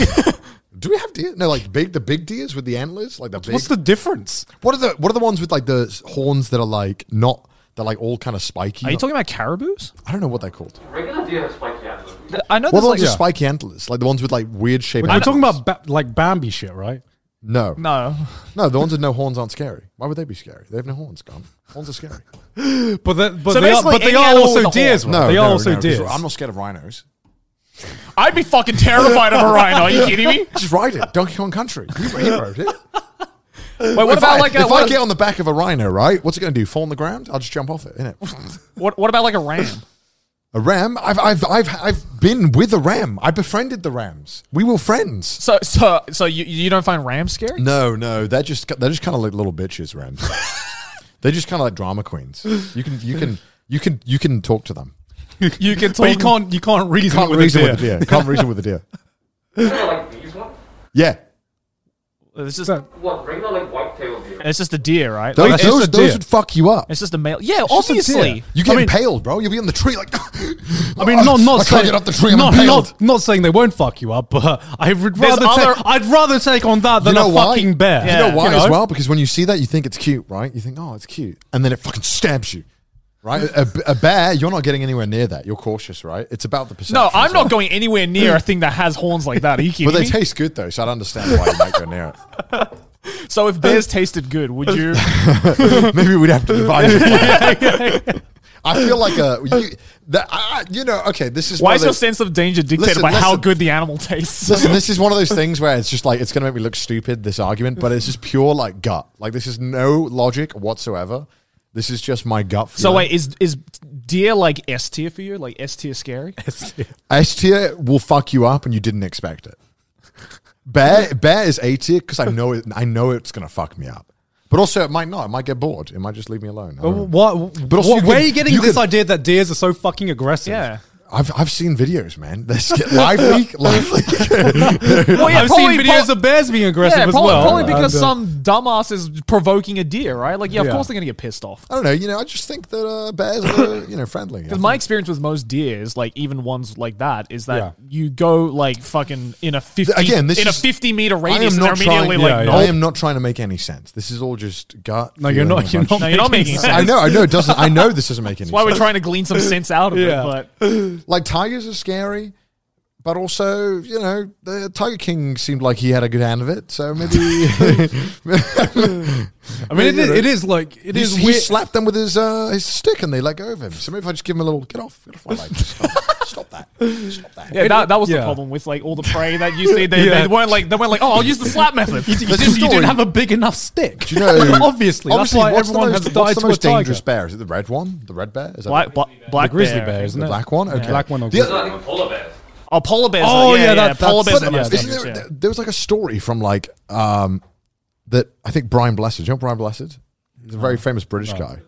B: Do we have deer? No, like big the big deers with the antlers, like the big.
A: What's the difference?
B: what are the what are the ones with like the s- horns that are like not they're like all kind of spiky?
C: Are you talking about caribous?
B: I don't know what they're called.
E: Regular deer has spiky antlers.
C: I know
B: What
C: there's
B: the
C: like
B: ones with
A: yeah.
B: spiky antlers? Like the ones with like weird shaped.
A: We're
B: antlers.
A: talking about ba- like Bambi shit, right?
B: No, no,
C: no.
B: The ones with no horns aren't scary. Why would they be scary? They have no horns. Gone. Horns are scary.
A: But the, but
C: So
A: they are
C: basically
A: but they
C: any
A: are
C: animal
A: also
C: with a
A: deers.
C: horn.
A: right?
B: No,
A: they
B: no,
A: are also
B: no, 'cause
A: deers.
B: I'm not scared of rhinos.
C: I'd be fucking terrified of a rhino. Are you kidding me?
B: Just ride it. Donkey Kong Country. You were a hero, dude.
C: Wait, what
B: if
C: about
B: I,
C: like a
B: if I
C: what,
B: get on the back of a rhino, right? What's it going to do? Fall on the ground? I'll just jump off it, innit?
C: what, what about like a ram?
B: a ram? I've, I've, I've, I've been with a ram. I befriended the rams. We were friends.
C: So so so you, you don't find rams scary?
B: No, no, they're just they're just kind of like little bitches, rams. they're just kind of like drama queens. You can you can you can you can talk to them.
C: You can
A: But you
C: talk.
A: can't you can't reason,
B: Can't
A: with,
B: reason
A: a deer.
B: with a deer. Can't reason with a deer.
E: Isn't it like these ones?
B: Yeah,
C: It's just
A: So-
E: What, regular like white-tailed deer?
C: it's just a deer, right?
B: those
C: Like,
A: that's just
B: those,
A: a
B: those
A: deer.
B: would fuck you up.
C: it's just a male. Yeah,
A: just a
C: obviously.
A: deer.
B: You get impaled, bro. You'll be on the tree like.
A: I mean, not not
B: I
A: saying
B: can't get up the tree. I'm
A: not,
B: impaled.
A: not not saying they won't fuck you up, but I would
C: There's
A: rather
C: other-
A: take, I'd rather take on that than
B: you know
A: a
B: why?
A: fucking bear.
C: Yeah.
B: You know why
A: You know?
B: as well? Because when you see that, you think it's cute, right? You think, oh, it's cute, and then it fucking stabs you, right? a, a bear, you're not getting anywhere near that. You're cautious, right? It's about the perception.
C: No, I'm
B: as
C: not
B: well.
C: going anywhere near a thing that has horns like that. Are you
B: But
C: kidding
B: they
C: me?
B: taste good though, so I'd understand why you might go near
C: so if bears tasted good, would you?
B: it. Maybe we'd have to divide it. I feel like a you, that, I, I- you know. Okay, this is
C: Why
B: one
C: is
B: of
C: your
B: those-
C: sense of danger dictated
B: Listen,
C: by how
B: listen.
C: good the animal tastes?
B: Listen, this is one of those things where it's just like it's going to make me look stupid. This argument, but it's just pure like gut. Like this is no logic whatsoever. This is just my gut. Feeling.
C: So wait, is is deer like S tier for you? Like S tier scary?
B: S tier will fuck you up, and you didn't expect it. Bear, bear is A tier because I know it. I know it's going to fuck me up. But also, it might not. It might get bored. It might just leave me alone. I don't
C: Oh.
B: know.
A: What?
B: But also
A: what-
B: you
A: where
B: can-
A: are you getting
B: you
A: this
B: can-
A: idea that deers are so fucking aggressive?
C: Yeah.
B: I've I've seen videos, man. This live leak, live leak.
C: Well, yeah,
A: I've seen videos of bears being aggressive
C: yeah,
A: as
C: probably,
A: well.
C: probably because
A: And, uh,
C: some dumbass is provoking a deer, right? Like, yeah, of
A: Yeah.
C: course they're gonna get pissed off.
B: I don't know. You know, I just think that uh, bears are you know friendly.
C: Because my experience with most deers, like even ones like that, is that
A: Yeah.
C: you go like fucking in a fifty
B: Again, this
C: in a
B: is-
C: fifty meter
B: I
C: radius,
B: am
C: and they're
B: not trying.
C: immediately
A: yeah,
C: like,
A: yeah.
C: no,
B: I am not trying to make any sense. This is all just gut.
A: no, you're
B: feeling
A: not.
B: and
A: You're
B: much-
A: not.
C: No, you're not making sense.
B: I know. I know. It doesn't. I know this doesn't make any
C: why
B: sense.
C: we're trying to glean some sense out of
A: Yeah.
C: it. But
B: like tigers are scary, but also you know the Tiger King seemed like he had a good hand of it. So maybe
A: I mean, it is, it is like it
B: he,
A: is
B: he
A: weird.
B: slapped them with his uh, his stick and they let go of him. So maybe if I just give him a little get off, get off my leg, stop, stop that, stop that.
C: yeah, that, that was the
A: yeah.
C: problem with like all the prey that you see. They,
A: Yeah.
C: they weren't like they weren't like, oh, I'll use the slap method.
A: You
B: There's a
A: didn't, you didn't
B: story.
A: have a big enough stick.
B: Do you know?
A: obviously, that's why
B: what's the
A: everyone
B: most-
A: has
B: what's
A: died
B: the
A: to a
B: most
A: tiger.
B: dangerous bear? Is it the red one? The red bear? Is that
C: Black, black, black
A: grizzly
C: bear.
A: bear, isn't
B: the
A: it?
B: black one? Okay.
A: Black one or
B: The other-
E: It's not even polar bears.
C: Oh, polar bears.
A: Oh,
C: yeah,
A: yeah,
C: yeah,
A: that-
C: polar
A: that's- but
C: bears. are the most
B: Isn't
C: dangerous,
B: there,
C: yeah.
B: there was like a story from like um, that I think Brian Blessed. Do you know Brian Blessed? He's a very famous British guy.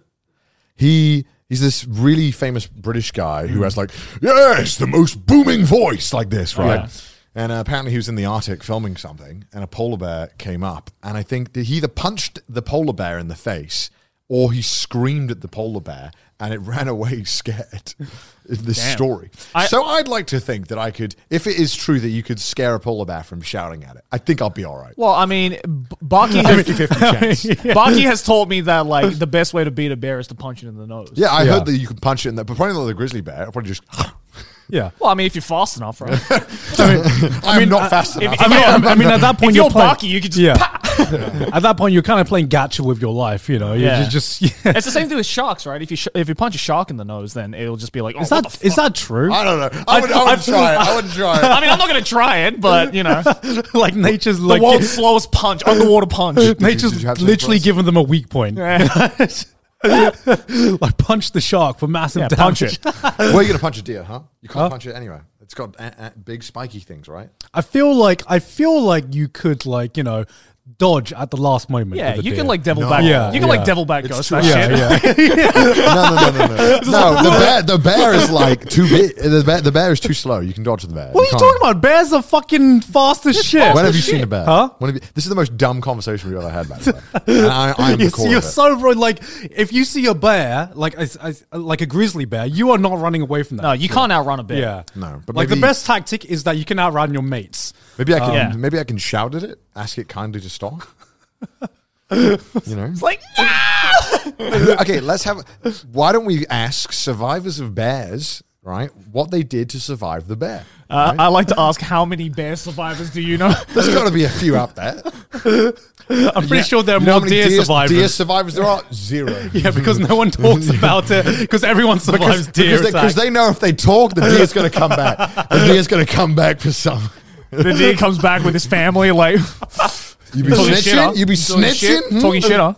B: He he's this really famous British guy who has like yes, the most booming voice like this, right?
C: Yeah.
B: And uh, apparently he was in the Arctic filming something, and a polar bear came up, and I think that he either punched the polar bear in the face or he screamed at the polar bear, and it ran away scared. In this story,
C: I-
B: so I'd like to think that I could, if it is true that you could scare a polar bear from shouting at it, I think I'll be all right.
C: Well, I mean, B- Baki has,
B: 50 chance.
C: Baki has told me that like the best way to beat a bear is to punch it in the nose.
B: Yeah, I
A: Yeah.
B: heard that you can punch it in the, but probably not the grizzly bear. I'll probably just.
A: Yeah.
C: Well, I mean, if you're fast enough, right? if,
B: I'm not fast enough.
C: if
A: I mean, I- I mean, at that point,
C: you're
A: playing-
C: Baki, you could just.
A: yeah. at that point, you're kind of playing gotcha with your life. You know, you're
C: Yeah.
A: just. just yeah.
C: It's the same thing with sharks, right? If you sh- if you punch a shark in the nose, then it'll just be like, oh,
A: Is
C: what
A: that
C: the
A: is
C: fuck?
A: that true?
B: I don't know. I, would, I,
A: I-
B: wouldn't
A: I-
B: try it. I wouldn't try
C: I
B: it.
C: mean, I'm not gonna try it, but you know, the
A: like nature's like
C: world's slowest punch, underwater punch.
A: nature's
B: did you have to
A: literally
B: impress?
A: giving them a weak point. like punch the shark for massive
C: Yeah,
A: damage.
C: punch it.
B: Where are you going to punch a deer, huh? You can't punch it anyway. It's got uh, uh, big spiky things, right?
A: I feel like I feel like you could like you know dodge at the last moment.
C: Yeah,
A: with a
C: you
A: deer.
C: can like devil
B: No.
C: back.
A: Yeah,
C: you can like
A: yeah.
C: devil back ghost that
A: Yeah,
C: shit.
A: yeah.
B: No, no, no, no, no. no the, bear, the bear is like too big. The bear, the bear is too slow. You can dodge the bear.
A: what are you
B: can't.
A: talking about? Bears are fucking fast as shit.
B: When have you seen a bear?
A: Huh?
B: When have you, this is the most dumb conversation we've ever had, by the way. And I, I am the
A: Yes,
B: core
A: you're
B: of it.
A: so wrong. Like, if you see a bear, like a, a- like a grizzly bear, you are not running away from that.
C: No, you can't outrun a bear.
A: yeah,
B: No, but
A: But like
B: maybe-
A: the best tactic is that you can outrun your mates.
B: Maybe I can.
C: Yeah.
B: Maybe I can shout at it. Ask it kindly to stop. you know.
C: It's like, "Ah!"
B: okay, let's have. Why don't we ask survivors of bears, right, what they did to survive the bear?
C: uh, I like to ask how many bear survivors do you know?
B: There's got to be a few out there.
A: I'm pretty sure there are
B: You know how
A: more
B: many
A: deer, survivors.
B: Deer survivors there are zero.
A: yeah, because no one talks about it because everyone survives deer
B: Because they, 'cause
A: attack.
B: they know if they talk, the deer's going to come back. The deer's going to come back for some.
C: the deer comes back with his family, like
B: You be
C: Talking shit, huh?
B: snitching. You be
C: Talking shit-
B: snitching. Hmm.
C: talking shit on.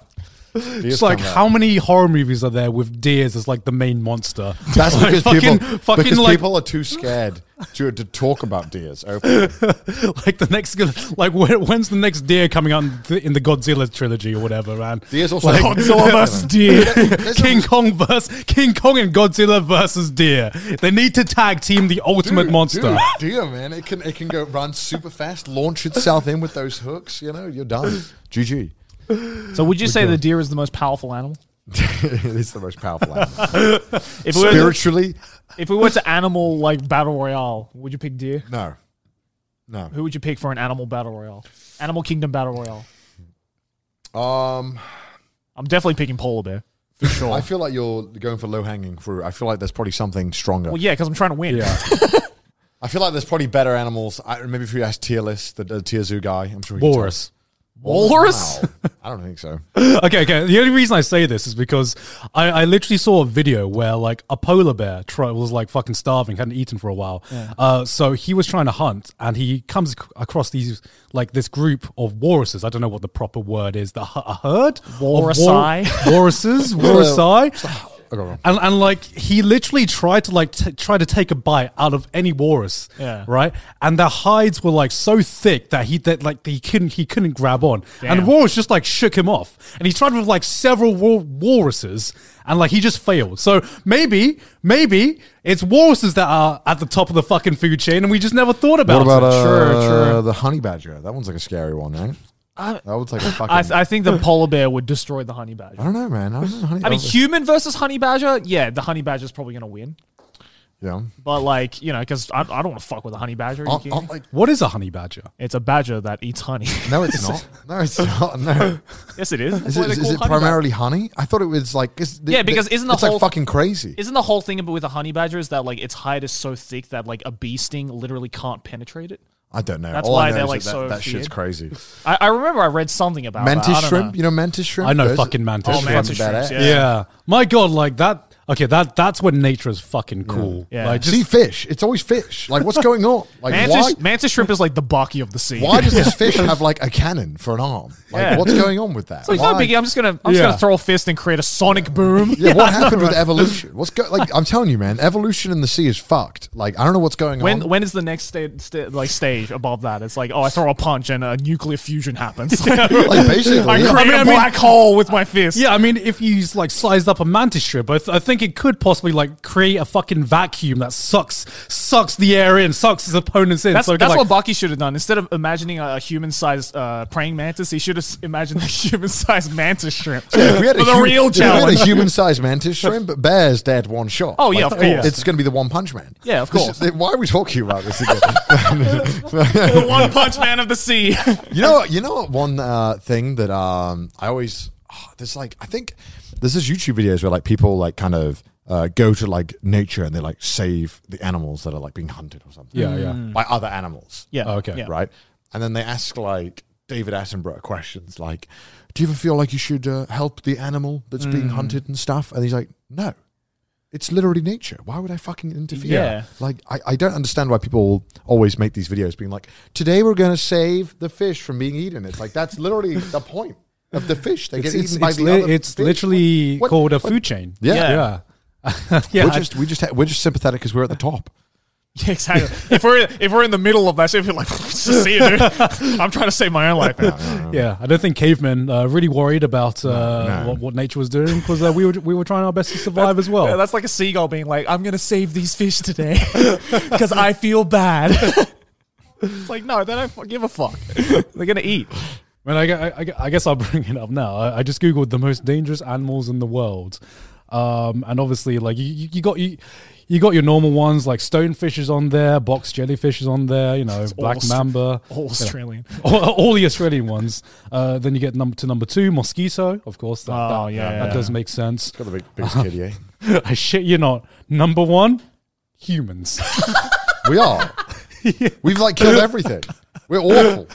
A: It's like how many horror movies are there with deers as like the main monster?
B: That's
A: Like,
B: because
A: fucking,
B: people,
A: fucking
B: because
A: like
B: people are too scared to, to talk about deers. openly.
A: like the next like when, when's the next deer coming out in the, in the Godzilla trilogy or whatever, man?
B: Deers also
A: Like,
B: Godzilla versus
A: deer,
B: There's a-
A: King Kong versus King Kong and Godzilla versus deer. They need to tag team the ultimate
B: Dude,
A: monster.
B: Dude, dear man, it can it can go run super fast, launch itself in with those hooks. You know, you're done. GG.
C: So would you say the deer is the most powerful animal?
B: it's the most powerful animal.
C: If we, were to,
B: Spiritually,
C: if we were to animal like battle royale, would you pick deer?
B: no, no.
C: Who would you pick for an animal battle royale? Animal Kingdom battle royale.
B: Um,
C: I'm definitely picking polar bear for sure.
B: I feel like you're going for low hanging fruit. I feel like there's probably something stronger.
C: well, yeah, because I'm trying to win.
A: Yeah.
B: I feel like there's probably better animals. I, maybe if you ask tier list, the, the tier zoo guy, I'm sure he can
A: Walrus.
C: Walrus?
B: Wow. I don't think so.
A: okay, okay. The only reason I say this is because I, I literally saw a video where like a polar bear try, was like fucking starving, hadn't eaten for a while. Uh, so he was trying to hunt, and he comes ac- across these like this group of walruses. I don't know what the proper word is. The hu- a herd of wal-
C: Walrusi.
A: walruses, walrusi.
B: I got it wrong.
A: And, and like he literally tried to like t- try to take a bite out of any walrus,
C: Yeah.
A: right? And their hides were like so thick that he that like he couldn't he couldn't grab on, and
C: Damn.
A: the walrus just like shook him off. And he tried with like several wal- walruses, and like he just failed. So maybe maybe it's walruses that are at the top of the fucking food chain, and we just never thought
B: What
A: about,
B: about
A: it.
B: uh, the honey badger? That one's like a scary one, right? that would like a fucking. I,
C: I, I think the polar bear would destroy the honey badger.
B: don't know, man. I, was just honey,
C: I mean,
B: was-
C: human versus honey badger. Yeah, the honey badger's probably gonna win.
B: yeah.
C: But like, you know, because I, I don't want to fuck with a honey badger. Are you
B: Aren't-
C: kidding
B: aren't,
C: me?
B: like,
A: What is a honey badger?
C: It's a badger that eats honey.
B: no, it's not. No, it's not. No.
C: yes, it is. That's
B: Is
C: why
B: it,
C: they're
B: is
C: called
B: it
C: honey badger.
B: primarily honey? I thought it was like. Is,
C: Yeah, because isn't the
B: it's
C: whole-
B: like fucking crazy?
C: Isn't the whole thing about with a honey badger is that like its hide is so thick that like a bee sting literally can't penetrate it?
B: I don't know.
C: That's
B: All
C: why
B: I know
C: they're,
B: is
C: like,
B: that,
C: so
B: that, that shit's
C: feared.
B: crazy.
C: I, I remember I read something about that. I
B: Mantis
C: don't
B: shrimp,
C: know.
B: you know mantis shrimp.
A: I know
B: Those-
A: fucking mantis
C: Oh,
A: shrimp.
C: mantis
B: fucking
C: shrimps.
B: badass.
C: Yeah.
A: Yeah. my god, like that. Okay, that that's when nature is fucking cool.
C: Yeah.
A: Like,
B: See fish. It's always fish. Like what's going on? Like why?
C: Mantis, mantis shrimp is like the Baki of the sea.
B: Why does this fish have like a cannon for an arm? Like
C: Yeah.
B: what's going on with that?
C: It's like, no
B: Why-
C: biggie. I'm just gonna, I'm just
A: Yeah.
C: gonna throw a fist and create a sonic boom.
B: yeah, what happened with evolution? What's go- like? I'm telling you, man, evolution in the sea is fucked. Like I don't know what's going
C: When,
B: on.
C: when is the next sta- sta- like stage above that? It's like, oh, I throw a punch and a nuclear fusion happens. I create
B: like basically, yeah.
A: mean,
C: a
A: I mean-
C: black hole with my fist.
A: Yeah, I mean, if you like sized up a mantis shrimp, I, th- I think it could possibly like create a fucking vacuum that sucks sucks the air in, sucks his opponents in.
C: That's,
A: so it can,
C: that's
A: like,
C: what Bucky should have done. Instead of imagining a, human-sized uh, praying mantis, he should have s- imagined a human-sized mantis shrimp
B: if we had a
C: for the
B: hu-
C: real
B: if we had
C: challenge.
B: a human-sized mantis shrimp, but bear's dead one shot.
C: Oh, yeah, of course.
B: It's going to be the One Punch Man.
C: Yeah, of
B: This
C: course.
B: is- why are we talking about this again?
C: the One Punch Man of the sea.
B: You know, you know what one uh, thing that um, I always oh, there's like I think there's this YouTube videos where like people like kind of uh, go to like nature and they like save the animals that are like being hunted or something.
A: Yeah, yeah.
B: By other animals.
C: yeah.
A: Okay.
C: yeah.
B: Right. And then they ask like David Attenborough questions like, "Do you ever feel like you should uh, help the animal that's being
C: Mm.
B: hunted and stuff?" And he's like, "No." It's literally nature. Why would I fucking interfere?
C: Yeah.
B: Like, I, I don't understand why people always make these videos being like, today we're going to save the fish from being eaten. It's like, that's literally the point of the fish. They
A: it's,
B: get
A: it's,
B: eaten by
A: it's
B: the
A: li-
B: other
A: it's
B: fish.
A: literally
B: What-
A: called a
B: what-
A: food chain.
B: Yeah.
A: yeah, yeah.
B: We're
A: I-
B: just, we just ha- we're just sympathetic because we're at the top.
C: Yeah, exactly. if we're if we're in the middle of that, shit, we're like, see you, dude. I'm trying to save my own life. Now.
A: yeah, I don't think cavemen uh, really worried about uh,
B: No, no.
A: What, what nature was doing because uh, we were we were trying our best to survive as well.
C: Yeah, that's like a seagull being like, I'm gonna save these fish today because I feel bad. it's like, no, they don't fu- give a fuck. They're gonna eat.
A: I, mean, I, gu- I, gu- I guess I'll bring it up now. I, I just googled the most dangerous animals in the world, um, and obviously, like you, you you got you, you got your normal ones like stonefish is on there, box jellyfish is on there, you know, black
C: Aust-
A: mamba,
C: All Australian.
A: all, all the Australian ones. Uh, then you get number to number two, mosquito, of course. That,
C: Oh,
A: that-
C: yeah,
A: that
C: yeah.
A: does make sense.
B: Got the big, eh? biggest kid, yeah.
A: I shit you not. Number one, humans.
B: We are. We've like killed everything. We're awful.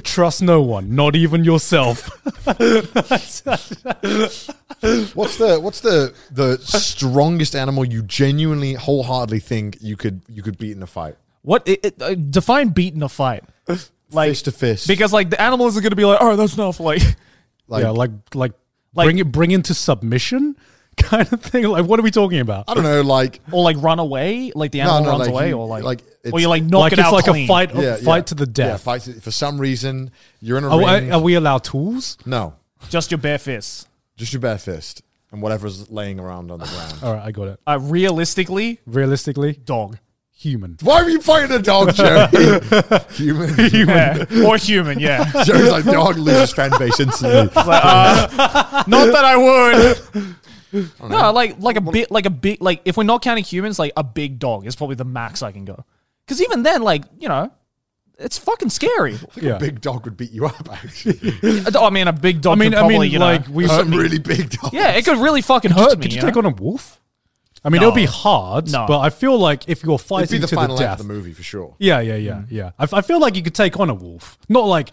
A: Trust no one, not even yourself.
B: What's the what's the the strongest animal you genuinely wholeheartedly think you could you could beat in a fight?
C: What? It, it, uh, define beat in a fight. Like
B: fist to fist.
C: because like the animals are gonna be like, oh, that's not like.
B: like,
A: yeah, like like,
C: Like-
A: bring it bring into submission kind of thing. Like what are we talking about?
C: Uh,
B: I don't know, like
C: Or like run away, like the animal
B: no,
C: runs
B: like
C: away,
B: you-
C: or like,
B: like
C: or
B: it's-
C: you like knock
A: Like
C: it
A: it's
C: out
A: like
C: clean.
A: a fight
B: yeah,
A: Oh, fight
B: yeah.
A: to the
B: Yeah,
A: death. Oh,
B: fight to, for some reason you're in a
A: are,
B: ring.
A: are we allowed tools?
B: no,
C: Just your bare fists.
B: just your bare fist and whatever's laying around on the ground.
A: All right, I got it.
C: Uh, realistically,
A: Realistically,
C: dog.
A: human.
B: Why are you fighting a dog, Joe? Human.
C: Yeah. or human, yeah.
B: Joe's like dog loses fan base instantly.
C: Not that I would. No, like like a bit, like a big, like if we're not counting humans, like a big dog is probably the max I can go. Because even then, like you know, it's fucking scary.
A: Yeah.
B: Big dog would beat you up. Actually,
C: I mean, a big dog.
A: I mean,
C: could
A: I
C: probably,
A: mean,
C: you know,
A: like we.
B: some really big dog.
C: yeah, it could really fucking hurt me.
A: Could you
C: know?
A: take on a wolf? I mean, it'll be
C: No.
A: hard,
C: No.
A: but I feel like if you're
B: It'd be
A: fighting
B: the
A: to
B: final
A: the
B: act
A: death,
B: of the movie for sure.
A: yeah, yeah, yeah,
C: Mm.
A: yeah. I, f- I feel like you could take on a wolf. Not like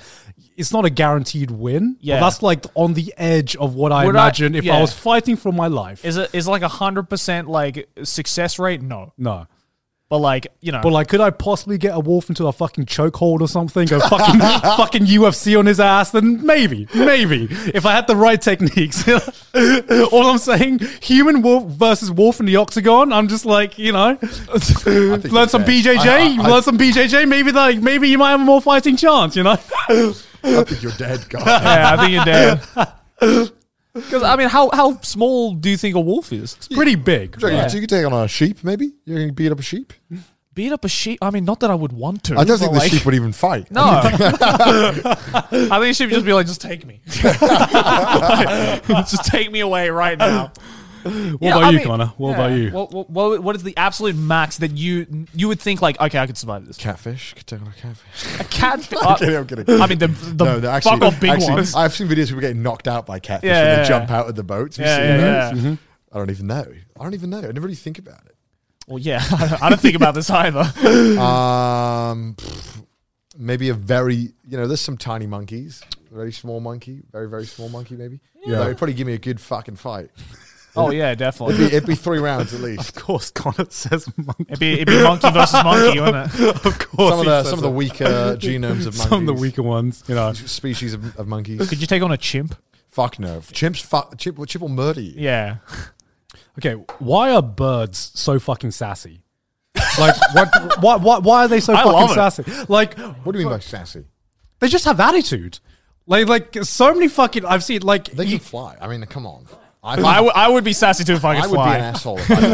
A: it's not a guaranteed win. but
C: Yeah.
A: that's like on the edge of what I
C: Would I-
A: imagine if I
C: yeah.
A: was fighting for my life.
C: Is it is like a hundred percent like success rate? No,
A: no,
C: but like you know,
A: but like, could I possibly get a wolf into a fucking chokehold or something? Go fucking fucking UFC on his ass? Then maybe, maybe if I had the right techniques. All I'm saying, human wolf versus wolf in the octagon. I'm just like, you know, learn some
B: dead.
A: BJJ,
B: I- I- I-
A: learn some BJJ. Maybe like, maybe you might have a more fighting chance. You know.
B: I think you're dead, God.
C: yeah, I think you're dead. Because I mean, how how small do you think a wolf is?
A: pretty big.
B: So
A: right?
B: You could take on a sheep, maybe. You can beat up a sheep.
C: Beat up a sheep? I mean, not that I would want to.
B: I don't
C: but
B: think the
C: like-
B: sheep would even fight.
C: No, I think she'd just be like, just take me, just take me away right now.
A: What about you, Connor? What about you?
C: What, what- what, what is the absolute max that you you would think like, okay, I could survive this?
B: Catfish. Could take on a catfish.
C: A cat?
B: kidding, I'm kidding.
C: I mean, the the
B: no, they're actually,
C: fuck off big
B: actually,
C: ones.
B: I've seen videos of people getting knocked out by catfish
C: Yeah,
B: when
C: yeah,
B: they
C: yeah.
B: jump out of the boats. Have you Mm-hmm.
C: Yeah,
B: seen
C: yeah,
B: those?
C: yeah.
B: I don't even know. I don't even know. I never really think about it.
C: well, yeah, I don't think about this either.
B: Um, pff, maybe a very you know, there's some tiny monkeys, very small monkey, very very small monkey, maybe. Yeah, that would probably give me a good fucking fight.
C: Oh yeah, definitely.
B: It'd be, it'd be three rounds at
A: Of
B: least.
A: course, Connor says monkey.
C: It'd be, it'd be monkey versus monkey, wouldn't it?
A: Of course,
B: Some of the some of the weaker genomes of monkeys,
A: some of the weaker ones. You know,
B: species of, of monkeys.
C: Could you take on a chimp?
B: Fuck no, chimps. Fuck chip. Chip will murder you.
C: Yeah.
A: okay. Why are birds so fucking sassy? Like, what? why, why? Why are they so
C: I
A: fucking
C: love
A: sassy? Like,
B: What do you mean by sassy?
A: they just have attitude. Like, like so many fucking. I've seen like.
B: They
A: you-
B: can fly. I mean, come on. I, think-
C: I, w- I would be sassy too if I
B: I
C: could
B: would
C: fly.
B: be an asshole if I could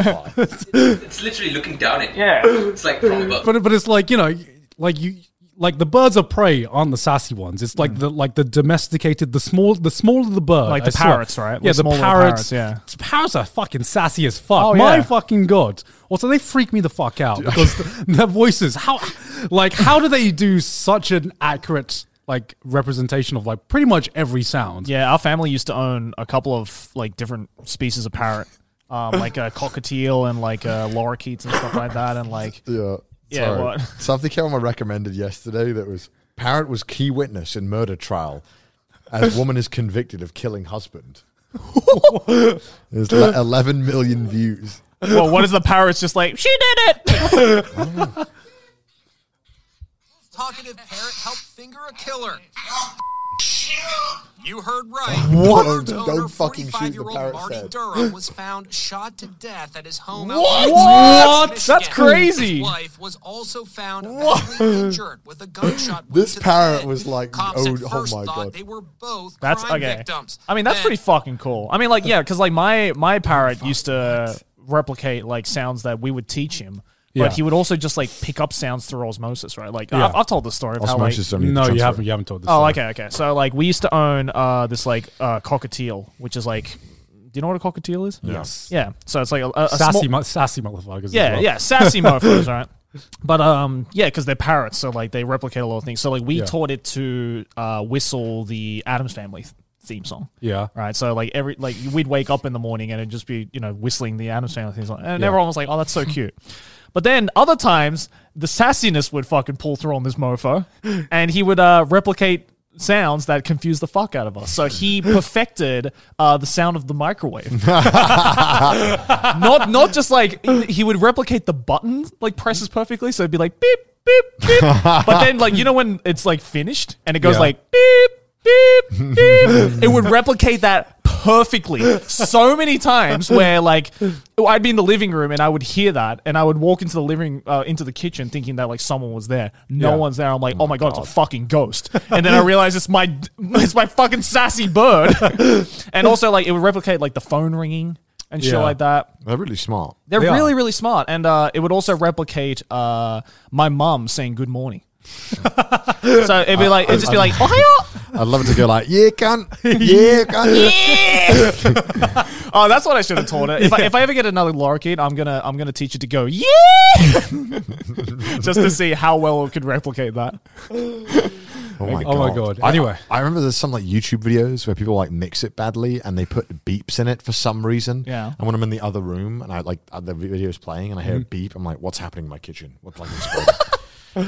B: fly.
G: It's literally looking down at you. Yeah. It's like from above.
A: but but it's like you know, like you. Like the birds of prey aren't the sassy ones. It's like the like the domesticated, the small, the smaller the bird.
C: Mm. Like the
A: I swear.
C: parrots, right?
A: Yeah,
C: The
A: the
C: smaller
A: parrots,
C: parrots, yeah.
A: parrots are fucking sassy as fuck.
C: Oh,
A: My
C: yeah.
A: fucking god. Also, they freak me the fuck out because th- their voices. How, like, how do they do such an accurate like representation of like pretty much every sound?
C: Yeah, our family used to own a couple of like different species of parrot, um, like a cockatiel and like uh, lorikeets and stuff like that, and like
B: Yeah.
C: Yeah, what?
B: Something Kelma recommended yesterday that was Parrot was key witness in murder trial as woman is convicted of killing husband. There's le- 11 million views.
C: well, what is the parrot's just like she did it?
H: Talkative parrot helped finger a killer. You heard right.
B: What?
H: Parrot's
B: Don't
H: owner,
B: fucking shoot the
H: 45-year-old
B: parrot's
H: Marty
B: head.
H: Durham was found shot to death at his home.
B: What?
H: outside
C: What?
H: Michigan.
C: That's crazy.
H: His wife was also found badly injured with a gunshot. wound
B: This
H: to the
B: parrot
H: head.
B: was like,
H: Cops
B: oh-
H: at
B: oh
H: first
B: my
H: thought
B: God.
H: They were both
C: That's
H: crime
C: okay.
H: victims.
C: I mean, that's
H: Then-
C: pretty fucking cool. I mean, like yeah, because like my my parrot used to replicate like sounds that we would teach him.
A: Yeah.
C: But he would also just like pick up sounds through osmosis, right? Like I've, I've told the story of how like,
A: No, you haven't. You haven't told this.
C: Oh,
A: story.
C: okay, okay. So like we used to own uh, this like uh, cockatiel, which is like, do you know what a cockatiel is?
A: Yes.
C: Yeah. So it's like a, a, a
A: sassy,
C: small-
A: mu- sassy motherfuckers. as
C: yeah,
A: well.
C: yeah, sassy mofos, right? But um, yeah, because they're parrots, so like they replicate a lot of things. So like we
A: Yeah.
C: taught it to uh, whistle the Adams Family th- theme song.
A: Yeah.
C: Right. So like every like we'd wake up in the morning and it'd just be you know whistling the Adams Family theme song, and everyone was like, "Oh, that's so cute." But then other times the sassiness would fucking pull through on this mofo, and he would uh, replicate sounds that confuse the fuck out of us. So he perfected uh, the sound of the microwave not not just like he would replicate the button like presses perfectly, so it'd be like beep beep beep. but then like you know when it's like finished and it goes
A: Yeah.
C: like beep beep beep, it would replicate that perfectly so many times where like I'd be in the living room and I would hear that and I would walk into the living uh, into the kitchen thinking that like someone was there. No
A: Yeah.
C: one's there. I'm like, oh, my god, it's a fucking ghost. And then I realize it's my it's my fucking sassy bird. and also like it would replicate like the phone ringing. And shit
A: Yeah.
C: like that.
B: They're really smart.
C: They're
A: They are.
C: really, really smart, and uh, it would also replicate uh, my mum saying "good morning." so it'd be like it'd just be like "oh
B: I'd love it to go like, yeah, cunt. Yeah, cunt.
C: Oh, that's what I should have taught her. eh." If, I, if I ever get another lorikeet, I'm gonna I'm gonna teach it to go "yeah," just to see how well it could replicate that.
B: Oh my,
A: Oh my God. Anyway.
B: I, I remember there's some like YouTube videos where people like mix it badly and they put beeps in it for some reason.
C: Yeah.
B: And when I'm in the other room and I like uh, the video's playing and I
A: Mm-hmm.
B: hear a beep, I'm like, what's happening in my kitchen? What's like what's going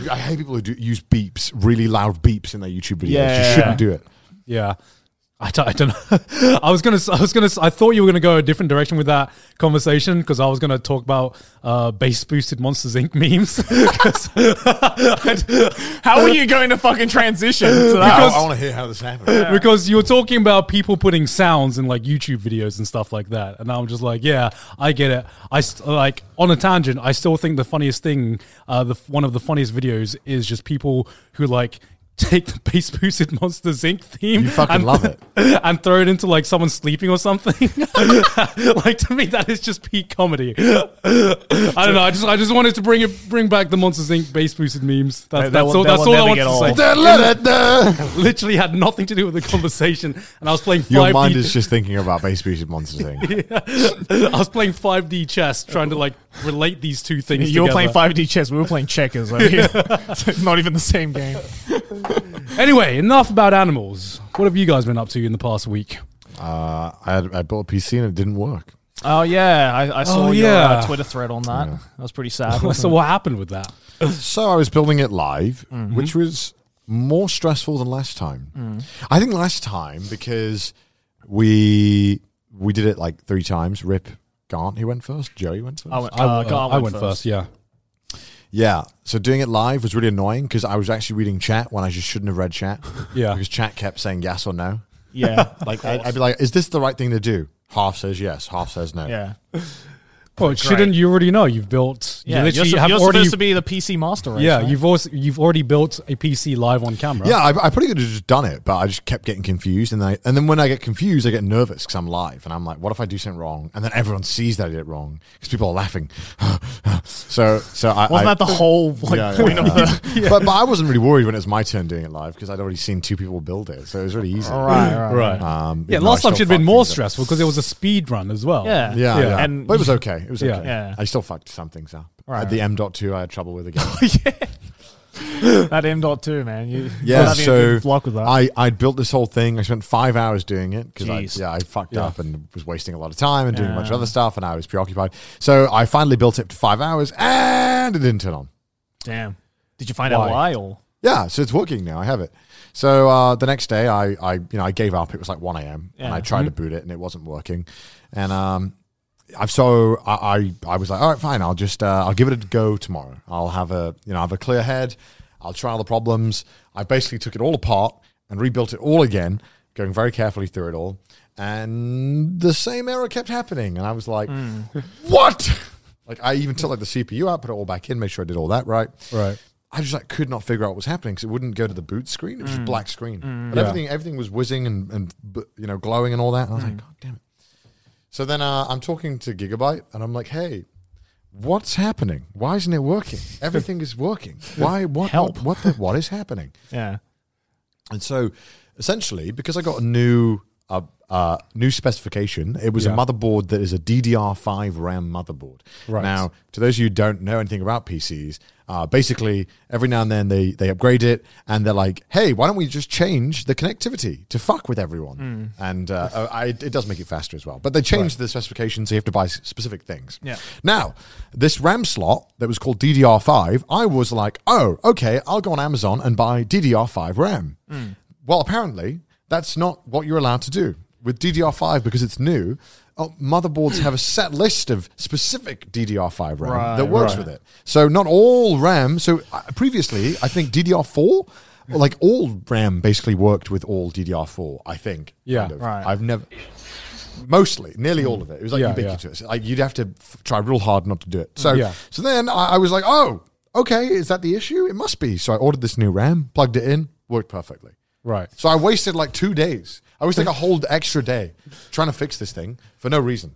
B: on?" I hate people who do, use beeps, really loud beeps in their YouTube videos.
C: Yeah,
B: you
C: yeah, yeah.
B: shouldn't do it.
A: Yeah. I don't, I don't know. I was gonna. I was gonna. I thought you were gonna go a different direction with that conversation because I was gonna talk about uh, base boosted Monsters Inc. memes. 'Cause-
C: How are you going to fucking transition to that?
B: I, want to hear how this happened.
A: because you were talking about people putting sounds in like YouTube videos and stuff like that, and I'm just like, yeah, I get it. I st- like on a tangent. I still think the funniest thing, uh, the one of the funniest videos is just people who like take the base boosted Monsters Inc. theme.
B: You fucking
A: and-
B: love it.
A: and throw it into like someone sleeping or something. like to me, that is just peak comedy. I don't know. I just I just wanted to bring it bring back the Monsters Inc. base boosted memes. That's,
C: That- that
A: that's
C: will-
A: all.
C: that
A: That's
C: will
A: all I
C: never
A: wanted
C: get
A: to
C: old.
A: say
B: Da, la, da, da.
A: literally had nothing to do with the conversation, and I was playing
B: Your
A: five.
B: mind
A: D-
B: is just thinking about base boosted monsters. Inc.
A: I was playing five D chess, trying to like relate these two things.
C: You were playing
A: together.
C: 5D chess. We were playing checkers over here. It's not even the same game.
A: Anyway, enough about animals. What have you guys been up to in the past week?
B: Uh, I, had, I bought a PC and it didn't work.
C: Oh yeah, I, I saw
A: Oh,
C: your
A: yeah.
C: uh, Twitter thread on that. That was pretty sad. wasn't
A: So what happened with that?
B: So I was building it live,
C: Mm-hmm.
B: which was more stressful than last time.
C: Mm.
B: I think last time because we we did it like three times. Rip Gant, he went first. Joey went first.
C: it? I went,
A: I,
C: uh,
A: uh,
C: God,
A: I went first. Yeah.
B: Yeah. So doing it live was really annoying because I was actually reading chat when I just shouldn't have read chat.
A: Yeah.
B: Because chat kept saying yes or no.
C: Yeah,
B: Like I, I'd be like, "Is this the right thing to do?" Half says yes, half says no.
C: yeah.
A: Well, shouldn't you already know? You've built. you
C: Yeah, you're,
A: literally
C: su-
A: have
C: you're
A: already.
C: supposed to be the PC master eh? race.
A: yeah,
C: right?
A: you've also you've already built a PC live on camera.
B: Yeah, I, I probably could have just done it, but I just kept getting confused, and then I, and then when I get confused, I get nervous because I'm live, and I'm like, "What if I do something wrong?" And then everyone sees that I did it wrong because people are laughing. so, so I
C: Wasn't
B: I-
C: that the whole like,
B: Yeah, yeah,
C: point
B: yeah.
C: of the?
B: But, but I wasn't really worried when it was my turn doing it live because I'd already seen two people build it, so it was really easy.
C: right,
A: Right.
B: Um,
A: yeah.
B: even though I
A: Last time
B: still
A: should have been
B: fucked
A: more
B: things up.
A: stressful because it was a speed run as well.
C: Yeah.
B: Yeah,
A: Yeah.
B: yeah,
C: And
B: but it was
C: you-
B: okay. It was
A: Yeah.
B: okay.
C: Yeah.
B: I still fucked some things up.
C: Right,
B: At the M dot two, I had trouble with again.
C: That M dot two man. You,
B: Yeah,
C: you're having a
B: so
C: good luck with that.
B: I I built this whole thing. I spent five hours doing it because I,
C: Jeez.
B: yeah I fucked
A: Yeah.
B: up and was wasting a lot of time and doing a bunch of
C: Yeah.
B: other stuff and I was preoccupied. So I finally built it to five hours and it didn't turn on.
C: Damn. Did you find
A: Why?
C: out why or?
B: Yeah, so it's working now. I have it. So uh, the next day, I, I you know I gave up. It was like one a.m. and I
C: Yeah.
B: tried to boot it, and it wasn't working. And um, I've so I, I I was like, all right, fine. I'll just uh, I'll give it a go tomorrow. I'll have a you know I have a clear head. I'll try all the problems. I basically took it all apart and rebuilt it all again, going very carefully through it all. And the same error kept happening, and I was like, what? Like I even took like the CPU out, put it all back in, made sure I did all that right.
A: Right.
B: I just like could not figure out what was happening because it wouldn't go to the boot screen. It was just black screen, but everything everything was whizzing and and b- you know glowing and all that. And I was like, God damn it! So then uh, I'm talking to Gigabyte and I'm like, Hey, what's happening? Why isn't it working? Everything is working. Why? What?
C: Help.
B: What? What, the, what is happening?
C: Yeah.
B: And so, essentially, because I got a new uh, uh, new specification, it was
A: Yeah.
B: a motherboard that is a DDR5 RAM motherboard.
A: Right.
B: Now, to those of you who don't know anything about PCs, uh, basically, every now and then they, they upgrade it and they're like, hey, why don't we just change the connectivity to fuck with everyone?
A: Hmm.
B: And uh, uh, I, it does make it faster as well. But they changed the specifications, so you have to buy s- specific things.
C: Yeah.
B: Now, this RAM slot that was called DDR5, I was like, oh, okay, I'll go on Amazon and buy DDR5 RAM.
A: Hmm.
B: Well, apparently, that's not what you're allowed to do with DDR5 because it's new. Oh, motherboards have a set list of specific DDR5 RAM that works with it. So not all RAM. So uh, previously, I think DDR4, like all RAM, basically worked with all DDR4. I think.
A: Yeah, Hmm.
C: right.
B: I've never mostly, nearly all of it. It was like
A: Yeah,
B: ubiquitous. Like you'd have to f- try real hard not to do it. So,
A: Yeah.
B: so then I, I was like, oh, okay, is that the issue? It must be. So I ordered this new RAM, plugged it in, worked perfectly.
A: Right.
B: So I wasted like two days. I was like a whole extra day trying to fix this thing for no reason.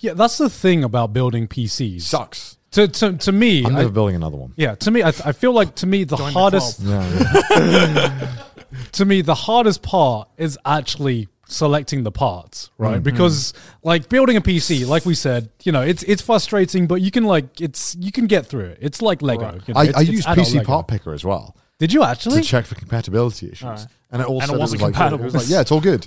A: Yeah. That's the thing about building PCs.
B: Sucks.
A: to to to me,
B: I'm
A: I-
B: never building another one.
A: Yeah, to me, I, I feel like to me the hardest. to me, the hardest part is actually selecting the parts, right?
B: Mm-hmm.
A: Because like building a PC, like we said, you know, it's it's frustrating, but you can like it's you can get through it. It's like Lego. you know,
B: I,
A: it's-
B: I
A: it's
B: use
A: adult
B: PC
A: Lego.
B: Part Picker as well.
A: Did you
B: to
A: actually?
B: check for compatibility issues. And it all
C: And it
B: said was
C: wasn't
B: like,
C: compatible.
B: It was like, yeah, it's all good.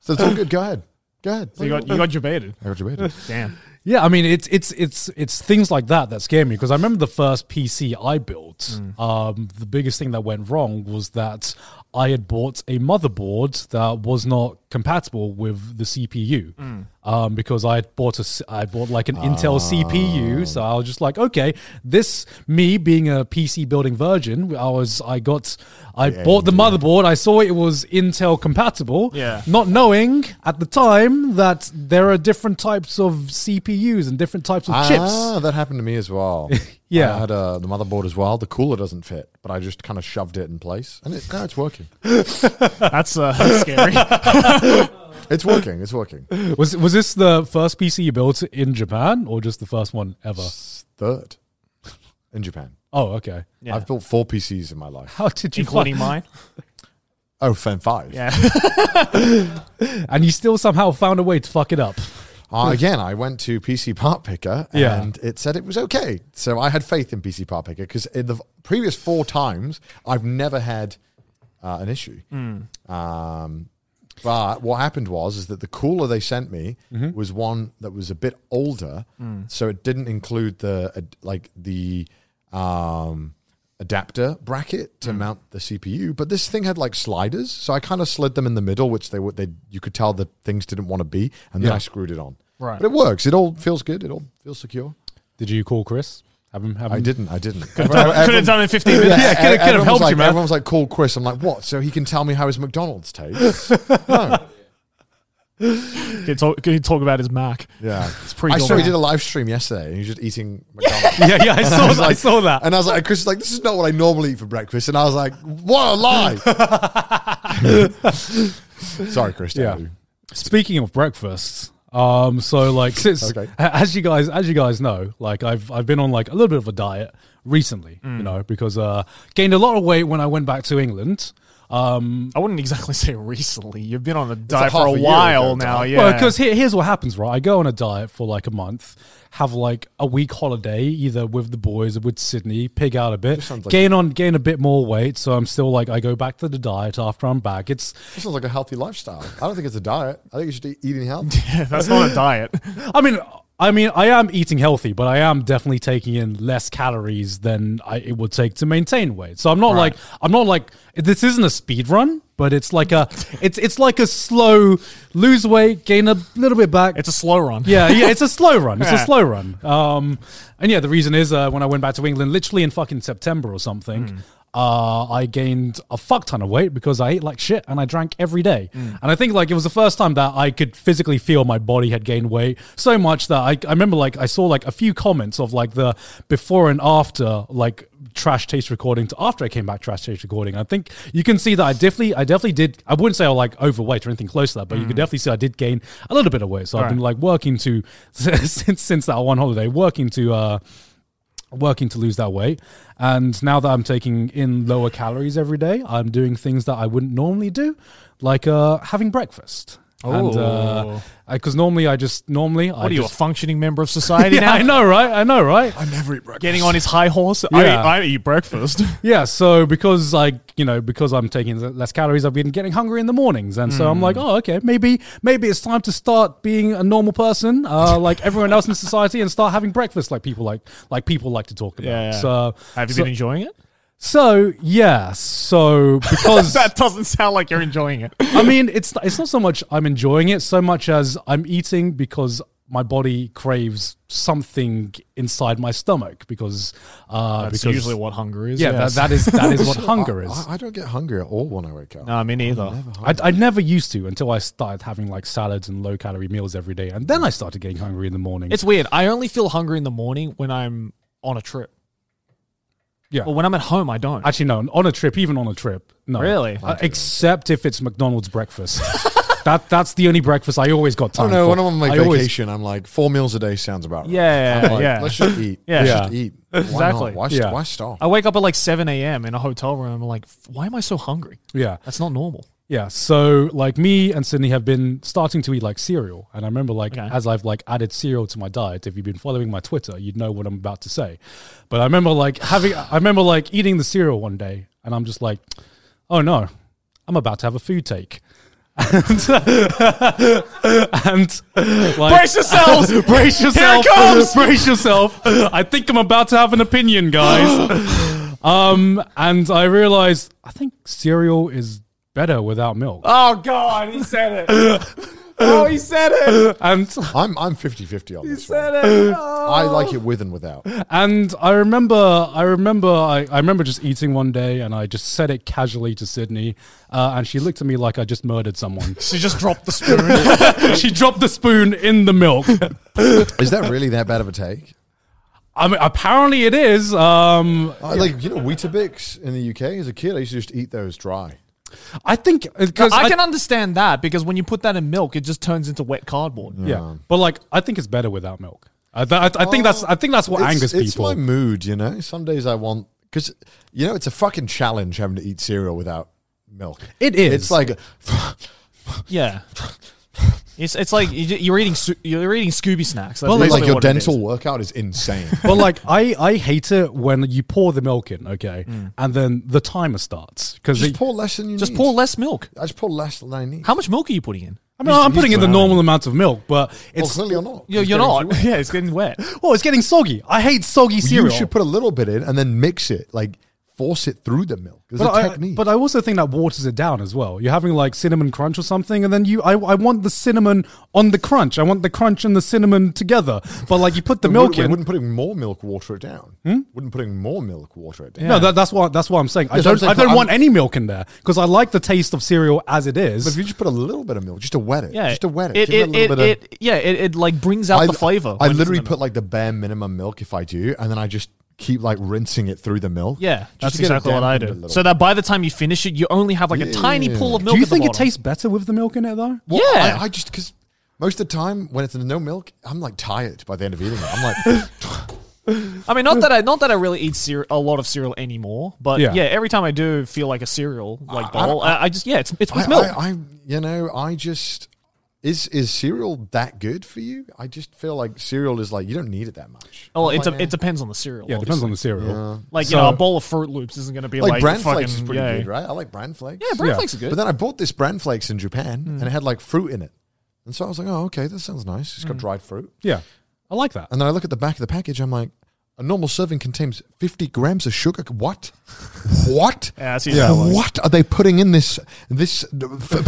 B: So it's all good. Go ahead. Go ahead.
C: So you got you got debated.
B: I got you waiting.
C: Damn.
A: Yeah, I mean it's it's it's it's things like that that scare me because I remember the first PC I built. Um, the biggest thing that went wrong was that I had bought a motherboard that was not compatible with the CPU um, because I had bought a s- I bought like an Intel CPU. So I was just like, okay, this me being a PC building virgin, I was I got I bought the motherboard. I saw it was Intel compatible.
C: Yeah.
A: Not knowing at the time that there are different types of CPUs and different types of
B: Ah,
A: chips.
B: that happened to me as well.
A: Yeah.
B: I had uh, the motherboard as well. The cooler doesn't fit, but I just kind of shoved it in place, and it, now it's working.
C: That's uh, that's scary.
B: It's working. It's working.
A: Was was this the first PC you built in Japan or just the first one ever?
B: Third in Japan.
A: Oh, okay.
C: Yeah.
B: I've built four PCs in my life.
A: How did you
C: Including
A: find?
C: mine.
B: Oh, fan five.
C: Yeah.
A: And you still somehow found a way to fuck it up.
B: Uh, again, I went to PC Part Picker and
A: Yeah.
B: it said it was okay. So I had faith in PC Part Picker because in the previous four times, I've never had uh, an issue.
A: Hmm.
B: Um, but what happened was is that the cooler they sent me
A: Mm-hmm.
B: was one that was a bit older,
A: Mm.
B: so it didn't include the ad- like the um, adapter bracket
A: Mm.
B: to mount the CPU. But this thing had like sliders, so I kind of slid them in the middle, which they would they you could tell the things didn't want to be, and then I screwed it on.
C: Right.
B: but it works. It all feels good. It all feels secure.
A: Did you call Chris? Have him have
B: I
A: him-
B: didn't. I didn't.
C: Could have done it in 15 minutes.
A: Yeah, could've- could've
B: everyone was
A: helped
B: like,
A: you, man.
B: Everyone's like, call Chris. I'm like, what? So he can tell me how his McDonald's tastes? no.
C: Can you talk, can you talk about his Mac?
B: Yeah.
C: pretty
B: I
C: good,
B: saw he
C: man.
B: did a live stream yesterday and he was just eating McDonald's.
A: Yeah, yeah, I saw that. I saw that.
B: And I was like, Chris is like, this is not what I normally eat for breakfast. And I was like, what a lie. Sorry, Chris.
A: Yeah. Speaking of breakfasts, um, so like since
B: Okay.
A: a- as you guys as you guys know, like I've I've been on like a little bit of a diet recently, you know, because uh gained a lot of weight when I went back to England. Um,
C: I wouldn't exactly say recently. You've been on the diet for
B: half
C: a
B: a year
C: while
B: ago,
C: now.
B: Tom.
C: Yeah.
A: well, because here, here's what happens, right? I go on a diet for like a month, have like a week holiday, either with the boys or with Sydney, pig out a bit,
B: sounds like-
A: gain on gain a bit more weight. So I'm still like I go back to the diet after I'm back. It's
B: This sounds like a healthy lifestyle. I don't think it's a diet. I think you should eat eating healthy.
C: that's not a diet.
A: I mean, I mean, I am eating healthy, but I am definitely taking in less calories than I, it would take to maintain weight. So I'm not like I'm not like this isn't a speed run, but it's like a it's it's like a slow lose weight, gain a little bit back.
C: It's a slow run.
A: yeah, yeah, it's a slow run. It's
C: Yeah.
A: a slow run. Um, and yeah, the reason is uh, when I went back to England, literally in fucking September or something,
C: Hmm.
A: uh, I gained a fuck ton of weight because I ate like shit and I drank every day.
C: Hmm.
A: And I think like it was the first time that I could physically feel my body had gained weight so much that I, I remember like I saw like a few comments of like the before and after like trash taste recording to after I came back trash taste recording. I think you can see that I definitely I definitely did I wouldn't say I was like overweight or anything close to that, but you
C: Mm.
A: could definitely see I did gain a little bit of weight. So I've been like working to since since that one holiday, working to uh working to lose that weight. And now that I'm taking in lower calories every day, I'm doing things that I wouldn't normally do, like uh having breakfast.
C: Oh.
A: And because normally I just normally I
C: What are you, a
A: just,
C: functioning member of society
A: yeah,
C: now?
A: I know, right? I know, right?
C: Getting on his high horse.
A: Yeah.
C: I, I eat breakfast.
A: Yeah, so because like you know because I'm taking less calories, I've been getting hungry in the mornings, and so I'm like,
C: Mm.
A: oh okay, maybe maybe it's time to start being a normal person, uh, like everyone else in society, and start having breakfast like people like like people like to talk about.
C: Yeah, yeah.
A: So
C: Have you
A: so,
C: been enjoying it?
A: so yeah, so because
C: That doesn't sound like you're enjoying it.
A: I mean, it's it's not so much I'm enjoying it so much as I'm eating because my body craves something inside my stomach because uh,
C: That's
A: because
C: usually what hunger is.
A: yeah
C: yes.
A: that, that is that is what hunger
B: I-
A: is.
B: I, I don't get hungry at all when I wake up.
C: No, me neither.
A: I, I never used to until I started having like salads and low calorie meals every day, and then I started getting hungry in the morning.
C: It's weird. I only feel hungry in the morning when I'm on a trip.
A: yeah.
C: But when I'm at home, I don't.
A: Actually, no. On a trip, even on a trip, no.
C: Really?
A: Uh, except if it's McDonald's breakfast. that that's the only breakfast I always got
B: I
A: time.
B: don't know.
A: for.
B: When I'm on my
A: I always-
B: vacation, I'm like, four meals a day sounds about right.
C: Yeah,
B: I'm like,
C: yeah.
B: Let's just eat.
C: Yeah.
B: Let's just eat. Why not?
C: Exactly.
B: Why,
A: Yeah.
B: why stop?
C: I wake up at like 7 a.m. in a hotel room. I'm like, why am I so hungry?
A: yeah,
C: That's not normal.
A: yeah. So like me and Sydney have been starting to eat like cereal, and I remember like
C: Okay.
A: as I've like added cereal to my diet. If you've been following my Twitter, you'd know what I'm about to say. But I remember like having, I remember like eating the cereal one day. And I'm just like, oh no, I'm about to have a food take. and, and like,
C: Brace yourselves!
A: brace yourself,
C: comes!
A: brace yourself. I think I'm about to have an opinion, guys. um, and I realized I think cereal is better without milk.
C: Oh God, he said it. Oh, he said it.
A: And
B: I'm I'm 50-50 on this one.
C: Said it.
B: I
A: "Oh."
B: like it with and without.
A: And I remember, I remember, I, I remember just eating one day, and I just said it casually to Sydney, uh, and she looked at me like I just murdered someone.
C: She just dropped the spoon.
A: she dropped the spoon in the milk.
B: Is that really that bad of a take?
A: I mean, apparently it is. Um,
B: I, Uh, like you know, Weetabix in the UK. As a kid, I used to just eat those dry.
A: I think because
C: I
A: I
C: can understand that because when you put that in milk, it just turns into wet cardboard.
A: yeah, but like I think it's better without milk. I, th- I, th- I think that's I think that's what
B: it's,
A: angers
B: it's
A: people.
B: my mood, you know. Some days I want because you know it's a fucking challenge having to eat cereal without milk.
A: It is.
B: It's like
C: Yeah. It's, it's like you- you're eating Soo- you're eating Scooby snacks. That's
A: Well,
B: it's
C: literally
B: like your
C: what it
B: dental
C: is.
B: workout is insane.
A: but like I, I hate it when you pour the milk in, okay, and then the timer starts because
B: just pour less than you
C: Just
B: need.
C: pour less milk.
B: I just pour less than I need.
C: How much milk are you putting in?
A: I mean I'm putting in the normal amount of milk, but
B: well,
A: it's
B: clearly or not.
C: You're,
B: It's
C: you're
B: getting
C: not.
B: too wet.
C: Yeah, it's getting wet.
A: oh it's getting soggy. I hate soggy cereal.
B: You should put a little bit in and then mix it, like force it through the milk. There's
A: But
B: a
A: I,
B: technique.
A: but I also think that waters it down as well. You're having like cinnamon crunch or something, and then you, I, I want the cinnamon on the crunch. I want the crunch and the cinnamon together. But like you put the
B: But
A: milk Hmm?
B: wouldn't-
A: in.
B: Wouldn't putting more milk water it down? Wouldn't putting more milk water it down?
A: No, that, that's what that's what I'm saying. I
B: Yes, I'm
A: don't,
B: saying,
A: I don't
B: I'm-
A: want any milk in there because I like the taste of cereal as it
B: But if
A: is.
B: you just put a little bit of milk, just to wet it,
C: Yeah,
B: just to wet it,
C: It,
B: give it, a
C: it,
B: little
C: it,
B: bit of.
C: it- yeah, it, it like brings out
B: I-
C: the flavor.
B: I
C: when it's in
B: literally
C: the milk.
B: put like the bare minimum milk if I do, and then I just keep like rinsing it through the milk.
C: Yeah,
B: just
C: that's
B: to get it
C: exactly what I
B: dampened a
C: do.
B: little
C: So that by the time you finish it, you only have like a tiny pool of milk.
A: Do you
C: at the
A: think it
C: bottom.
A: tastes better with the milk in it though?
B: Well,
C: Yeah.
B: I, I just because most of the time when it's no milk, I'm like tired by the end of eating it. I'm like,
C: I mean, not that I not that I really eat cere- a lot of cereal anymore, but
A: Hmm. Yeah.
C: yeah. every time I do feel like a cereal, like
B: I- I
C: bowl,
B: don't-
C: I, I just yeah, it's it's with
B: I,
C: milk.
B: I, I, you know, I just is is cereal that good for you? I just feel like cereal is like you don't need it that much.
C: well,
B: I'm
C: it's
B: like,
C: a, it depends on the cereal.
A: Yeah, it depends on the cereal.
C: Like you know, a bowl of Fruit Loops isn't going to be
B: like,
C: like,
B: bran
C: fucking,
B: flakes is pretty
C: yeah.
B: good, right? I like bran flakes.
C: Yeah, bran
A: Yeah.
C: flakes are good.
B: But then I bought this bran flakes in Japan,
C: Hmm.
B: and it had like fruit in it, and so I was like, oh, okay, that sounds nice.
C: Hmm.
B: It's got dried fruit.
A: Yeah, I like that.
B: And then I look at the back of the package. I'm like, a normal serving contains 50 grams of sugar. What? What?
C: Yeah, that's
B: Yeah,
C: usually what
B: what are they putting in this? This.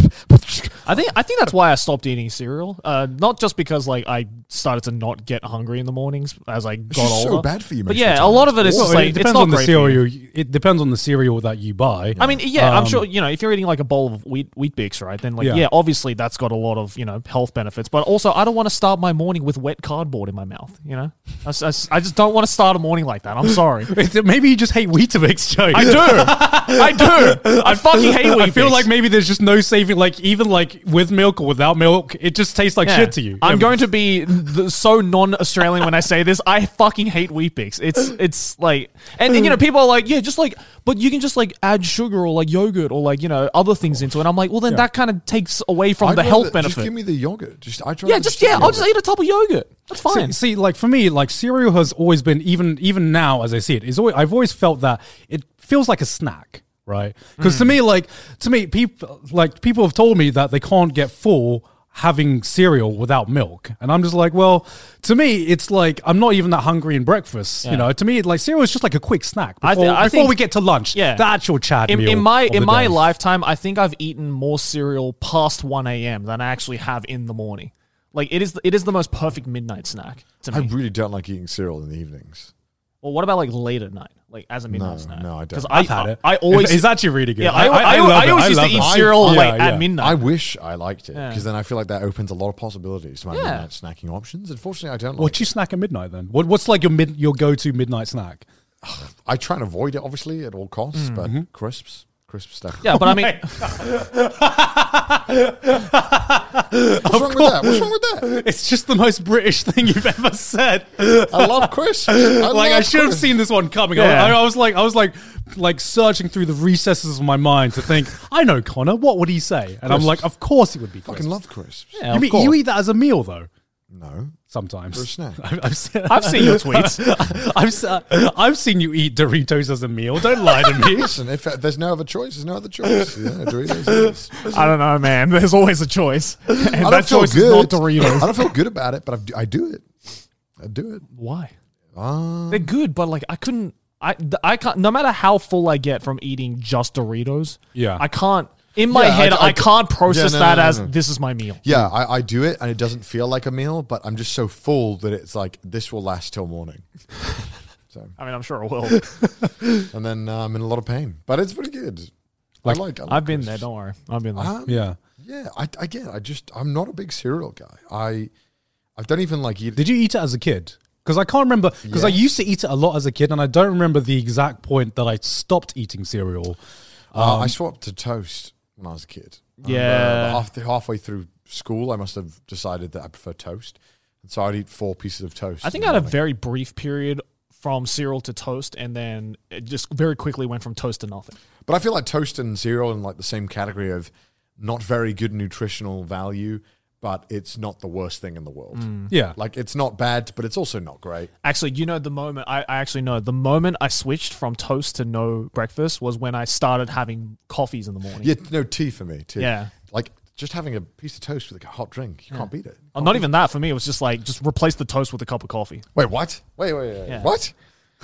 C: I think I think that's why I stopped eating cereal. Uh, not just because like I started to not get hungry in the mornings as I got
B: just so
C: older.
B: bad for you
C: But
B: most of the
C: yeah, a
B: time.
C: lot of it is
A: Well,
C: just like
A: it
C: it's
A: depends
C: not
A: on the
C: great for you.
A: cereal. you- It depends on the cereal that you buy.
C: I mean, yeah,
A: Um,
C: I'm sure you know if you're eating like a bowl of wheat wheat bix, right? Then like
A: Yeah.
C: yeah. obviously that's got a lot of you know health benefits, but also I don't want to start my morning with wet cardboard in my mouth. You know, I, s- I s- I just don't want to start a morning like that. I'm sorry.
A: Maybe you just hate Weetabix, Joe.
C: I do, I do, I fucking hate wheat.
A: I feel
C: Bix.
A: like maybe there's just no saving. Like even like with milk or without milk, it just tastes like
C: Yeah.
A: shit to you.
C: I'm
A: Yeah.
C: going to be th- so non-Australian when I say this. I fucking hate wheat bix. It's it's like, and, and you know, people are like, yeah, just like, but you can just like add sugar or like yogurt or like you know other things into it. And I'm like, well, then that kind of takes away from
B: I'd
C: the
B: rather-
C: health
B: Just
C: benefit.
B: give me the yogurt. Just I try.
C: Yeah, just yeah, I'll just eat a tub of yogurt. That's
A: See,
C: fine.
A: see, like for me, like cereal has always been even even now as I see it is always I've always felt that it feels like a snack, right? Because
C: Mm.
A: to me, like to me, people like people have told me that they can't get full having cereal without milk, and I'm just like, well, to me, it's like I'm not even that hungry in breakfast. You
C: Yeah.
A: know, to me, like cereal is just like a quick snack before,
C: I thi- I
A: before
C: think-
A: we get to lunch.
C: yeah.
A: the actual Chad
C: in,
A: meal
C: in my
A: of
C: in
A: the
C: my
A: day.
C: lifetime, I think I've eaten more cereal past one a.m. than I actually have in the morning. Like it is it is the most perfect midnight snack to
B: I
C: me.
B: really don't like eating cereal in the evenings.
C: well, what about like late at night, like as a midnight snack?
B: no, I don't.
C: Because I
A: I've had it.
C: I always
A: it's actually really good.
C: yeah I, I, I,
A: love it.
C: always used
A: love
C: to eat
A: it.
C: cereal
A: I-
C: like
A: yeah,
C: at
A: yeah.
B: I
C: midnight.
B: wish I liked it because then I feel like that opens a lot of possibilities to my
C: Yeah.
B: midnight snacking options. Unfortunately, I don't like.
A: What
B: it.
A: you snack at midnight then? What, what's like your mid, your go to midnight snack?
B: I try and avoid it obviously at all costs, but crisps, crisp stuff.
C: Mm-hmm. yeah, but I mean,
B: What's wrong with that? What's wrong with that?
A: It's just the most British thing you've ever said.
B: I love crisps. I
A: like I
B: love
A: should have
B: crisps.
A: seen this one coming.
C: Yeah.
A: I, I was like, I was like, like searching through the recesses of my mind to think. I know Connor. What would he say? And I'm like, of course he would be.
B: Fucking
A: crisps.
B: love crisps.
C: yeah,
A: You,
C: of
A: mean,
C: course.
A: you eat that as a meal though.
B: No,
A: Sometimes
B: for a snack.
A: I've, I've, se-
C: I've seen your tweets.
A: I've, se- I've seen you eat Doritos as a meal. Don't lie to me.
B: Listen, if uh, there's no other choice, there's no other choice. Yeah, Doritos. it is.
C: I don't know, man. There's always a choice, and
B: I
C: that choice is not Doritos.
B: I don't feel good about it, but I've- I do it. I do it.
C: Why?
B: Uh,
C: They're good, but like I couldn't. I th- I can't. No matter how full I get from eating just Doritos,
A: Yeah.
C: I can't. In my
B: Yeah, I-
C: head, I,
B: I-
C: can't process
B: Yeah, no,
C: that
B: no, no,
C: as
B: no.
C: this is my meal.
B: yeah, I, I do it, and it doesn't feel like a meal, but I'm just so full that it's like this will last till morning,
C: I mean, I'm sure it will.
B: and then uh, I'm in a lot of pain. But it's pretty good. I like. I like
C: I've been there.
B: crisps.
C: Don't worry. I've been there.
B: Um,
A: Yeah.
B: yeah. I again, I just I'm not a big cereal guy. I I don't even like eat.
A: Did you eat it as a kid? Because I can't remember. Because I
B: Yes.
A: used to eat it a lot as a kid, and I don't remember the exact point that I stopped eating cereal.
B: Uh, I swapped to toast when I was a kid. I remember
C: Um, Yeah.
B: After halfway through school, I must have decided that I prefer toast, and so I'd eat four pieces of toast.
C: I think I
B: in
C: had
B: the
C: a
B: morning.
C: very brief period from cereal to toast, and then it just very quickly went from toast to nothing.
B: But I feel like toast and cereal in like the same category of not very good nutritional value, but it's not the worst thing in the world.
C: Mm.
A: Yeah.
B: Like it's not bad, but it's also not great.
C: Actually, you know, the moment I, I actually know the moment I switched from toast to no breakfast was when I started having coffees in the morning.
B: Yeah, no tea for me. Tea.
C: Yeah.
B: Like just having a piece of toast with like a hot drink, you can't beat it.
C: Oh, not even that for me. It was just like just replace the toast with a cup of coffee.
B: Wait, what? Wait, wait, wait.
C: Yeah.
B: What?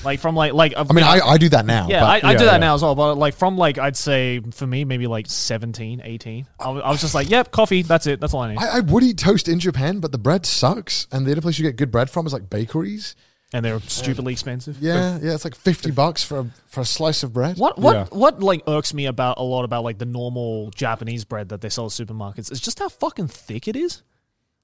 C: Like from like like uh,
B: I mean, I, I do that now.
C: yeah,
B: but-
C: I, I
A: yeah,
C: do that
A: yeah.
C: now as well. But like from like I'd say for me maybe like 17, 18, I was, I was just like, yep, coffee. That's it. That's all I need.
B: I, I would eat toast in Japan, but the bread sucks. And the only place you get good bread from is like bakeries.
C: And they're stupidly expensive.
B: Yeah, yeah, it's like fifty bucks for a, for a slice of bread.
C: What what
A: Yeah.
C: what like irks me about a lot about like the normal Japanese bread that they sell at supermarkets is just how fucking thick it is.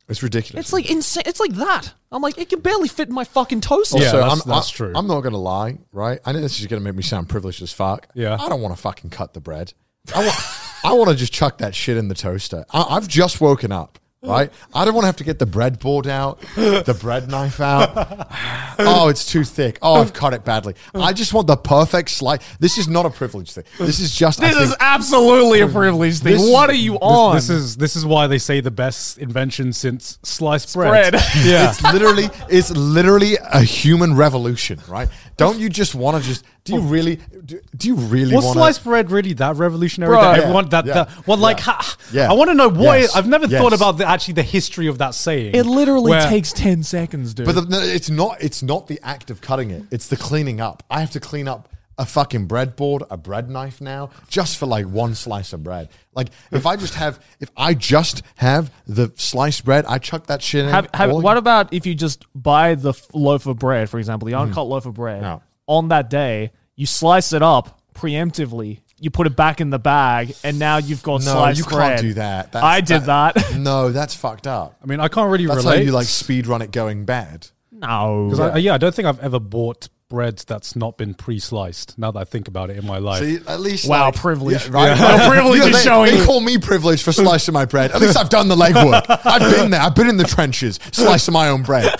B: It's ridiculous.
C: It's like insane. It's like that. I'm like, it can barely fit in my fucking toaster.
A: Yeah, that's-
B: I'm,
A: that's
B: I-
A: true.
B: I'm not gonna lie, right? I know this is gonna make me sound privileged as fuck.
A: Yeah.
B: I don't want to fucking cut the bread. I want, I want to just chuck that shit in the toaster. I, I've just woken up, right? I don't want to have to get the bread board out, the bread knife out. Oh, it's too thick. Oh, I've cut it badly. I just want the perfect slice. This is not a privilege thing. This is just. I
C: This is
B: think-
C: absolutely a privileged thing.
B: This-
C: what are you on?
A: This is this is why they say the best invention since sliced bread.
C: bread.
A: Yeah.
B: It's literally it's literally a human revolution, right? Don't you just want to just do
A: Oh.
B: you really do, do you really
A: was
B: want
A: sliced bread really that revolutionary?
C: Bro.
A: that
C: Yeah.
A: everyone that,
B: Yeah.
A: that well, like,
B: Yeah.
A: ha,
B: Yeah.
A: I want to know what
B: Yes.
A: it- I've never
B: Yes.
A: thought about the, actually the history of that saying.
C: it literally
A: where-
C: takes 10 seconds, dude.
B: But the, no, it's not it's not the act of cutting it. It's the cleaning up. I have to clean up a fucking breadboard, a bread knife now, just for like one slice of bread. Like if I just have if I just have the sliced bread, I chuck that shit in.
C: have, have,
B: all-
C: what about if you just buy the f- loaf of bread, for example,
B: Hmm.
C: the uncut loaf of bread
B: No.
C: on that day, you slice it up preemptively, you put it back in the bag, and now you've got
B: no,
C: sliced
B: you can't
C: bread.
B: do that.
C: I did that.
B: No, that's fucked up.
A: I mean, I can't really
B: That's
A: relate.
B: how you like speed run it going bad.
C: No.
A: Because I, yeah, I don't think I've ever bought bread that's not been pre-sliced. Now that I think about it in my life,
B: See, at least
C: Wow,
B: like-
C: privilege.
B: Yeah, right,
C: Wow,
B: right.
C: privilege
B: Yeah,
C: is
B: they,
C: showing.
B: They call me privileged for slicing my bread. At least I've done the legwork. I've been there. I've been in the trenches, slicing my own bread.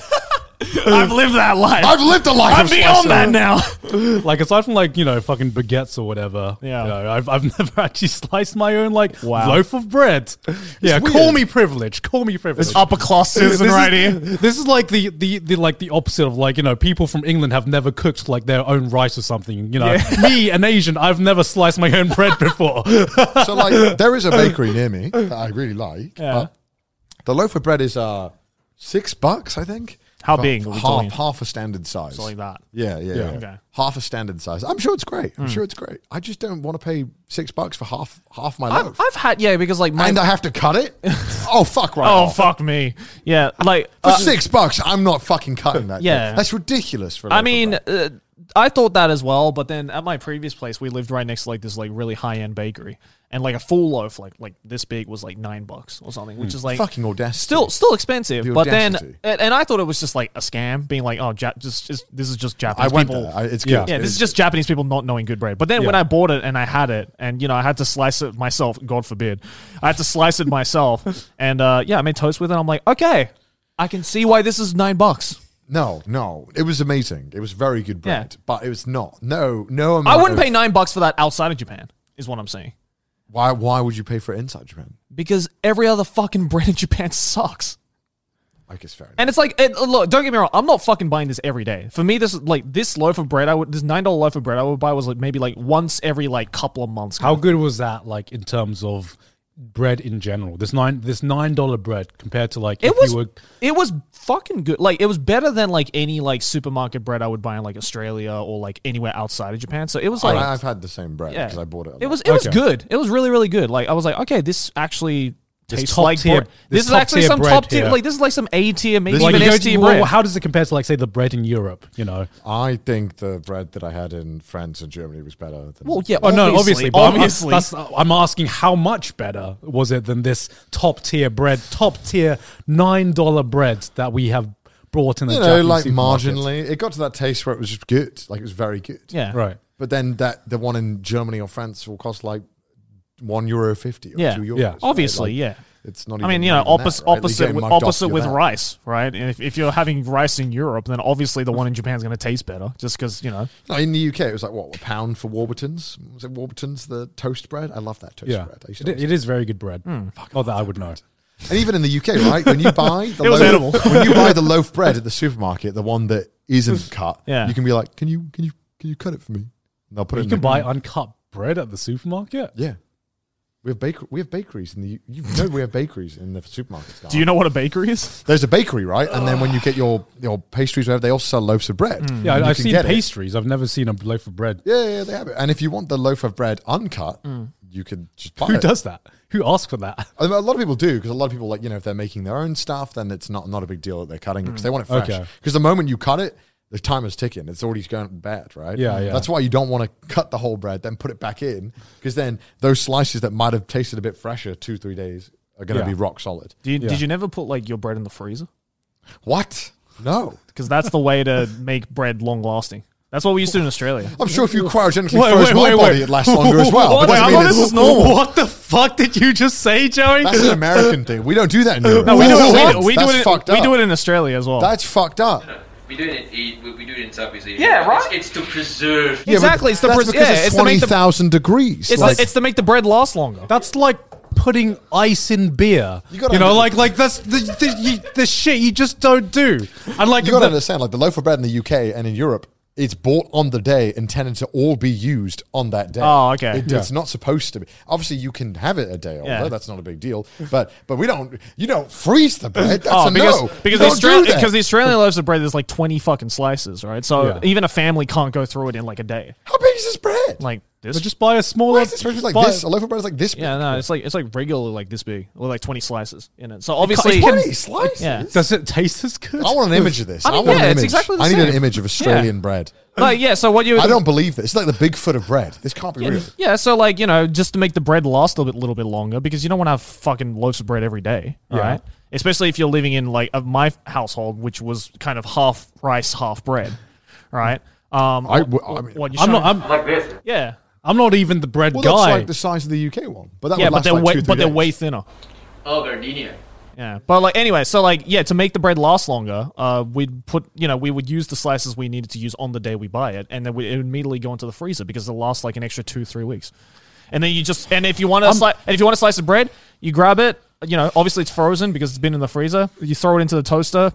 C: I've lived that life.
B: I've lived a life.
C: I'm
B: of
C: beyond
B: slicing.
C: that now.
A: like aside from like you know fucking baguettes or whatever,
C: Yeah.
A: you know, I've I've never actually sliced my own like
C: Wow.
A: loaf of bread. yeah,
B: weird.
A: call me privileged. Call me privileged.
C: Upper class citizen
A: This is-
C: right here.
A: This is like the, the, the like the opposite of like you know people from England have never cooked like their own rice or something. You know, me an Asian, I've never sliced my own bread before.
B: So like, there is a bakery near me that I really like. But the loaf of bread is uh six bucks, I think.
C: How
B: About
C: big? Are we talking-
B: Half, half a standard size.
C: Something like that.
B: Yeah, yeah, yeah.
C: Okay. Hmm.
B: Half a standard size. I'm sure it's great. I'm sure it's great. I just don't want to pay six bucks for half half my
C: I've,
B: loaf.
C: I've had yeah because like my
B: and I have to cut it. Oh fuck! Right.
C: oh
B: off.
C: fuck me yeah like
B: For
C: uh,
B: six bucks, I'm not fucking cutting that.
C: Yeah.
B: Yeah, that's ridiculous. For a
C: I
B: loaf of
C: mean
B: bread.
C: uh, I thought that as well but then at my previous place we lived right next to like this like really high end bakery and like a full loaf like like this big was like nine bucks or something which is like
B: fucking audacity.
C: still still expensive
B: Hmm. The
C: but then
B: audacity.
C: and, and I thought it was just like a scam being like oh ja- just, just this is just
B: I
C: Japanese
B: went
C: people
B: there. I, it's
A: Yeah.
B: good.
C: Yeah, this is just Japanese people not knowing good bread. But then when
A: Yeah.
C: I bought it and I had it, and you know, I had to slice it myself. God forbid, I had to slice it myself. And uh, yeah, I made toast with it. I'm like, okay, I can see why this is nine bucks.
B: no, no. It was amazing. It was very good bread,
C: Yeah.
B: but it was not. No, no. Amount
C: I wouldn't
B: of-
C: pay nine bucks for that outside of Japan. Is what I'm saying.
B: Why? Why would you pay for it inside Japan?
C: Because every other fucking bread in Japan sucks.
B: Like it's fair. Enough.
C: And it's like, it, look, don't get me wrong. I'm not fucking buying this every day. For me, this is like this loaf of bread. I would this nine dollar loaf of bread I would buy was like maybe like once every like couple of months.
A: How good was that? Like in terms of bread in general, this nine this nine dollar bread compared to like
C: it
A: if
C: was
A: you were
C: it was fucking good. Like it was better than like any like supermarket bread I would buy in like Australia or like anywhere outside of Japan. So it
A: Oh,
C: was like
B: I, have had the same bread because I bought it. a
C: It
B: lot.
C: was it was
A: Okay.
C: good. It was really really good. Like I was like, okay, this actually tastes
A: top
C: like
A: tier-
C: bread.
A: this
C: This, is
A: top
C: actually
A: tier
C: some
A: bread
C: top tier.
A: here.
C: Like this is like some A tier, maybe
B: This
A: like
C: even
A: you go
C: S
A: to,
C: tier
A: well,
C: bread.
A: how does it compare to like say the bread in Europe? You know,
B: I think the bread that I had in France and Germany was better. Than
C: well, yeah.
A: oh no, obviously, but I'm-
C: obviously.
A: that's, I'm asking how much better was it than this top tier bread, top tier nine dollar bread that we have brought in the
B: you know,
A: Japanese
B: like
A: supermarket?
B: marginally. It got to that taste where it was just good. Like it was very good.
C: yeah.
A: right?
B: But then that the one in Germany or France will cost like one euro fifty or
C: Yeah.
B: two euros.
A: Yeah.
B: right?
C: Obviously,
B: Like,
C: yeah.
B: It's not.
C: I
B: Even
C: mean, you know,
B: more than that,
C: opposite,
B: right? Like,
C: opposite,
B: getting
C: with,
B: muffed off
C: opposite
B: for
C: with
B: that.
C: rice, right? And if, if you're having rice in Europe, then obviously the one in Japan's going to taste better, just because you know.
B: No, in the UK, it was like what a pound for Warburtons. Was it Warburtons the toast bread? I love that toast
A: Yeah,
B: bread. I used
A: it,
B: to
A: it is very good bread. Fuck, not that I would know.
B: And even in the UK, right? When you buy the
C: It was
B: loaf,
C: edible.
B: when you buy the loaf bread at the supermarket, the one that isn't cut,
C: Yeah.
B: you can be like, "Can you can you can you cut it for me?" And they'll put
A: You
B: it. in
A: can
B: the-
A: buy uncut bread at the supermarket.
B: Yeah, we have baker we have bakeries in the U- you know we have bakeries in the supermarkets. Now.
C: Do you know what a bakery is?
B: There's a bakery, right? And then when you get your your pastries, whatever, they also sell loaves of bread.
A: Mm. Yeah,
B: And
A: I,
B: you
A: I've
B: can
A: seen
B: get it.
A: pastries. I've never seen a loaf of bread.
B: Yeah, yeah, they have it. And if you want the loaf of bread uncut, you can just buy
A: Mm. Who
B: it.
A: does that? Who asks for that?
B: I mean, a lot of people do because a lot of people like you know if they're making their own stuff, then it's not not a big deal that they're cutting it because they want it
C: Mm.
B: fresh.
A: Okay.
B: Because the moment you cut it, the time is ticking. It's already going bad, right?
A: Yeah, yeah.
B: That's why you don't want to cut the whole bread, then put it back in because then those slices that might have tasted a bit fresher two three days are going to
A: Yeah.
B: be rock solid.
C: Do you,
A: Yeah.
C: Did you never put like your bread in the freezer?
B: What? No.
C: Because that's the way to make bread long lasting. That's what we used to do in Australia.
B: I'm sure if you cryogenically
A: Wait,
B: froze
A: wait,
B: my
A: wait,
B: body,
A: wait.
B: it lasts longer as well.
A: What?
B: But doesn't
C: I
B: mean
C: thought
B: it's-
C: this was normal.
A: What the fuck did you just say, Joey?
B: That's an American thing. We don't do that in Europe.
C: No, we do
B: That's
C: it.
B: fucked.
C: We do,
B: That's
C: it, we do
B: fucked
C: it. We do
B: up.
C: it in Australia as well.
B: That's fucked up.
G: We do it in eat. We, we do it in Southeast Asia.
E: Yeah,
G: It's-
E: right?
G: It's, to preserve.
B: Yeah, but
C: Exactly, it's the
B: that's
C: pres-
B: because
C: yeah,
B: it's
C: it's to make
B: twenty
C: the-
B: thousand degrees.
C: it's,
B: like-
C: the, it's to make the bread last longer.
A: That's like putting ice in beer. You,
B: gotta
A: know,
B: under-
A: like like that's the the, you, the shit you just don't do. And like
B: you got to
A: the-
B: understand, like the loaf of bread in the UK and in Europe, it's bought on the day, intended to all be used on that day.
C: Oh, okay.
B: It- It's not supposed to be. Obviously, you can have it a day older.
C: Yeah.
B: That's not a big deal. But but we don't. You don't freeze the bread. That's a
C: Oh, because,
B: no. You
C: because the
B: don't
C: Australian
B: do that.
C: because the Australian loaves of bread is like twenty fucking slices, right? So
A: Yeah.
C: even a family can't go through it in like a day.
B: how big is this bread?
C: Like this,
A: but just buy a smaller.
B: Why is this bread like
A: buy-
B: this? A loaf of bread is like this.
C: yeah,
B: big.
C: no, it's like it's like regular like this big, with like twenty slices in it. So obviously,
B: twenty slices.
C: yeah,
A: Does it taste as good?
B: I want an image of this. I,
C: I mean,
B: want
C: yeah,
B: an
C: it's
B: image.
C: exactly the
B: I need an
C: same.
B: image of Australian bread.
C: like yeah. So what you
B: I don't believe this. It's like the Bigfoot of bread. This can't be real.
C: yeah, so like you know, just to make the bread last a little bit, little bit longer, because you don't want to have fucking loaves of bread every day, right? Especially if you're living in like of my household, which was kind of half rice, half bread, right? Um,
B: I w- I mean-
C: what, you
A: I'm not. I'm,
E: Like this.
C: yeah,
A: I'm not even the bread
B: Well,
A: guy.
B: that's like the size of the UK one, but that
C: yeah,
B: would
C: but
B: last
C: they're
B: like
C: way,
B: two, three
C: but they're
B: days.
C: way thinner.
G: Oh, Gardenia.
C: Yeah, but like anyway, so like yeah, to make the bread last longer, uh, we'd put you know we would use the slices we needed to use on the day we buy it, and then we, it would immediately go into the freezer because it'll last like an extra two three weeks, and then you just and if you
A: Um,
C: want a slice and if you want a slice of bread, you grab it. You know, obviously it's frozen because it's been in the freezer. You throw it into the toaster,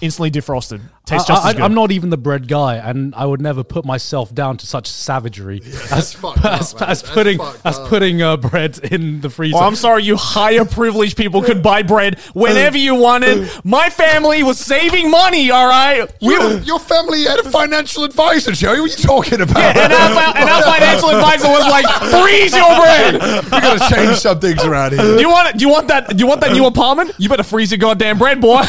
C: instantly defrosted. Tastes just
A: I,
C: as good.
A: I, am not even the bread guy, and I would never put myself down to such savagery as,
B: fucked up,
A: as,
B: man.
A: as
B: That's
A: putting
B: fucked
A: as
B: up.
A: putting uh, bread in the freezer.
C: Well, Oh, I'm sorry, you higher privileged people could buy bread whenever you wanted. My family was saving money, all right? We,
B: Your, your family had a financial advisor, Joey. What are you talking about?
C: and our, fi- and our financial advisor was like, "Freeze your bread.
B: we got to change some things around here.
C: Do you want it? Do you want that? Do you want that new apartment? You better freeze your goddamn bread, boy."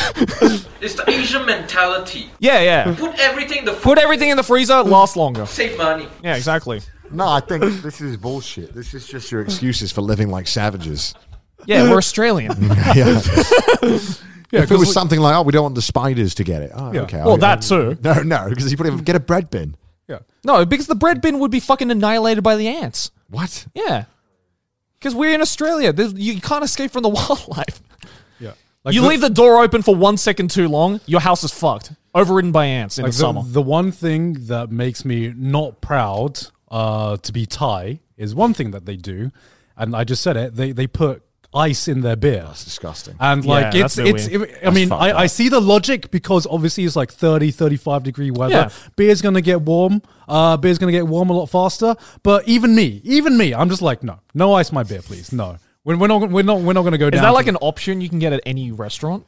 G: It's the Asian mentality.
C: yeah, yeah.
G: Put everything in the food.
C: Put everything in the freezer. Last longer.
G: Save money.
C: Yeah, exactly.
B: No, I think this is bullshit. This is just your excuses for living like savages.
C: Yeah, we're Australian.
B: Yeah. if it was
A: like-
B: something like, oh, we don't want the spiders to get it. Oh, okay.
C: Well,
B: I'll-
C: that too.
B: No, no, because you put it, get a bread bin.
A: yeah.
C: No, because the bread bin would be fucking annihilated by the ants.
B: What?
C: Yeah, because we're in Australia. There's, you can't escape from the wildlife.
A: yeah. Like
C: you leave the door open for one second too long, your house is fucked. Overridden by ants in
A: like
C: the,
A: the,
C: summer.
A: the one thing that makes me not proud uh, to be Thai is one thing that they do, and I just said it. They they put ice in their beer.
B: disgusting.
A: And like
C: Yeah,
A: it's
C: that's a bit
A: it's
C: weird.
A: I mean
B: fucked
A: I,
B: up.
A: I see the logic because obviously it's like 30 35 degree weather.
C: Yeah.
A: Beer's going to get warm. Uh beer's going to get warm a lot faster, but even me, even me, I'm just like no. No ice my beer please. No. We're, we're not we're not we're not going to go down.
C: Is that
A: to
C: like
A: the-
C: an option you can get at any restaurant?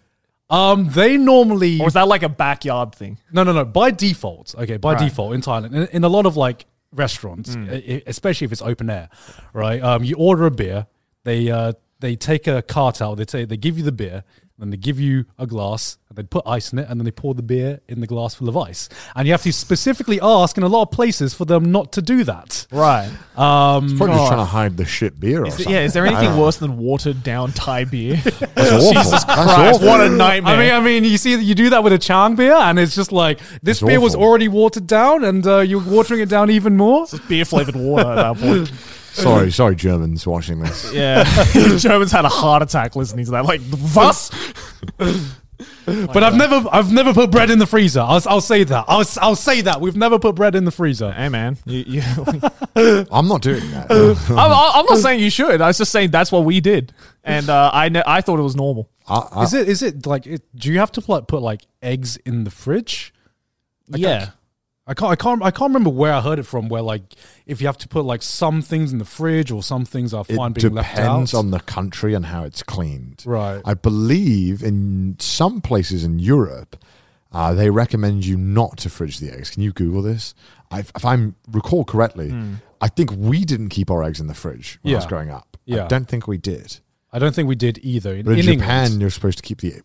A: Um they normally
C: Or is that like a backyard thing?
A: No, no, no. By default, okay. By default, in Thailand, in, in a lot of like restaurants, e- e- especially if it's open air, right? Um, you order a beer. They uh, they take a cart out. They take they give you the beer. Then they give you a glass, and they put ice in it, and then they pour the beer in the glass full of ice. And you have to specifically ask in a lot of places for them not to do that.
C: Right.
B: Probably just trying to hide the shit beer or something.
C: yeah, is there
B: I
C: anything
B: don't know.
C: worse than watered down Thai beer?
B: That's awful. That's
C: Christ,
B: awful.
C: what a nightmare.
A: I mean, I mean, you see, you do that with a Chang beer, and it's just like this
B: It's
A: beer was
B: awful.
A: already watered down, and uh, you're watering it down even more.
C: uh, beer flavored water at that point.
B: Sorry, sorry, Germans watching this.
C: Yeah. Germans had a heart attack listening to that. Like, was?
A: But I've never, I've never put bread in the freezer. I'll, I'll say that. I'll, I'll say that. We've never put bread in the freezer.
C: Hey, man. You, you, I'm,
B: I'm not doing that.
C: I'm not saying you should. I was just saying that's what we did. And uh, I, ne- I thought it was normal.
B: I, I,
A: Is it, is it like, it, do you have to like put like eggs in the fridge?
C: yeah.
A: I can't, I can't, I can't remember where I heard it from. Where like, if you have to put like some things in the fridge or some things are fine
B: it
A: being left out.
B: depends on the country and how it's cleaned.
A: Right.
B: I believe in some places in Europe, uh, they recommend you not to fridge the eggs. Can you Google this? I, if I recall correctly, I think we didn't keep our eggs in the fridge when I was
A: Hmm. Yeah.
B: growing up.
A: Yeah.
B: I don't think we did.
A: I don't think we did either. In,
B: But in,
A: in
B: Japan,
A: England.
B: you're supposed to keep the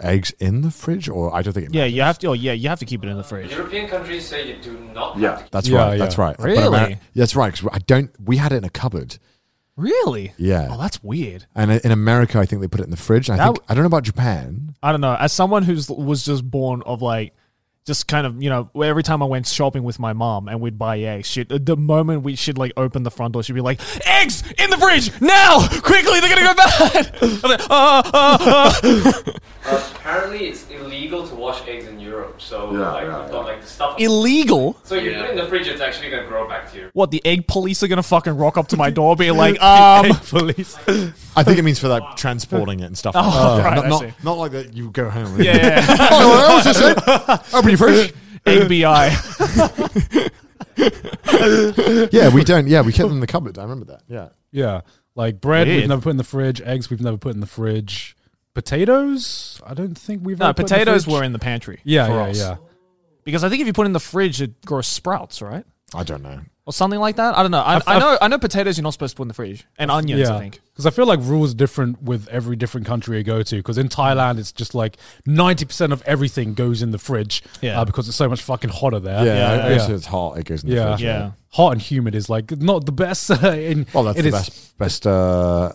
B: eggs in the fridge, or I don't think it
C: Yeah, you have to. Oh, yeah, you have to keep it in the fridge.
E: European countries say you do not.
I: Yeah.
E: Have to
B: That's
A: Yeah,
B: right. That's
A: yeah.
B: right. But
C: Really?
B: Ameri- yeah, that's right. Because I don't. We had it in a cupboard.
C: Really?
B: Yeah.
C: Oh, that's weird.
B: And in America, I think they put it in the fridge. And I
C: That
B: think
C: w-
B: I don't know about Japan.
C: I don't know. As someone who's was just born of like, just kind of you know, every time I went shopping with my mom and we'd buy eggs, she the moment we should like open the front door, she'd be like, "Eggs in the fridge now! Quickly, they're gonna go bad!" I'm like, "Uh, uh, uh."
E: Apparently, it's illegal to wash eggs in Europe, so
I: Yeah,
E: like,
I: yeah,
E: we've
I: yeah.
E: got like the stuff.
C: Illegal.
E: so if you put it in the fridge, it's actually gonna grow bacteria.
C: What the egg police are gonna fucking rock up to my door, be like, um,
A: police.
B: I think it means for like transporting it and stuff. Like that.
C: Oh,
B: Yeah,
C: right,
B: not,
C: I
B: not-
C: see.
B: not like that. You go home.
C: yeah, yeah, yeah.
B: oh, that was just it. Open your fridge.
C: egg bi.
B: Yeah, we don't. Yeah, we kept them in the cupboard. I remember that. Yeah.
A: Yeah, like bread we've
C: Weird.
A: never put in the fridge. Eggs we've never put in the fridge. Potatoes, I don't think we've.
C: No,
A: ever put
C: potatoes
A: in the fridge.
C: were in the pantry.
A: Yeah,
C: for
A: yeah,
C: us.
A: yeah.
C: Because I think if you put it in the fridge, it grows sprouts, right?
B: I don't know.
C: or something like that. I don't know. I,
A: I've-
C: I know. I know potatoes you're not supposed to put in the fridge, and onions. I think.
A: Because I feel like rules different with every different country you go to. Because in Thailand, it's just like ninety percent of everything goes in the fridge.
C: Yeah.
A: uh, because it's so much fucking hotter there.
B: Yeah, I- I
A: yeah.
B: guess it's hot. It goes in the
A: Yeah.
B: fridge.
A: Yeah. Hot and humid is like not the best. in,
B: Well, that's
A: it
B: the
A: is-
B: best best uh,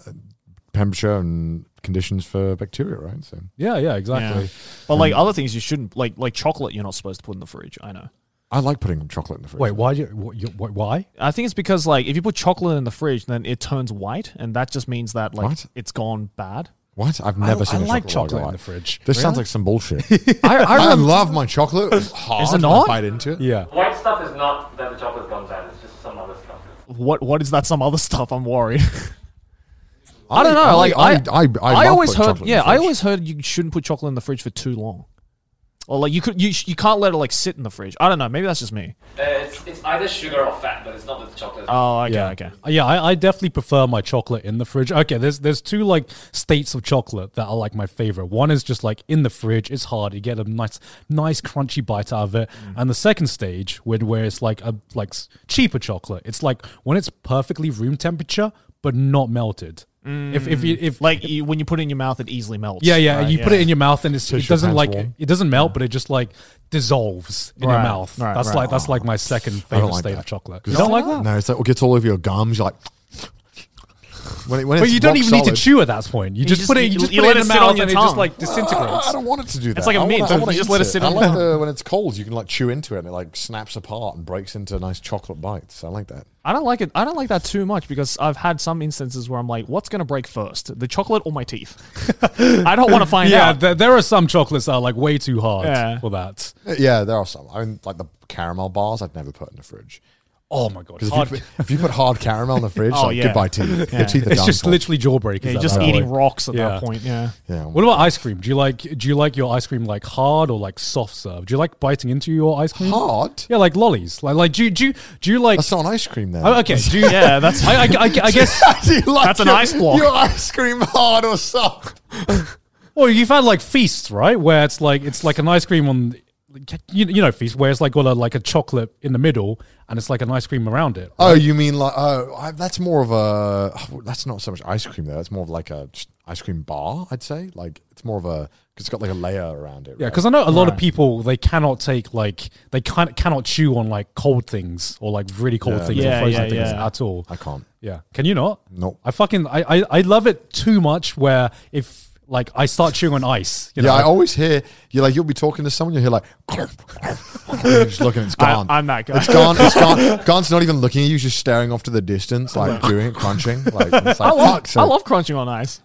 B: temperature and conditions for bacteria, right? So
A: Yeah, yeah, exactly.
C: But like other things, you shouldn't like like chocolate. You're not supposed to put in the fridge. I know.
B: I like putting chocolate in the fridge.
A: Wait, why? Do you, what, you, what, why?
C: I think it's because like if you put chocolate in the fridge, then it turns white, and that just means that like
B: What?
C: it's gone bad.
B: What? I've never
A: I
B: seen. a
A: like chocolate
B: chocolate, like
A: in the
B: that.
A: fridge.
B: This sounds like some bullshit. I,
C: I, I remember.
B: love my chocolate. It's hard.
C: Is it
B: when I
C: not?
B: Bite into it.
A: Yeah.
E: White stuff is not that the chocolate comes out. It's just some other stuff.
C: What what is that? Some other stuff. I'm worried. I don't know. like I
B: I, I,
C: I
B: love
C: always
B: putting
C: heard,
B: chocolate in
C: yeah,
B: the
C: I
B: fridge.
C: always heard you shouldn't put chocolate in the fridge for too long, or like you could you sh- you can't let it like sit in the fridge. I don't know. Maybe that's just me.
E: Uh, it's, it's either sugar or fat, but it's not that the chocolate.
I: Uh.
C: Oh, okay,
A: Yeah.
C: okay.
A: Yeah, I, I definitely prefer my chocolate in the fridge. Okay, there's there's two like states of chocolate that are like my favorite. One is just like in the fridge, it's hard. You get a nice nice crunchy bite out of it. And the second stage, when where it's like a like s- cheaper chocolate, it's like when it's perfectly room temperature but not melted. If if you if
C: Like you, when you put it in your mouth, it easily melts.
A: yeah, yeah,
C: right?
A: you put it in your mouth and it's, it
B: it's your
A: doesn't
B: hands
A: like
B: warm.
A: it doesn't melt, but it just like dissolves in your
C: Right,
A: mouth.
C: right,
A: that's
C: right.
A: like that's like my second
B: I don't
A: favorite
B: like
A: state
B: that.
A: of chocolate.
B: You
A: You don't like that?
B: No, it's like it gets all over your gums. You're like, when it, when
A: But
B: it's
A: you don't
B: rock
A: even need
B: solid-
A: to chew at that point. You, just,
C: just-
A: put it. You,
C: you-
A: just
C: you
A: put
C: let
A: it in
C: it
A: the
C: sit on
A: mouth
C: your
A: and it
C: tongue.
A: just like disintegrates.
B: I don't want it to do that.
C: like a
B: I wanna-
C: mint.
B: I wanna
C: You just
B: eat
C: let it sit
B: I
C: on
B: like
C: your-
B: the, when it's cold. You can like chew into it and it like snaps apart and breaks into nice chocolate bites. I like that.
C: I don't like it. I don't like that too much because I've had some instances where I'm like, what's going to break first, the chocolate or my teeth? I don't want to find
A: Yeah,
C: out.
A: there, there are some chocolates that are like way too hard
C: Yeah.
A: for that.
B: Uh, Yeah, there are some. I mean, like the caramel bars, I'd never put in the fridge.
A: Oh my god,
B: Because
A: hard-
B: if, you put- if you put hard caramel in the fridge,
C: Oh,
B: like,
C: yeah.
B: goodbye to you. It's either
A: it's just
B: done for.
A: literally jawbreakers.
C: Yeah,
A: at
C: you're just
A: that
C: eating
A: point.
C: rocks at
A: Yeah.
C: that point. Yeah.
B: Yeah.
A: What about ice cream? Do you like do you like your ice cream like hard or like soft serve? Do you like biting into your ice cream?
B: hard?
A: Yeah, like lollies. Like like do you- do you- do you like?
B: That's not an ice cream then.
A: Oh, okay, do you,
C: Yeah, that's
A: I, I, I, I guess.
B: Do you like
C: That's an
B: your-
C: ice block.
B: Your ice cream hard or soft?
A: Well, you've had like feasts, right? Where it's like it's like an ice cream on, you, you know, feast where it's like got a, like a chocolate in the middle and it's like an ice cream around it.
B: Oh, you mean like oh, I, that's more of a oh, that's not so much ice cream though. That's more of like a just ice cream bar, I'd say. Like it's more of a because it's got like a layer around it.
A: Yeah,
B: right?
A: because I know a lot of people they cannot take like they can cannot chew on like cold things or like really cold things
C: Yeah,
A: or frozen
C: yeah,
A: things
C: yeah.
A: at all.
B: I can't.
A: Yeah, can you not?
B: Nope.
A: I fucking I, I I love it too much. Where if like I start chewing on ice, you know,
B: Yeah, I
A: like,
B: always hear you like you'll be talking to someone, you'll hear like you're just looking, it's
C: I,
B: gone.
C: I'm that guy.
B: it's gone. It's gone. Gone's not even looking at you. He's just staring off to the distance, like doing it, crunching. Like, it's like
C: I love,
B: fuck.
C: I love crunching on ice.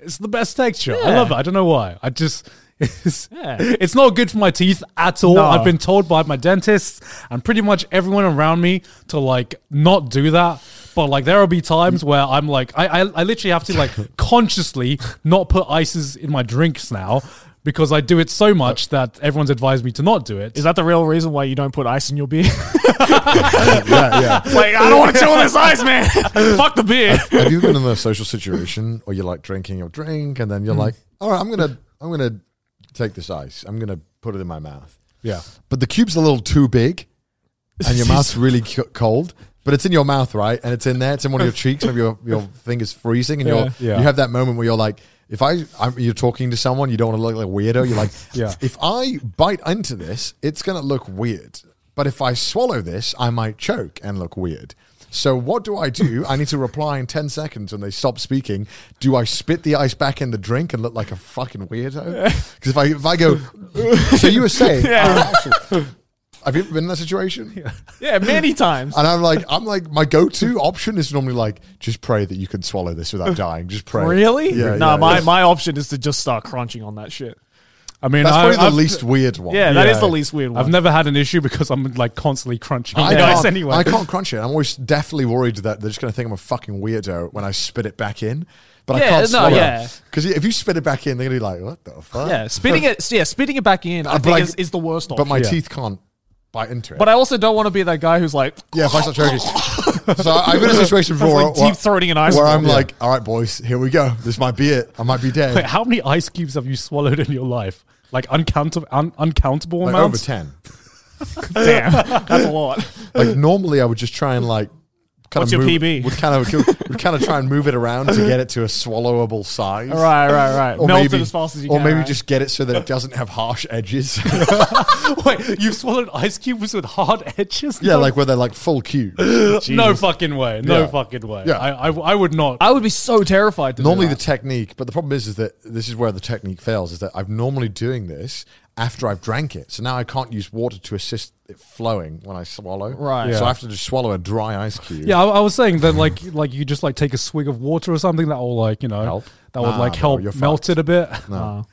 A: it's the best texture. I love it. I don't know why. I just. It's,
C: Yeah.
A: it's not good for my teeth at all.
C: No.
A: I've been told by my dentist and pretty much everyone around me to like not do that. But like there will be
B: Mm.
A: times where I'm like I, I, I literally have to like consciously not put ices in my drinks now because I do it so much that everyone's advised me to not do it.
C: Is that the real reason why you don't put ice in your beer?
B: yeah, yeah.
C: like, I don't want to chill on this ice, man. Fuck the beer.
B: Have you been in a social situation where you're like drinking your drink and then
A: Hmm.
B: you're like, all right, I'm gonna I'm gonna take this ice. I'm gonna put it in my mouth.
A: yeah.
B: But the cube's a little too big, and your mouth's really c- cold. But it's in your mouth, right? And it's in there. It's in one of your cheeks. Maybe your your fingers freezing, and you're
A: Yeah.
B: you have that moment where you're like, if I I'm, you're talking to someone, you don't want to look like a weirdo. You're like,
A: Yeah.
B: if I bite into this, it's gonna look weird. But if I swallow this, I might choke and look weird. So what do I do? I need to reply in ten seconds, and they stop speaking. Do I spit the ice back in the drink and look like a fucking weirdo? Because if I if I go, so you were saying, oh, have you ever been in that situation?
C: Yeah, many times.
B: And I'm like, I'm like, my go-to option is normally like, just pray that you can swallow this without dying. Just pray.
C: Really?
B: Yeah.
C: no,
B: yeah,
C: my,
B: yeah.
C: my option is to just start crunching on that shit.
A: I mean
B: That's
A: I,
B: probably the
A: I've-
B: least weird one.
C: Yeah, that is
A: Yeah.
C: the least weird one.
A: I've never had an issue because I'm like constantly crunching
B: I
A: on ice
B: can't,
A: anyway.
B: I can't crunch it. I'm always deathly worried that they're just going to think I'm a fucking weirdo when I spit it back in. But I
C: Yeah,
B: can't
C: no,
B: swallow.
C: yeah.
B: Because if you spit it back in, they're going to be like, what the fuck?
C: yeah, spitting it. Yeah, spitting it back in. I
B: Uh, But
C: think
B: I-
C: is, is the worst option.
B: But
C: But,
B: my
A: Yeah.
B: teeth can't bite into it.
C: I also don't want to be that guy who's like,
B: yeah, if I start choking. so I- I've been in a situation
C: That's
B: before
C: like
B: where,
C: deep throating an ice
B: where
C: ball.
B: I'm like, all right, boys, here we go. This might be it. I might be dead.
A: Wait, how many ice cubes have you swallowed in your life? Like uncountable, un- uncountable
B: like over
A: amounts.
B: 10.
C: damn, that's a lot.
B: like normally I would just try and like kind
C: What's
B: of
C: your
B: move,
C: PB?
B: Would kind of would kind of try and move it around to get it to a swallowable size.
C: Right, right, right.
B: Or
C: Melt
B: maybe,
C: it as fast as you
B: or
C: can.
B: maybe
C: right?
B: just get it so that it doesn't have harsh edges.
A: Wait, you've swallowed ice cubes with hard edges?
B: yeah,
A: No-
B: like where they're like full cube.
A: no fucking way, no
B: Yeah.
A: fucking way.
B: Yeah.
A: I, I, I would not.
C: I would be so terrified. To do
B: Normally the
C: that.
B: technique, but the problem is, is that this is where the technique fails. Is that I'm normally doing this after I've drank it, so now I can't use water to assist it flowing when I swallow.
C: Right.
B: So
A: Yeah.
B: I have to just swallow a dry ice cube.
A: yeah, I, I was saying that like like you just like take a swig of water or something that will like you know
B: Help?
A: that would
B: Nah,
A: like
B: bro,
A: help
B: you're
A: melt it a bit.
B: No.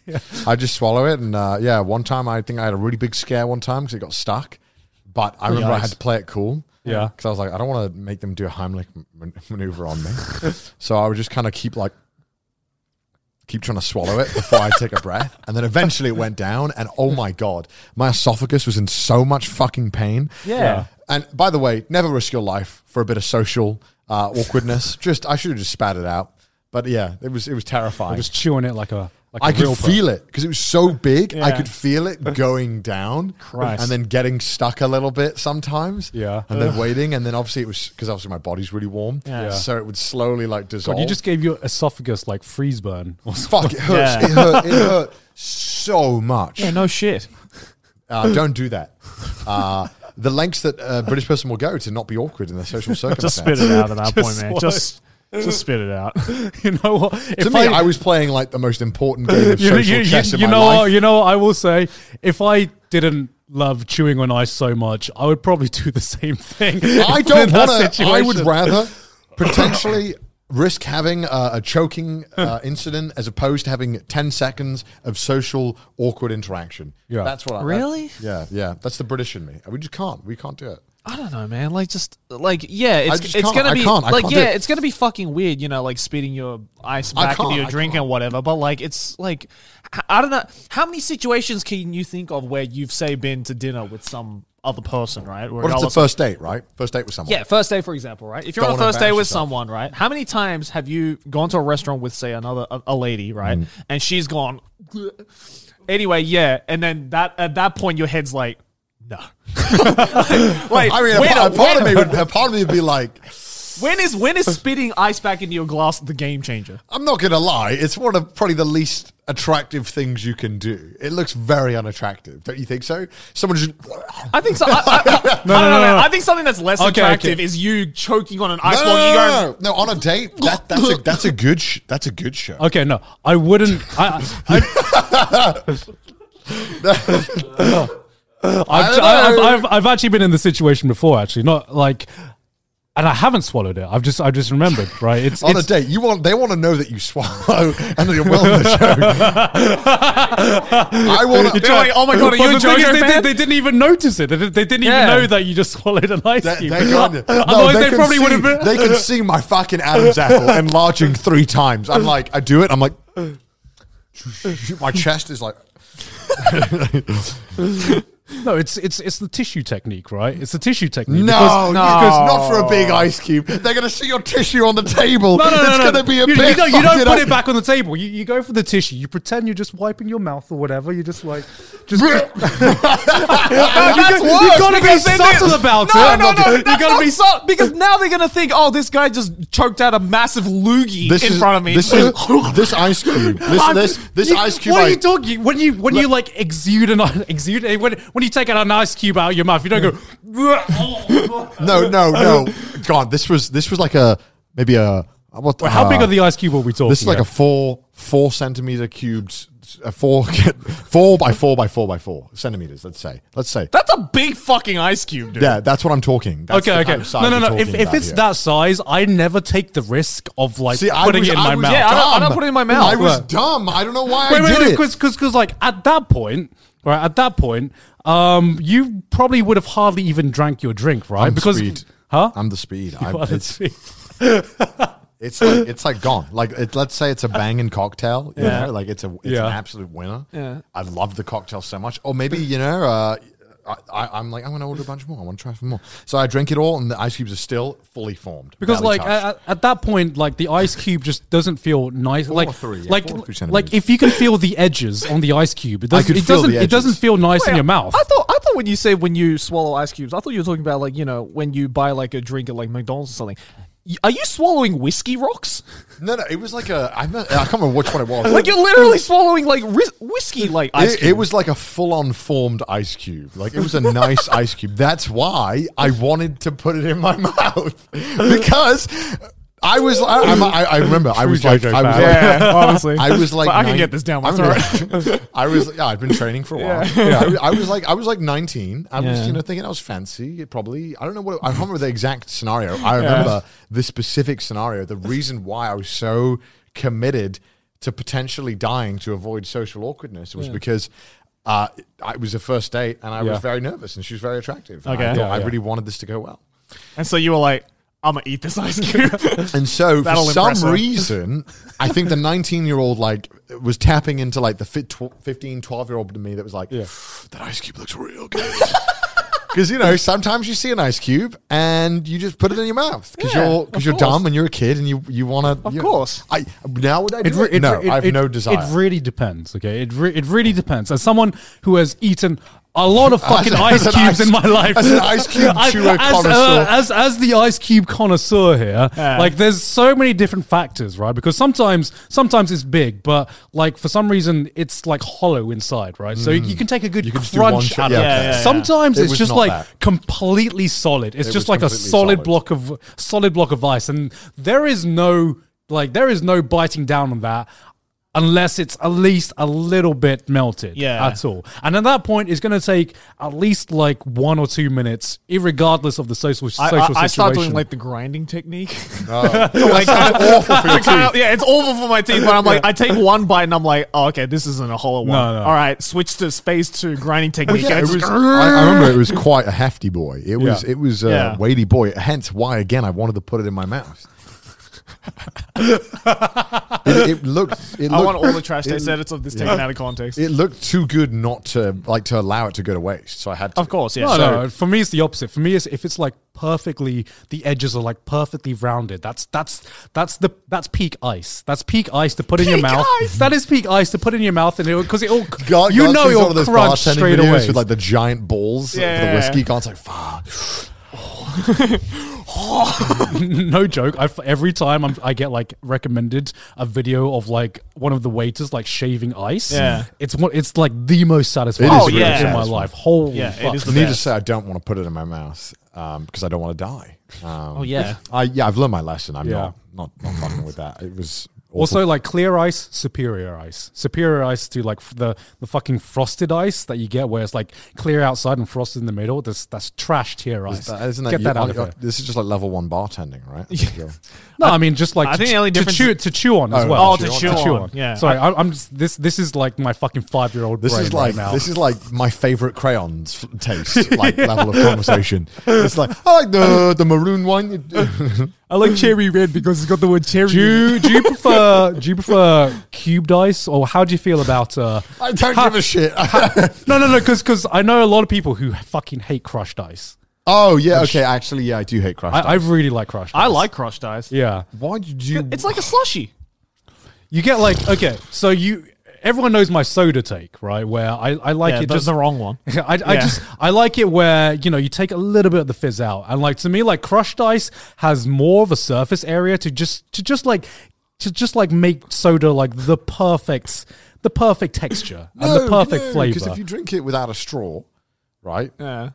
B: I just swallow it. And uh, yeah, one time I think I had a really big scare one time because it got stuck. But I remember I had to play it cool.
A: Yeah.
B: Because I was like, I don't want to make them do a Heimlich man- maneuver on me. so I would just kind of keep like, keep trying to swallow it before I take a breath. And then eventually it went down. And oh my God, my esophagus was in so much fucking pain.
C: Yeah.
B: And by the way, never risk your life for a bit of social uh, awkwardness. just, I should have just spat it out. But yeah, it was it was terrifying.
A: Just chewing it like a like
B: I
A: a
B: could
A: real pro.
B: feel it because it was so big. I
C: Yeah.
B: could feel it going down,
C: Christ.
B: and then getting stuck a little bit sometimes.
A: Yeah.
B: and then waiting, and then obviously it was because obviously my body's really warm,
C: Yeah.
B: so it would slowly like dissolve.
A: God, you just gave your esophagus like freeze burn. Or something.
B: fuck it hurts.
C: Yeah.
B: It hurt. It hurt so much.
C: Yeah, no shit.
B: Uh, don't do that. Uh, the lengths that a British person will go to not be awkward in their social circumstances.
C: Just spit it out at that point, man.
A: swallow.
C: Just, just spit it out.
A: you know what?
B: To
A: If
B: me, I, was playing like the most important game of social chess in
A: you
B: my
A: know
B: life.
A: what, you know what I will say if I didn't love chewing on ice so much I would probably do the same thing
B: I
A: in
B: don't
A: that
B: want to. I would
A: situation.
B: rather potentially risk having a, a choking uh, incident as opposed to having 10 seconds of social awkward interaction.
A: Yeah.
B: That's what I.
C: Really?
B: yeah, yeah. That's the British in me. We just can't. We can't do it.
C: I don't know, man. Like, just like, yeah, it's,
B: just
C: it's
B: can't-
C: gonna
B: I
C: be
B: can't, I
C: like,
B: can't do
C: yeah,
B: it.
C: it's gonna be fucking weird, you know, like spitting your ice
B: I
C: back into
B: can't,
C: your
B: I
C: drink
B: can't.
C: and whatever. But like, it's like, h- I don't know, how many situations can you think of where you've say been to dinner with some other person, right?
B: What if it's the first date, right? First date with someone.
C: Yeah, first day, for example, right? If you're
B: Don't
C: on a first
B: wanna
C: day
B: embarrass
C: with
B: yourself.
C: someone, right? How many times have you gone to a restaurant with, say, another a, a lady, right?
B: Mm.
C: And she's gone. "Bleh." Anyway, yeah, and then that at that point, your head's like, no. like,
B: I mean, a,
C: when,
B: pa- a part of me
C: when-
B: would, a part of me would be like,
C: when is when is spitting ice back into your glass the game changer?
B: I'm not gonna lie, it's one of probably the least attractive things you can do. It looks very unattractive, don't you think so? Someone just
C: I think so. I, I, I- I don't know, man. I think something that's less
A: Okay, okay.
C: attractive is you choking on an ice
B: no,
C: ball.
B: no,
C: and you go,
B: no, no, no, on a date. That, that's a that's a good sh- that's a good show.
A: Okay, no, I wouldn't. I, I, I,
B: I
A: have
B: don't
A: I've,
B: know.
A: I've, I've actually been in this situation before, actually. Not like, and I haven't swallowed it. I've just, I just remembered, right? It's,
B: on a
A: it's-
B: date, you want they want to know that you swallow and that you're well in the show. I want
A: You
B: to.
A: try-
C: like, "Oh my God, are
A: But
C: you
A: the
C: a
A: thing is,
C: JoJo
A: they, did,
C: fan?"
A: they didn't even notice it. They, did- they didn't
C: Yeah.
A: even know that you just swallowed an ice
B: They,
A: cube.
B: they go in there. No,
A: Otherwise, they,
B: can
A: probably
B: see-
A: would have been.
B: They can see my fucking Adam's apple enlarging three times. I'm like, I do it. I'm like, my chest is like.
A: No, it's it's it's the tissue technique, right? It's the tissue technique.
B: No,
A: because-
B: because not for a big ice cube. They're going to see your tissue on the table.
A: No, no, no,
B: it's
A: no,
B: going
A: no.
B: to be a
A: you,
B: big.
A: you don't, you don't
B: fucking
A: put
B: ice-
A: it back on the table. You, you go for the tissue. You pretend you're just wiping your mouth or whatever. You're just like, just. you
B: that's worse,
A: have got to be
B: because then they-
A: subtle about
C: No,
A: it.
C: no, no,
A: You
C: that's
A: gotta
C: not
A: be.
C: so- because now they're gonna think, oh, this guy just choked out a massive loogie in front of me.
B: This is this ice cube. This
A: I'm-
B: this this
A: you-
B: ice cube.
A: What are you
B: I-
A: talking? When you when you like exude an exude when when you take out an ice cube out of your mouth, you don't go.
B: no, no, no. God, this was this was like a maybe a what?
A: Well, how big
B: uh,
A: are the ice cube? Are we talking?
B: This is like a
A: here?
B: four four centimeter cubed. A four, four by four by four by four centimeters. Let's say. Let's say.
C: That's a big fucking ice cube, dude.
B: yeah, that's what I'm talking. That's
A: Okay,
B: the
A: okay.
B: kind of size
A: no, no,
B: we're
A: no. If, if
B: talking about
A: it's
B: here.
A: that size, I never take the risk of like
B: See, I
A: putting
B: was,
A: it in
B: I
A: my
B: was
A: mouth.
C: Yeah, I don't- I don't
B: dumb.
C: put it in my mouth.
B: I was
A: What?
B: dumb. I don't know why
A: wait,
B: I
A: wait,
B: did
A: wait,
B: it.
A: because because like at that point, right? At that point, um, you probably would have hardly even drank your drink, right?
B: I'm
A: because
B: speed.
A: huh?
B: I'm the speed. I'm,
A: Well,
B: it's,
A: let's see.
B: it's like it's like gone. Like it, let's say it's a banging cocktail. You
C: Yeah.
B: know, like it's a it's
A: Yeah.
B: an absolute winner.
C: Yeah.
B: I love the cocktail so much. Or maybe you know. Uh, I, I, I'm like I'm gonna order a bunch more. I want to try some more. So I drink it all, and the ice cubes are still fully formed.
A: Because
B: barely
A: like
B: touched.
A: at, at that point, like the ice cube just doesn't feel nice. like
B: or three, yeah,
A: like
B: four or three
A: like
B: centimeters.
A: if you can feel the edges on the ice cube, it doesn't
B: could
A: it
B: feel
A: doesn't
B: the
A: it doesn't
B: edges.
A: feel nice in your mouth.
C: I thought I thought when you say when you swallow ice cubes, I thought you were talking about like you know when you buy like a drink at like McDonald's or something. Y- Are you swallowing whiskey rocks?
B: no, no, it was like a I'm not, I can't remember which one it was.
C: Like you're literally swallowing like ris- whiskey like ice
B: It,
C: cubes.
B: it was like a full-on formed ice cube. Like it was a nice ice cube. That's why I wanted to put it in my mouth because I was. I, I'm- I, I remember. I was like.
A: JoJo
B: I was
A: fan.
B: like.
C: honestly,
B: I was like.
C: But I can
B: nine-
C: get this down my
B: I'm gonna- I was. Yeah, I'd been training for a while. Yeah. I, was- I was like. I was like 19. I was, you know, thinking I was fancy. Probably. I don't know what. I don't remember the exact scenario. I remember the specific scenario. The reason why I was so committed to potentially dying to avoid social awkwardness was because. Uh, it was a first date, and I was
A: Yeah.
B: very nervous, and she was very attractive.
C: Okay.
B: I, thought
A: Yeah,
B: I
A: yeah.
B: really wanted this to go well.
C: and so you were like, I'm gonna eat this ice cube.
B: And so, for
C: That'll
B: some
C: impress her.
B: reason, I think the 19 year old like was tapping into like the fit tw- 15, 12 year old to me that was like, that ice cube looks real good. Because you know, sometimes you see an ice cube and you just put it in your mouth because
C: Yeah,
B: you're
C: of
B: because you're
C: course.
B: dumb and you're a kid and you you want to. Of
C: course.
B: I now would I do it?
A: re-
B: no,
A: re-
B: I have no desire.
A: It really depends. Okay, it re- it really depends. As someone who has eaten a lot of fucking
B: As-
A: ice
B: as an
A: cubes
B: ice-
A: in my life,
B: as an ice cube
A: I-
B: chewer
A: as, uh,
B: connoisseur.
A: as as the ice cube connoisseur here, like there's so many different factors, right? Because sometimes sometimes it's big, but like for some reason it's like hollow inside, right? So you can take a good
B: Mm. You can just do one
A: crunch out
B: shot. Yeah,
A: of it.
B: okay. Yeah,
C: yeah, yeah.
A: Sometimes
B: It
A: it's
B: was
A: just
B: not
A: like
B: that.
A: completely solid. It's
B: It
A: just
B: was
A: like a
B: completely
A: solid
B: solid.
A: block of solid block of ice, and there is no like there is no biting down on that unless it's at least a little bit melted
C: Yeah.
A: at all. And at that point, it's going to take at least like one or two minutes, irregardless of the social
C: I,
A: social
C: I, I start
A: situation.
C: doing like the grinding technique.
B: like, Oh. awful for your
C: Kind of-
B: teeth.
C: yeah, it's awful for my teeth, but I'm like, I take one bite and I'm like, oh, okay, this isn't a hollow one.
A: No, no.
C: All right, switch to phase two grinding technique.
B: Yeah,
C: And
B: it
C: it's
B: was,
C: just-
B: I, I remember it was quite a hefty boy. It was
A: Yeah.
B: it was a
C: Yeah.
B: weighty boy. Hence why again I wanted to put it in my mouth. it, it looked. It looked
C: I want all the trash
B: it-
C: taste edits of this taken out of context.
B: It looked too good not to like to allow it to go to waste. So I had to.
C: of course, yeah.
A: no,
C: So-
A: no. For me, it's the opposite. For me, it's if it's like perfectly, the edges are like perfectly rounded. That's that's that's the that's peak ice. That's peak ice to put in your
C: Peak
A: mouth.
C: ice!
A: That is peak ice to put in your mouth, and it because it all
B: God,
A: you
B: God
A: know
B: sees
A: it
B: all of
A: will
B: those
A: crunch
B: bartending
A: straight
B: videos
A: away.
B: with like the giant balls for
C: Yeah.
B: the whiskey. God's like, fuck.
A: no joke. I, every time I'm, I get like recommended a video of like one of the waiters like shaving ice.
C: Yeah.
A: it's one. It's like the most satisfying.
B: It is
A: experience
C: really
A: in my
C: satisfying.
A: life. Holy
C: Yeah, it
A: fuck!
C: is the
B: Needless to
C: best.
B: say, I don't want to put it in my mouth because I don't want to die. Um, oh
C: yeah.
B: I yeah, I've learned my lesson. I'm
A: Yeah.
B: not, not not fucking with that. It was awful.
A: Also, like clear ice, superior ice, superior ice to like f- the the fucking frosted ice that you get, where it's like clear outside and frosted in the middle. That's that's trash tier ice.
B: That- isn't that,
A: get
B: you-
A: that
B: oh,
A: out of
B: oh,
A: here.
B: This is just like level one bartending, right? Yeah.
A: No, I, mean just like
C: I
A: to,
C: think the only
A: to
C: difference-
A: chew to chew on as
B: Oh,
A: well.
C: oh, to chew on, yeah.
A: Sorry, I, I'm just this. This is like my fucking five year old.
B: This
A: brain
B: is
A: right
B: like
A: now.
B: this is like my favorite crayons f- taste, like level of conversation. It's like I like the the maroon wine.
C: I like cherry red because it's got the word cherry.
A: do you, do you prefer do you prefer cubed ice or how do you feel about uh
B: I don't give a shit.
A: no no no because I know a lot of people who fucking hate crushed ice.
B: oh yeah, okay. Actually, yeah, I do hate crushed.
A: I,
B: ice.
A: I really like crushed. ice.
C: I like crushed ice.
A: yeah.
B: Why did you?
C: It's like a slushy.
A: You get like okay, so you everyone knows my soda take right where I I like
C: Yeah,
A: it
C: that's
A: just
C: the wrong one.
A: I, I
C: Yeah.
A: just I like it where you know you take a little bit of the fizz out, and like to me, like crushed ice has more of a surface area to just to just like to just like make soda like the perfect the perfect texture and the perfect
B: Because
A: flavor.
B: if you drink it without a straw, right?
C: Yeah.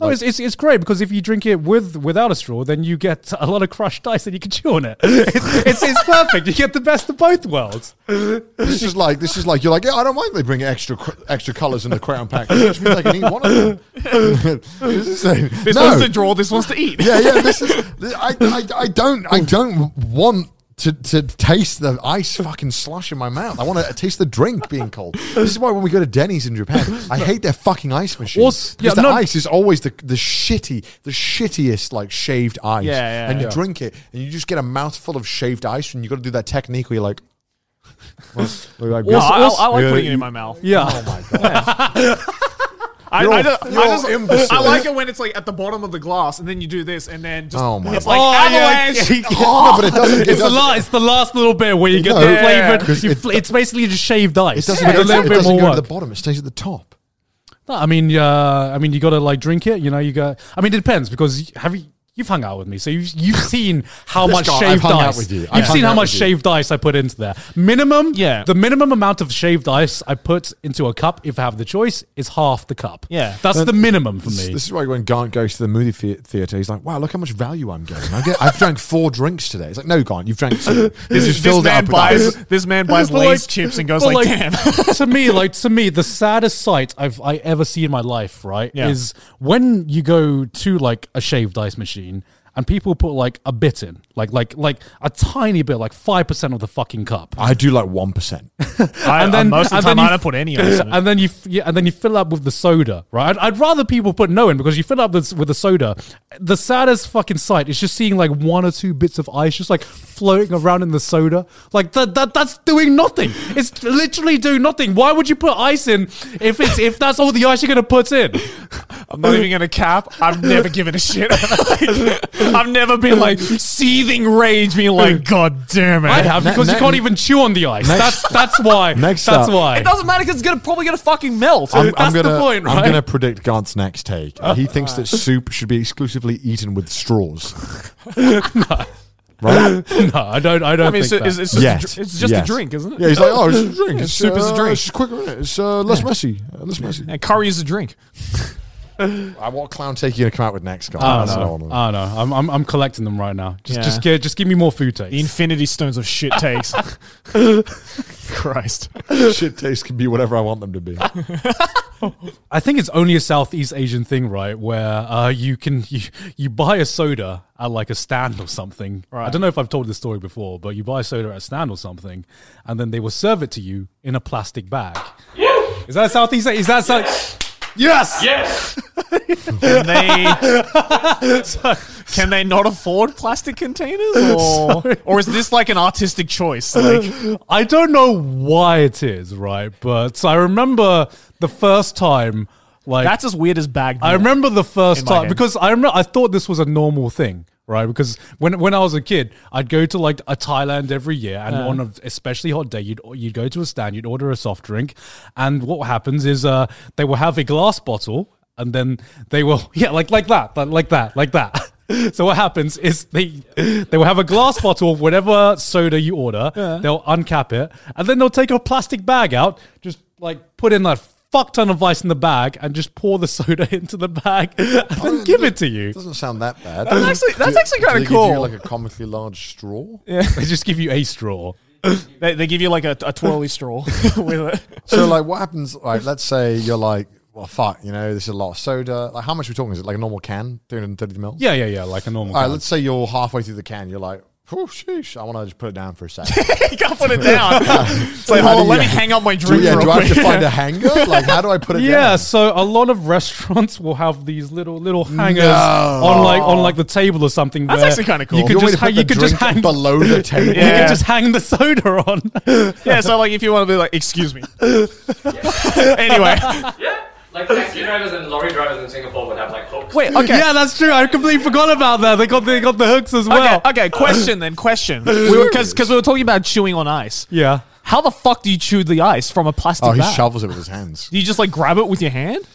A: no, it's, it's it's great because if you drink it with without a straw, then you get a lot of crushed ice and you can chew on it. It's it's, it's perfect. You get the best of both worlds.
B: This is like this is like you're like yeah, I don't mind they bring extra cr- extra colors in the crayon pack. It just means I can eat one of them. this is insane.
C: This
B: No.
C: wants to draw, this wants to eat.
B: yeah, yeah. This is. This, I, I, I don't. I don't want to, to taste the ice fucking slush in my mouth. I want to taste the drink being cold. This is why when we go to Denny's in Japan, I hate their fucking ice machine.
A: Also-
B: because
A: yeah,
B: the
A: no-
B: ice is always the the shitty, the shittiest like shaved ice.
C: Yeah, yeah,
B: and you
C: yeah.
B: drink it, and you just get a mouthful of shaved ice, and you got to do that technique where you're like. like
C: No, I, I, I like putting it in Oh my mouth.
A: Yeah.
C: I,
B: You're
C: I,
B: a-
C: don't- I
B: you're
C: just-
B: an imbecile.
C: I like it when it's like at the bottom of the glass, and then you do this, and then just
B: Oh my
C: it's like
A: Oh,
C: avalanche.
B: no, but it doesn't. It
A: It's the,
B: doesn't-
A: la- it's the last little bit where you get
B: No,
A: the
B: yeah,
A: flavored.
B: 'cause
A: you
B: it-
A: fl- it's basically just shaved ice.
B: It doesn't,
A: with
B: go,
A: a little
B: it
A: bit
B: doesn't
A: more
B: go to
A: work.
B: the bottom. It stays at the top.
A: No, I mean, uh, I mean, you gotta like drink it. You know, you got. I mean, it depends because y- have you. You've hung out with me, so you've, you've seen how
B: Yes,
A: much
B: God, I've
A: shaved
B: hung out
A: ice.
B: with you. I've
A: You've
B: hung
A: seen how
B: out
A: much
B: with you.
A: shaved ice I put into there. Minimum,
C: Yeah.
A: The minimum amount of shaved ice I put into a cup, if I have the choice, is half the cup.
C: Yeah.
A: that's the minimum for
B: This-
A: me.
B: This is why when Gant goes to the movie thea- theater, he's like, "Wow, look how much value I'm getting. I get, I've drank four drinks today." It's like, "No, Gant, you've drank two. This is
C: This
B: filled
C: man
B: up with
C: buys
B: ice."
C: this man buys
A: But like-
C: Lay's chips and goes
A: but
C: like,
A: like,
C: "Damn,
A: to me, like to me, the saddest sight I've I ever seen in my life, right,
C: Yeah.
A: is when you go to like a shaved ice machine and people put like a bit in, like like like a tiny bit, like five percent of the fucking cup.
B: I do like one percent.
C: I,
A: And then-
C: most of the
A: and
C: time
A: then
C: I
A: you-
C: don't put any ice in it.
A: and then you f- yeah, and then you fill up with the soda, right? I'd, I'd rather people put no in because you fill up this, with the soda. The saddest fucking sight is just seeing like one or two bits of ice just like floating around in the soda. Like that that that's doing nothing. It's literally doing nothing. Why would you put ice in if it's if that's all the ice you're gonna put in?
C: I'm not even gonna cap. I've never given a shit. Like, I've never been like seething rage, being like, "God damn it!"
A: I have because you
B: ne-
A: can't even chew on the ice. that's that's why.
B: Next
A: that's
B: up.
A: why.
C: It doesn't matter because it's gonna probably gonna fucking melt.
B: I'm,
A: That's the
B: gonna,
A: point,
B: I'm
A: right?
B: gonna predict Gant's next take. Uh, he thinks that soup should be exclusively eaten with straws. Right?
A: No, I don't. I don't
C: I mean, it's,
A: think
C: it's,
A: that.
C: it's just
B: Yes.
C: a, dr- it's just
B: Yes.
C: a drink, isn't it?
B: Yeah, he's like, oh, it's just a drink. It's,
C: soup is a
B: uh,
C: drink.
B: It's quicker, isn't it? It's uh, less messy. Uh, less messy.
C: And curry is a drink.
B: I, Uh, what clown take you gonna come out with next, Gant?
A: I
B: That's
A: don't
B: what I
A: know.
B: wanna
C: Uh,
B: know.
A: I don't know. I'm, I'm, I'm collecting them right now. Just,
C: Yeah.
A: just, give, just give me more food takes.
C: The infinity stones of shit takes. Christ.
B: Shit tastes can be whatever I want them to be.
A: I think it's only a Southeast Asian thing, right? Where uh, you can you, you buy a soda at like a stand or something. I don't know if I've told this story before, but you buy a soda at a stand or something, and then they will serve it to you in a plastic bag. Is that Southeast? Is that South? Yes.
E: Yes!
C: Can they, can they not afford plastic containers? Or, or is this like an artistic choice? Like,
A: I don't know why it is, right? But I remember the first time, like
C: that's as weird as bagged
A: I
C: milk.
A: remember the first
C: in my
A: time
C: head.
A: because I remember I thought this was a normal thing, right? Because when when I was a kid, I'd go to like a Thailand every year, and on a especially hot day, you'd you'd go to a stand, you'd order a soft drink, and what happens is uh they will have a glass bottle, and then they will yeah like like that like, like that like that. So what happens is they they will have a glass bottle of whatever soda you order. They'll uncap it, and then they'll take a plastic bag out, just like put in that fuck ton of ice in the bag and just pour the soda into the bag and then give it to you.
B: Doesn't sound that bad.
C: That's actually- that's actually kinda
B: do they give you,
C: cool.
B: like a comically large straw.
A: They just give you a straw.
C: They, they give you like a, a twirly straw with it.
B: So like, what happens? Like, let's say you're like, well, fuck, you know, this is a lot of soda. Like, how much are we talking? Is it like a normal can, 330 mil?
A: Yeah, yeah, yeah, like a normal.
B: All right,
A: can.
B: let's say you're halfway through the can. You're like, oh, sheesh, I want to just put it down for a second.
C: You can't put it down. It's like,
B: How
C: hold
B: do
C: on, let
B: you-
C: me hang up my
B: do,
C: drink
B: yeah,
C: real
B: do I have
C: quick.
B: to find a hanger? Like, how do I put it
A: Yeah,
B: down?
A: so a lot of restaurants will have these little little hangers
B: No.
A: on like on like the table or something.
C: That's
A: where
C: actually kinda cool.
A: You
B: You
A: could
B: want me
A: just
B: to
A: hang,
B: put
A: you
B: the
A: could just
B: drink
A: hang
B: below the table.
A: You
C: Yeah.
A: could just hang the soda on.
C: yeah, so like if you want to be like, excuse me. anyway.
E: Yeah! Like taxi drivers and lorry drivers in Singapore would have like hooks.
C: Wait, okay.
A: Yeah, that's true. I completely forgot about that. They got they got the hooks as well.
C: Okay, okay, question then, question. We were because we were talking about chewing on ice.
A: Yeah.
C: How the fuck do you chew the ice from a plastic
B: Oh, he
C: bag?
B: shovels it with his hands.
C: do you just like grab it with your hand?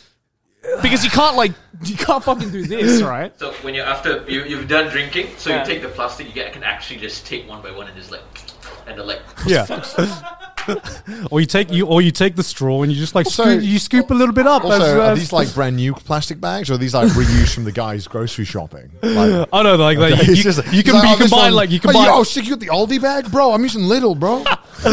C: Because you can't like you can't fucking do this, right?
G: So when you're after you, you've done drinking, so you take the plastic, you get, can actually just take one by one and just like, and the like.
A: Yeah. or you take you or you take the straw and you just like
B: Also-
A: scoop, you scoop a little bit up. as- uh,
B: Also, are
A: as-
B: these like brand new plastic bags, or are these like reused from the guy's grocery shopping? Like,
A: I don't know, like, like you,
B: It's
A: you,
B: just-
A: you
B: it's
A: can
B: like,
A: you
B: oh,
A: can
B: this
A: buy
B: one-
A: like you can
B: oh,
A: buy.
B: Oh, shit, you got the Aldi bag, bro. I'm using Little, bro.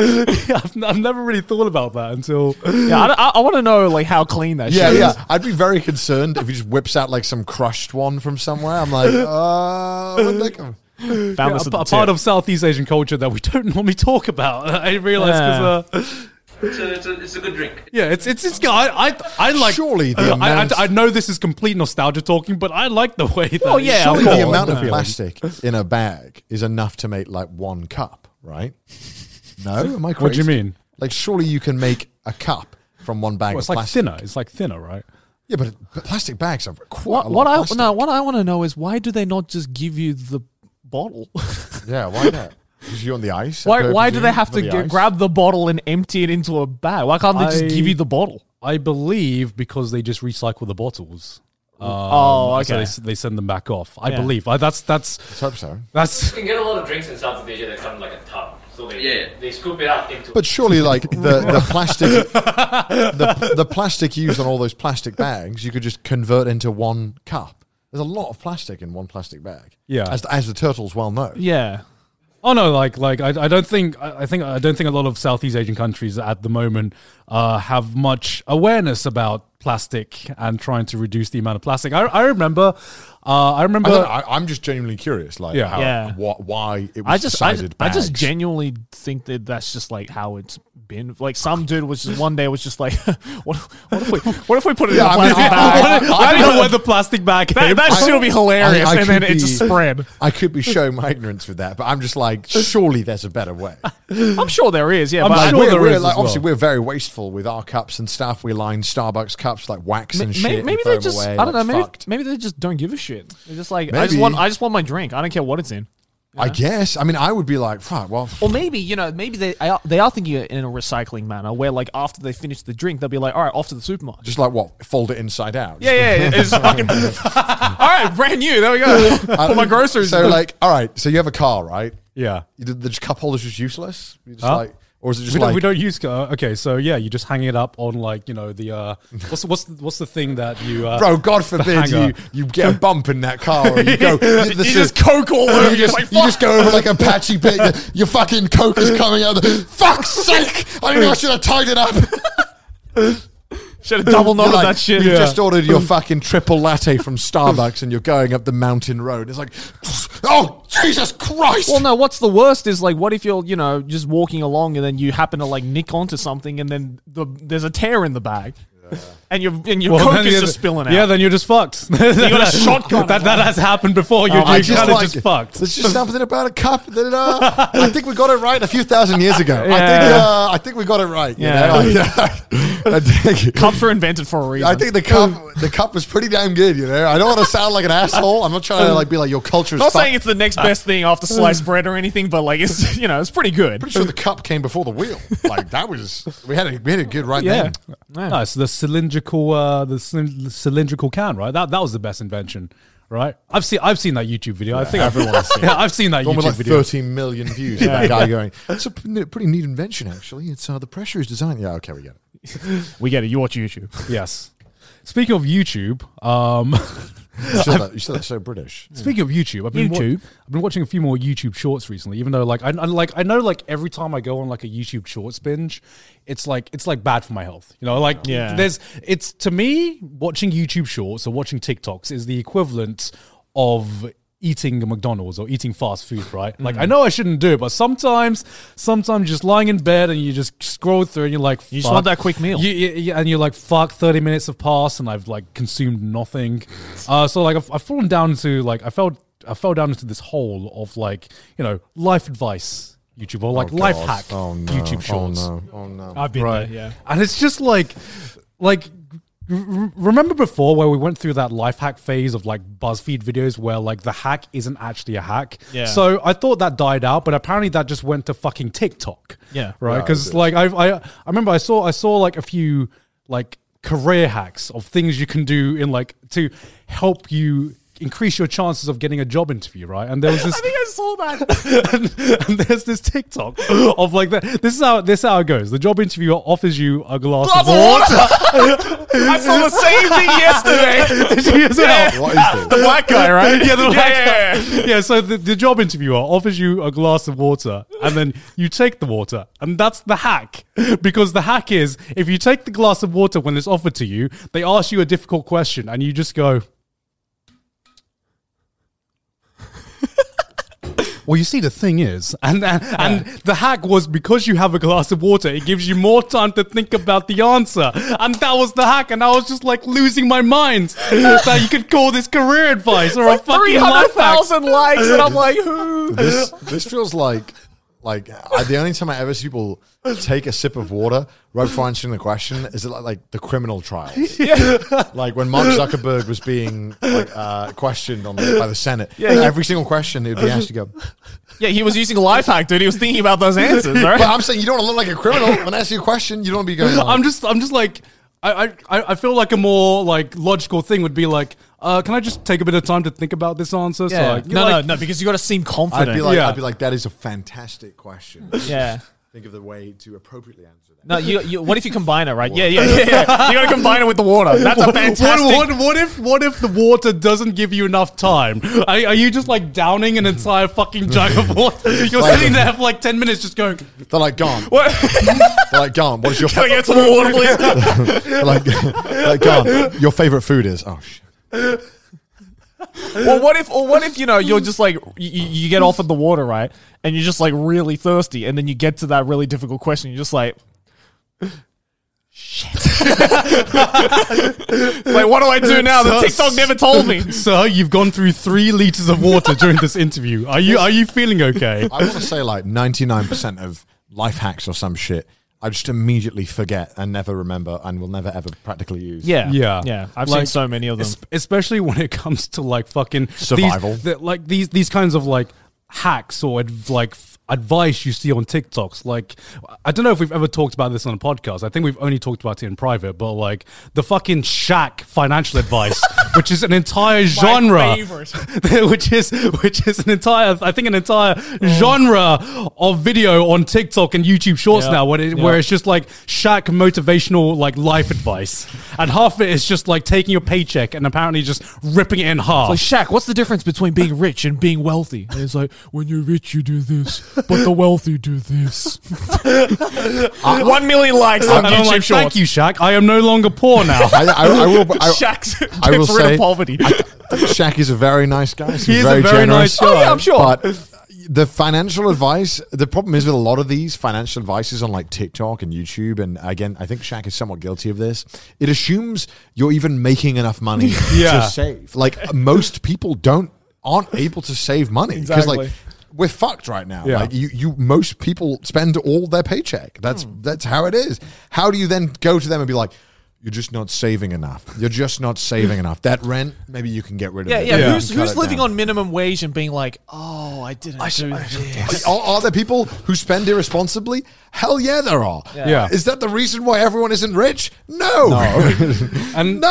A: I've, n- I've never really thought about that until
C: Yeah, I, want to know like how clean that
B: yeah,
C: shit is.
B: yeah. I'd be very concerned if he just whips out like some crushed one from somewhere. I'm like, uh, where'd that come?
C: Found
A: a,
C: this at
A: a
C: the
A: part
C: tip.
A: of Southeast Asian culture that we don't normally talk about. I realized because uh,
G: It's a, it's, a, it's a good drink.
A: yeah, it's it's it's. I I, I like
B: Surely the
A: I,
C: uh,
A: I,
B: amount-
A: I know this is complete nostalgia talking, but I like the way that.
C: Oh, yeah,
B: Surely
C: Cool.
B: the amount of
A: Feeling.
B: plastic in a bag is enough to make like one cup, right? No, am I crazy?
A: What do you mean?
B: Like, surely you can make a cup from one bag
A: Well,
B: of
A: it's like
B: plastic.
A: thinner. It's like thinner, right?
B: Yeah, but, but plastic bags are quite
C: What,
B: a lot
C: what I
B: of plastic.
C: no, what I want to know is why do they not just give you the bottle?
B: Yeah, why not? Because you're on the ice. I
C: why why do they
B: presume,
C: have to
B: on the
C: get,
B: ice.
C: grab the bottle and empty it into a bag? Why can't they just
A: I-
C: give you the bottle?
A: I believe because they just recycle the bottles. Um,
C: Oh,
A: So
C: okay.
A: they, s- they send them back off. I
C: Yeah.
A: believe. I, that's that's
B: Let's hope so.
A: that's.
E: You can get a lot of drinks in Southeast Asia that come in, like a tub. So they,
G: Yeah.
E: they scoop it up into
B: But surely, like the, the plastic, the, the plastic used on all those plastic bags, you could just convert into one cup. There's a lot of plastic in one plastic bag.
A: Yeah.
B: as, as the turtles well know.
C: Yeah.
A: Oh no, like like I, I don't think I I think I don't think a lot of Southeast Asian countries at the moment uh, have much awareness about plastic and trying to reduce the amount of plastic. I, I remember, uh, I
B: I don't know,
A: remember.
B: I, I'm just genuinely curious, like
A: Yeah.
B: how,
C: Yeah.
B: wha- why it was
C: I just I,
B: decided.
C: I just
B: bags.
C: genuinely think that that's just like how it's been. Like some dude was just one day was just like, what, what if we what if we put it
B: Yeah, I
C: in a
B: mean,
C: plastic
B: I- I-
C: bag?
B: I-
A: I don't know where the plastic bag
C: that
A: came.
C: that
B: I-
C: shit will be hilarious,
B: I- I
C: and then
B: could
C: it just
B: be-
C: spread.
B: I could be showing my ignorance with that, but I'm just like, surely there's a better way.
C: I'm sure there is. Yeah,
A: I'm
C: but
B: Like,
A: sure
B: we're,
A: there
B: we're,
A: is
B: like,
A: as
B: obviously,
A: well.
B: we're very wasteful with our cups and stuff. We line Starbucks cups like wax and
C: May-
B: shit.
C: may-
B: and
C: maybe
B: throw
C: they
B: 'em
C: just
B: away,
C: I don't know
B: like,
C: maybe,
B: fucked.
C: maybe they just don't give a shit. They're just like I just
B: Maybe.
C: want I just want my drink. I don't care what it's in.
B: I guess. I mean, I would be like, fuck, well,
C: Or maybe you know maybe they are- they are thinking in a recycling manner where like after they finish the drink they'll be like all right off to the supermarket.
B: just like what? Fold it inside out.
C: Yeah, yeah, it's fucking. All right, brand new. There we go.
B: I-
C: For my groceries.
B: So, like, all right, so you have a car, right?
A: Yeah.
B: You- The, the cup holder's just useless. You're just
A: Huh?
B: like, Or is it just
A: We,
B: like
A: don't, we don't use. Uh, okay, so yeah, you just hang it up on like you know the uh, what's what's the, what's the thing that you uh,
B: Bro, God forbid
A: hanger.
B: you, you get a bump in that car or you go. you
C: just coke all over.
B: You just,
C: You're like,
B: you just go over like a patchy bit. Your, your fucking coke is coming out. The, Fuck's sake! I mean, I should have tied it up.
C: Should have double
B: You're
C: noted
B: like,
C: that shit.
B: You just ordered your fucking triple latte from Starbucks and you're going up the mountain road. It's like, oh Jesus Christ!
C: Well, no. What's the worst is like, what if you're, you know, just walking along and then you happen to like nick onto something and then the, there's a tear in the bag, and your and your coke
A: then
C: is
A: you're-
C: just spilling out.
A: Yeah, then you're just fucked. you
C: got a shotgun
A: That,
C: as
A: that has happened before. You're,
B: I
A: you're kind of
B: like-
A: Oh, just fucked.
B: There's just something about a cup that uh, I think we got it right a few thousand years ago. I think
C: Yeah.
B: uh, I think we got it right. you
C: Yeah.
B: know? I, I think-
C: cups are invented for a reason.
B: I think the cup the cup was pretty damn good, you know. I don't want to sound like an asshole. I'm not trying to like be like your culture's
C: I'm not
B: fucked.
C: saying it's the next best thing after sliced bread or anything, but like it's you know it's pretty good.
B: pretty sure the cup came before the wheel. Like that was we had a we had a good right
A: Yeah.
B: then.
A: No, it's the cylindrical, uh, the cyl- the cylindrical can, right? That that was the best invention, right? I've seen I've seen that YouTube video. I think everyone's seen. Yeah, I've seen that
B: The one
A: YouTube
B: with like
A: video.
B: 13 million views. yeah. That guy going, it's a p- pretty neat invention actually. It's uh, the pressure is designed. Yeah, okay, we get it.
C: We get it. You watch YouTube.
A: Yes. Speaking of YouTube, um,
B: You said, that, you said that so British.
A: Speaking of YouTube, I've been wa-
C: Hmm. YouTube.
A: I've been watching a few more YouTube Shorts recently. Even though, like, I, I like I know like every time I go on like a YouTube Shorts binge, it's like it's like bad for my health. You know, like
C: Yeah.
A: there's it's to me watching YouTube Shorts or watching TikToks is the equivalent of eating a McDonald's or eating fast food, right? Like I
C: Hmm.
A: know I shouldn't do it, but sometimes sometimes you're just lying in bed and you just scroll through and you're like,
C: You just want
A: fuck.
C: that quick meal.
A: You- you- you- and you're like, fuck, 30 minutes have passed and I've like consumed nothing. Uh, so like I've, I've fallen down to like, I fell, I fell down into this hole of like, you know, life advice YouTube or like
B: Oh,
A: life
B: God.
A: hack
B: Oh, no.
A: YouTube shorts.
B: Oh no. Oh no.
A: I've been right. yeah. And it's just like, like, r- r- remember before where we went through that life hack phase of like BuzzFeed videos where like the hack isn't actually a hack.
C: Yeah.
A: So I thought that died out, but apparently that just went to fucking TikTok.
C: Yeah.
A: Right. Because like I, I I remember I saw I saw like a few like career hacks of things you can do in like to help you increase your chances of getting a job interview. Right. And there was this.
C: I saw that.
A: and, and there's this TikTok of like that. This is how this is how it goes. The job interviewer offers you a glass of water.
C: I saw the same thing yesterday.
A: yeah.
B: What is this?
C: The black guy, right?
A: Yeah, the black
C: Yeah.
A: guy. Yeah, so the, the job interviewer offers you a glass of water and then you take the water. And that's the hack. Because the hack is if you take the glass of water when it's offered to you, they ask you a difficult question and you just go. Well, you see, the thing is, and and, and the hack was because you have a glass of water, it gives you more time to think about the answer, and that was the hack. And I was just like losing my mind that you could call this career advice or a fucking life hack.
C: 300,000 likes, and I'm like, who?
B: this this feels like like I, the only time I ever see people take a sip of water right before answering the question is it like, like the criminal trials, like when Mark Zuckerberg was being like, uh, questioned on the, by the Senate. Yeah, every single question it would be asked. You go,
C: Yeah, he was using a life hack, dude. He was thinking about those answers,
B: but
C: right?
B: I'm saying you don't want to look like a criminal when I ask you a question. You don't want to be going. Like,
A: I'm just, I'm just like, I, I- I, I feel like a more like logical thing would be like, uh, can I just take a bit of time to think about this answer? So like,
C: No,
A: you're
C: no,
A: like-
C: no, because you got to seem confident.
B: I'd be like,
A: Yeah.
B: I'd be like, that is a fantastic question.
C: yeah.
B: Think of the way to appropriately answer that.
C: No, you, you. What if you combine it, right? Yeah, yeah, yeah, yeah. You got to combine it with the water. That's a fantastic.
A: What, what, what if what if the water doesn't give you enough time? Are, are you just like downing an entire fucking jug of water? You're
B: Like-
A: sitting there for like ten minutes, just going.
B: They're like gone.
C: What?
B: They're like gone. What is your
C: Can I get some more water, please?
B: They're like, they're like gone? Your favorite food is oh shit.
C: Or what if? Or what if you know you're just like you, you you get offered the water, right? And you're just like really thirsty, and then you get to that really difficult question. You're just like, shit. like, what do I do now? The
A: So-
C: TikTok never told me.
A: Sir, you've gone through three liters of water during this interview. Are you are you feeling okay?
B: I want to say like 99% of life hacks or some shit. I just immediately forget and never remember and will never ever practically use.
C: Yeah,
A: Yeah.
C: yeah. I've seen
A: Like,
C: so many of them.
A: Es- especially when it comes to like fucking these-
B: Survival.
A: the- like these these kinds of like hacks or adv- like f- advice you see on TikToks. Like, I don't know if we've ever talked about this on a podcast. I think we've only talked about it in private, but like the fucking shack financial advice, which is an entire genre,
C: favorite.
A: which is which is an entire, I think, an entire genre of video on TikTok and YouTube Shorts
C: Yeah.
A: now, where it,
C: Yeah.
A: where it's just like shack motivational like life advice, and half of it is just like taking your paycheck and apparently just ripping it in half.
C: Like Shaq, what's the difference between being rich and being wealthy? And it's like when you're rich, you do this, but the wealthy do this. One million likes on
A: And I'm like, thank you, Shaq. I am no longer poor now.
B: I, I, I will. I,
C: Shaq's
B: I will
C: gets rid
B: say-
C: of poverty.
B: Shaq is a very nice guy. He's
A: He is a
B: very,
A: very nice
B: generous.
A: guy. Oh, yeah, I'm
C: sure.
B: But the financial advice, the problem is with a lot of these financial advices on like TikTok and YouTube, and again, I think Shaq is somewhat guilty of this. It assumes you're even making enough money
A: Yeah.
B: to save. Like most people don't aren't able to save money because like.
C: Exactly.
B: We're fucked right now.
A: Yeah.
B: Like you, you, most people spend all their paycheck. That's
C: Hmm.
B: that's how it is. How do you then go to them and be like, "You're just not saving enough. You're just not saving enough. That rent, maybe you can get rid of."
C: yeah,
B: it.
C: yeah.
B: You
C: Who's
B: can cut
C: who's
B: it
C: living
B: down."
C: on minimum wage and being like, oh, I didn't do this.
B: Are, are there people who spend irresponsibly? Hell yeah, there are.
A: Yeah.
B: Is that the reason why everyone isn't rich? No. No.
A: and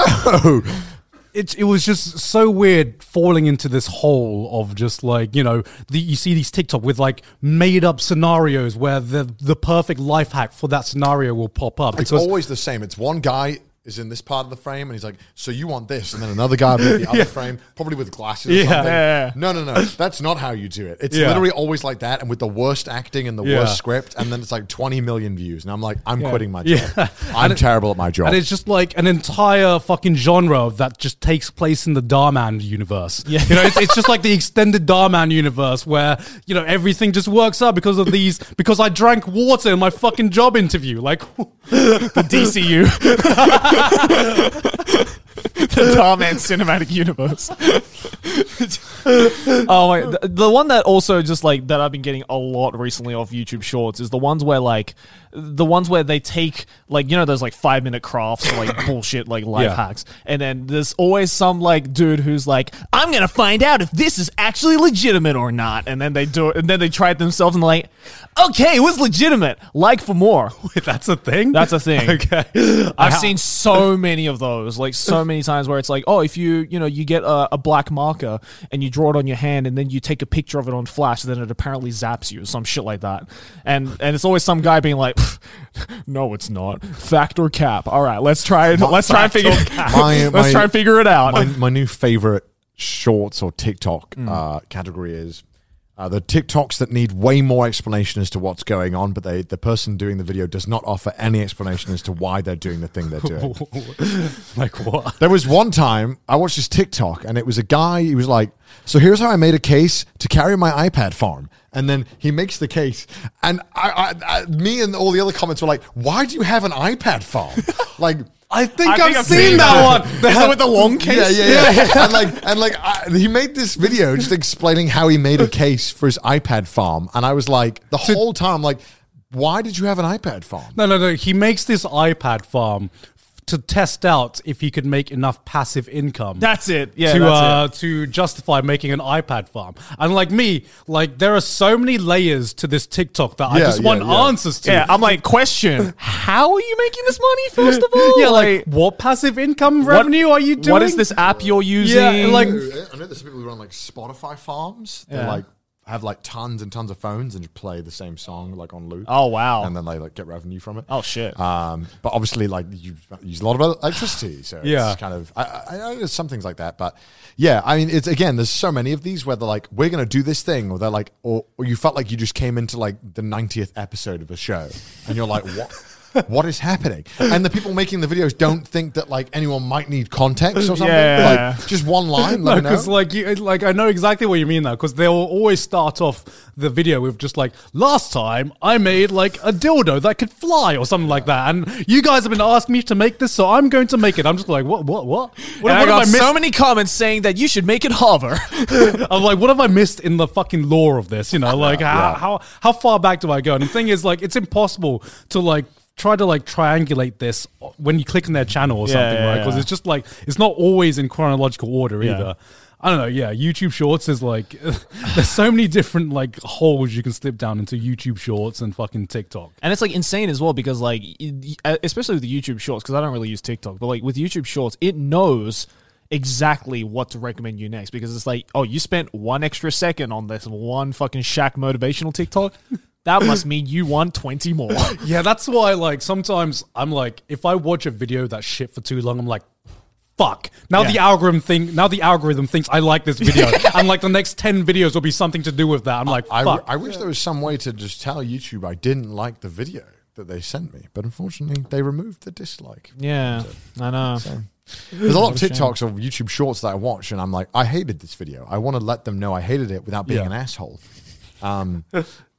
A: it, it was just so weird falling into this hole of just like, you know, the, you see these TikTok with like made up scenarios where the, the perfect life hack for that scenario will pop up.
B: It's
A: because-
B: always the same. It's one guy is in this part of the frame and he's like, so you want this. And then another guy will be at the other frame, probably with glasses
A: Yeah.
B: or something.
A: Yeah.
B: No, no, no. That's not how you do it. It's
A: Yeah.
B: literally always like that and with the worst acting and the
A: Yeah.
B: worst script. And then it's like 20 million views. And I'm like, I'm quitting my job.
A: Yeah.
B: I'm terrible at my job.
A: and it's just like an entire fucking genre that just takes place in the Darman universe. Yeah. You know, it's, it's just like the extended Darman universe where, you know, everything just works out because of these, because I drank water in my fucking job interview. Like,
C: The DCU, the Darman Cinematic Universe. oh my! The, the one that also just like that I've been getting a lot recently off YouTube Shorts is the ones where like the ones where they take like you know those like five minute crafts like bullshit like life
A: Yeah.
C: hacks, and then there's always some like dude who's like, I'm gonna find out if this is actually legitimate or not, and then they do it, and then they try it themselves and they're like, okay, it was legitimate. Like for more.
A: that's a thing?
C: That's a thing.
A: okay.
C: I've seen so many of those, like so many times where it's like, oh, if you you know you get a, a black marker and you draw it on your hand, and then you take a picture of it on flash, then it apparently zaps you, some shit like that, and and it's always some guy being like, "Pff, no, it's not fact or cap. All right, let's try and let's try and figure
B: My-
C: let's
B: my-
C: try and figure it out.
B: my, my new favorite shorts or TikTok
A: Mm.
B: uh, category is uh, the TikToks that need way more explanation as to what's going on, but they the person doing the video does not offer any explanation as to why they're doing the thing they're doing.
A: like, what?
B: There was one time I watched this TikTok and it was a guy, he was like, So here's how I made a case to carry my iPad farm. And then he makes the case. And I, I, I, me and all the other comments were like, Why do you have an iPad farm? like,
A: I think,
C: think
A: I've,
C: I've
A: seen,
C: seen
A: that,
C: that.
A: one.
C: Is it with the long case?
B: Yeah, yeah, yeah. and like, and like, I, he made this video just explaining how he made a case for his iPad farm, and I was like, the whole time, like, why did you have an iPad farm?
A: No, no, no. He makes this iPad farm f- to test out if he could make enough passive income.
C: That's it. Yeah,
A: to
C: that's
A: uh, to justify making an iPad farm. And like me, like there are so many layers to this TikTok that I
B: Yeah,
A: just
B: yeah,
A: want
B: yeah.
A: answers to.
C: it. Yeah, I'm like, question: How are you making this money? First of all,
A: Yeah, like, what passive income revenue are you doing?
C: What is this app you're using?
A: like-
B: I know there's people who run like Spotify farms. They like have like tons and tons of phones and just play the same song like on loop.
C: Oh, wow.
B: And then they like get revenue from it.
C: Oh, shit.
B: Um, but obviously, like you use a lot of electricity, so
A: Yeah.
B: it's kind of I, I, I know there's some things like that. But yeah, I mean, it's again, there's so many of these where they're like, we're gonna do this thing, or they're like, or, or you felt like you just came into like the 90th episode of a show, and you're like, what? What is happening? And the people making the videos don't think that like anyone might need context or something.
C: Yeah.
B: Like just one line.
A: No,
B: Let me know.
A: because like you, like I know exactly what you mean though, because they'll always start off the video with just like last time I made like a dildo that could fly or something like that, and you guys have been asking me to make this, so I'm going to make it. I'm just like, what, what, what? What,
C: And
A: what
C: I got
A: have I missed?
C: so many comments saying that you should make it hover.
A: I'm like, what have I missed in the fucking lore of this? You know, like how, how how far back do I go? And the thing is, like, it's impossible to like try to like triangulate this when you click on their channel or
C: Yeah,
A: something,
C: yeah,
A: right? Because
C: yeah.
A: it's just like it's not always in chronological order
C: Yeah.
A: either. I don't know. Yeah, YouTube Shorts is like there's so many different like holes you can slip down into YouTube Shorts and fucking TikTok.
C: And it's like insane as well because like, y- y- especially with the YouTube Shorts, because I don't really use TikTok, but like with YouTube Shorts, it knows exactly what to recommend you next because it's like, oh, you spent one extra second on this one fucking shack motivational TikTok. That must mean you won twenty more.
A: Yeah, that's why like sometimes I'm like if I watch a video that's shit for too long, I'm like fuck. Now the
C: Yeah.
A: algorithm thing now the algorithm thinks I like this video. and like the next 10 videos will be something to do with that. I'm like
B: I,
A: fuck.
B: I wish there was some way to just tell YouTube I didn't like the video that they sent me, but unfortunately they removed the dislike.
C: yeah, I know.
B: There's a lot of TikToks or YouTube shorts that I watch, and I'm like, I hated this video. I want to let them know I hated it without being
A: Yeah.
B: an asshole. Um,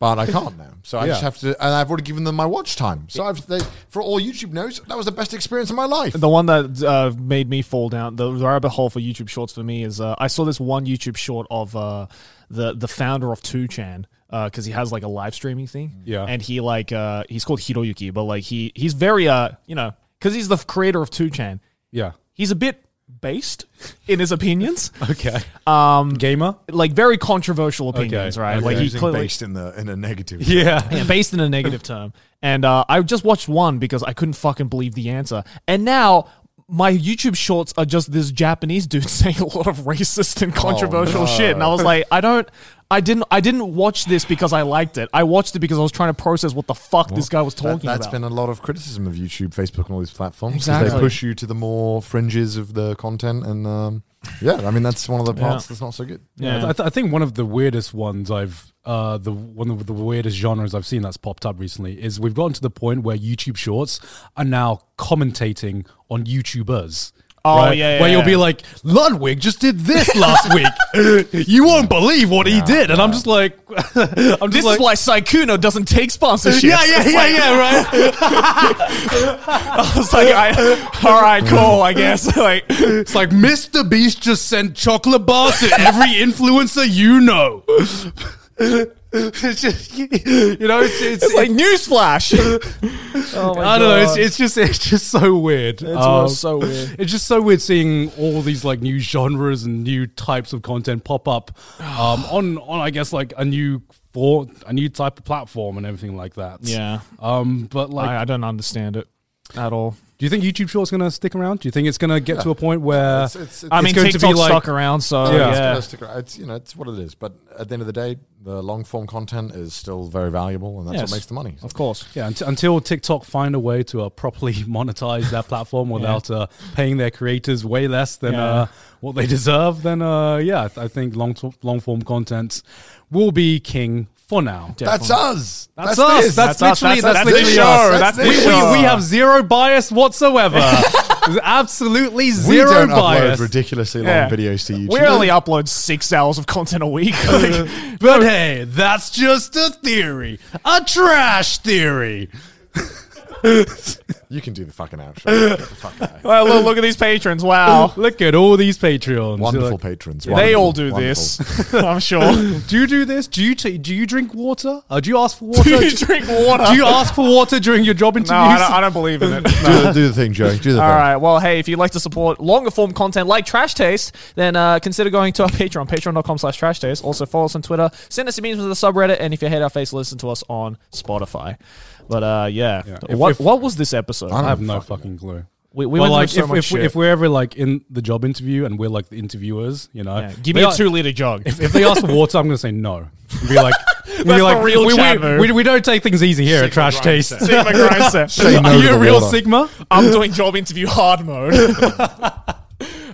B: but I can't now, so I just
A: Yeah.
B: have to. And I've already given them my watch time, so I've they, for all YouTube knows that was the best experience of my life.
C: The one that uh, made me fall down the rabbit hole for YouTube Shorts for me is uh, I saw this one YouTube short of uh, the the founder of 2chan because he has like a live streaming thing.
A: Mm-hmm. Yeah.
C: and he like uh, he's called Hiroyuki, but like he he's very uh you know because he's the creator of 2chan,
A: yeah.
C: he's a bit based in his opinions,
A: Okay. Um gamer?
C: like very controversial opinions,
A: Okay.
C: right?
A: Okay.
C: Like he
B: Using
C: clearly
B: based in the in a negative.
A: Yeah.
C: yeah, based in a negative term. And uh, I just watched one because I couldn't fucking believe the answer. And now my YouTube shorts are just this Japanese dude saying a lot of racist
A: Oh,
C: and controversial shit. And I was like, I don't. I didn't. I didn't watch this because I liked it. I watched it because I was trying to process what the fuck this guy was
B: That,
C: talking
B: has
C: about.
B: been a lot of criticism of YouTube, Facebook, and all these platforms. 'cause
C: Exactly.
B: They push you to the more fringes of the content, and um, yeah, I mean that's one of the parts that's not so good.
A: Yeah. I, th- I think one of the weirdest ones I've uh the one of the weirdest genres I've seen that's popped up recently is we've gotten to the point where YouTube Shorts are now commentating on YouTubers.
C: Oh, yeah, yeah,
A: where you'll
C: yeah.
A: be like Ludwig just did this last week. You won't believe what he did, and I'm just like, I'm
C: this
A: just like,
C: is why Saikuno doesn't take sponsorships.
A: yeah, yeah, yeah, yeah, right.
C: I was like, I, all right, cool, I guess. like,
A: It's like Mr. Beast just sent chocolate bars to every influencer you know. It's just- you know, it's, it's,
C: it's like newsflash.
A: I don't know. It's, it's just it's just so weird. Oh It's
C: so weird.
A: It's just so weird seeing all these like new genres and new types of content pop up um, on on I guess like a new for a new type of platform and everything like that.
C: Yeah,
A: Um. But like,
C: I, I don't understand it at all.
A: do you think YouTube Shorts gonna stick around? Do you think it's gonna get to a point where
B: It's- it's- it's-
C: I
A: it's
C: mean,
A: going to be
C: TikTok's
A: like-
C: stuck around, so
A: Yeah.
C: yeah.
B: It's gonna stick around. It's, you know, it's what it is. But at the end of the day, the long form content is still very valuable, and that's
C: Yes.
B: what makes the money.
C: Of course.
A: Yeah, unt- until TikTok find a way to uh, properly monetize that platform without uh, paying their creators way less than
C: Yeah.
A: uh, what they deserve, then uh, yeah, I, th- I think long long form content will be king for now.
B: That's us.
A: That's, us. That's,
C: That's us.
A: literally
C: That's-
A: that's,
C: that's
A: literally
C: the show.
A: us.
C: That's the
A: we, we-
C: show.
A: we have zero bias whatsoever. There's absolutely
B: We
A: zero
B: don't
A: bias.
B: upload ridiculously long
C: Yeah.
B: videos to YouTube.
C: We only upload six hours of content a week. Like,
A: but hey, that's just a theory, a trash theory.
B: you can do the fucking outro. Get the fuck out of here.
C: well, look, look at these patrons. Wow.
A: Look at all these Patreons.
B: Wonderful
A: Like,
B: patrons.
C: They
B: Wonderful,
C: all do
B: wonderful.
C: this, I'm sure.
A: Do you do this? Do you ta do you drink water? Uh, do you ask for water?
C: you drink water?
A: Do you ask for water during your job interviews?
C: no, I don't, I don't believe in it. No.
B: Do, the- do the thing, Joe. Do the
C: All
B: thing.
C: right. Well, hey, if you'd like to support longer form content like Trash Taste, then uh, consider going to our Patreon, patreon.com slash trash taste. Also, follow us on Twitter, send us your memes with the subreddit, and if you hate our face, listen to us on Spotify. But uh, yeah. What,
A: If- if-
C: what was this episode? Uh,
A: I have no fucking clue.
C: we we
A: but
C: went
A: like,
C: through so
A: if,
C: much
A: if, we-
C: shit.
A: if we're ever like in the job interview and we're like the interviewers, you know,
C: Yeah, give me
A: they
C: a
A: are-
C: two liter jug.
A: If they ask for water, I'm gonna say no. And be like, and be
C: the
A: like,
C: real
A: we,
C: Chad
A: we,
C: move."
A: we, we don't take things easy here at Trash Taste.
C: Sigma Grind set.
B: Say no
A: Are
B: to
A: you
B: the
A: a real
B: water.
A: Sigma?
C: I'm doing job interview hard mode. All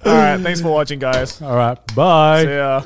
C: right, thanks for watching, guys.
A: All right, bye.
C: See ya.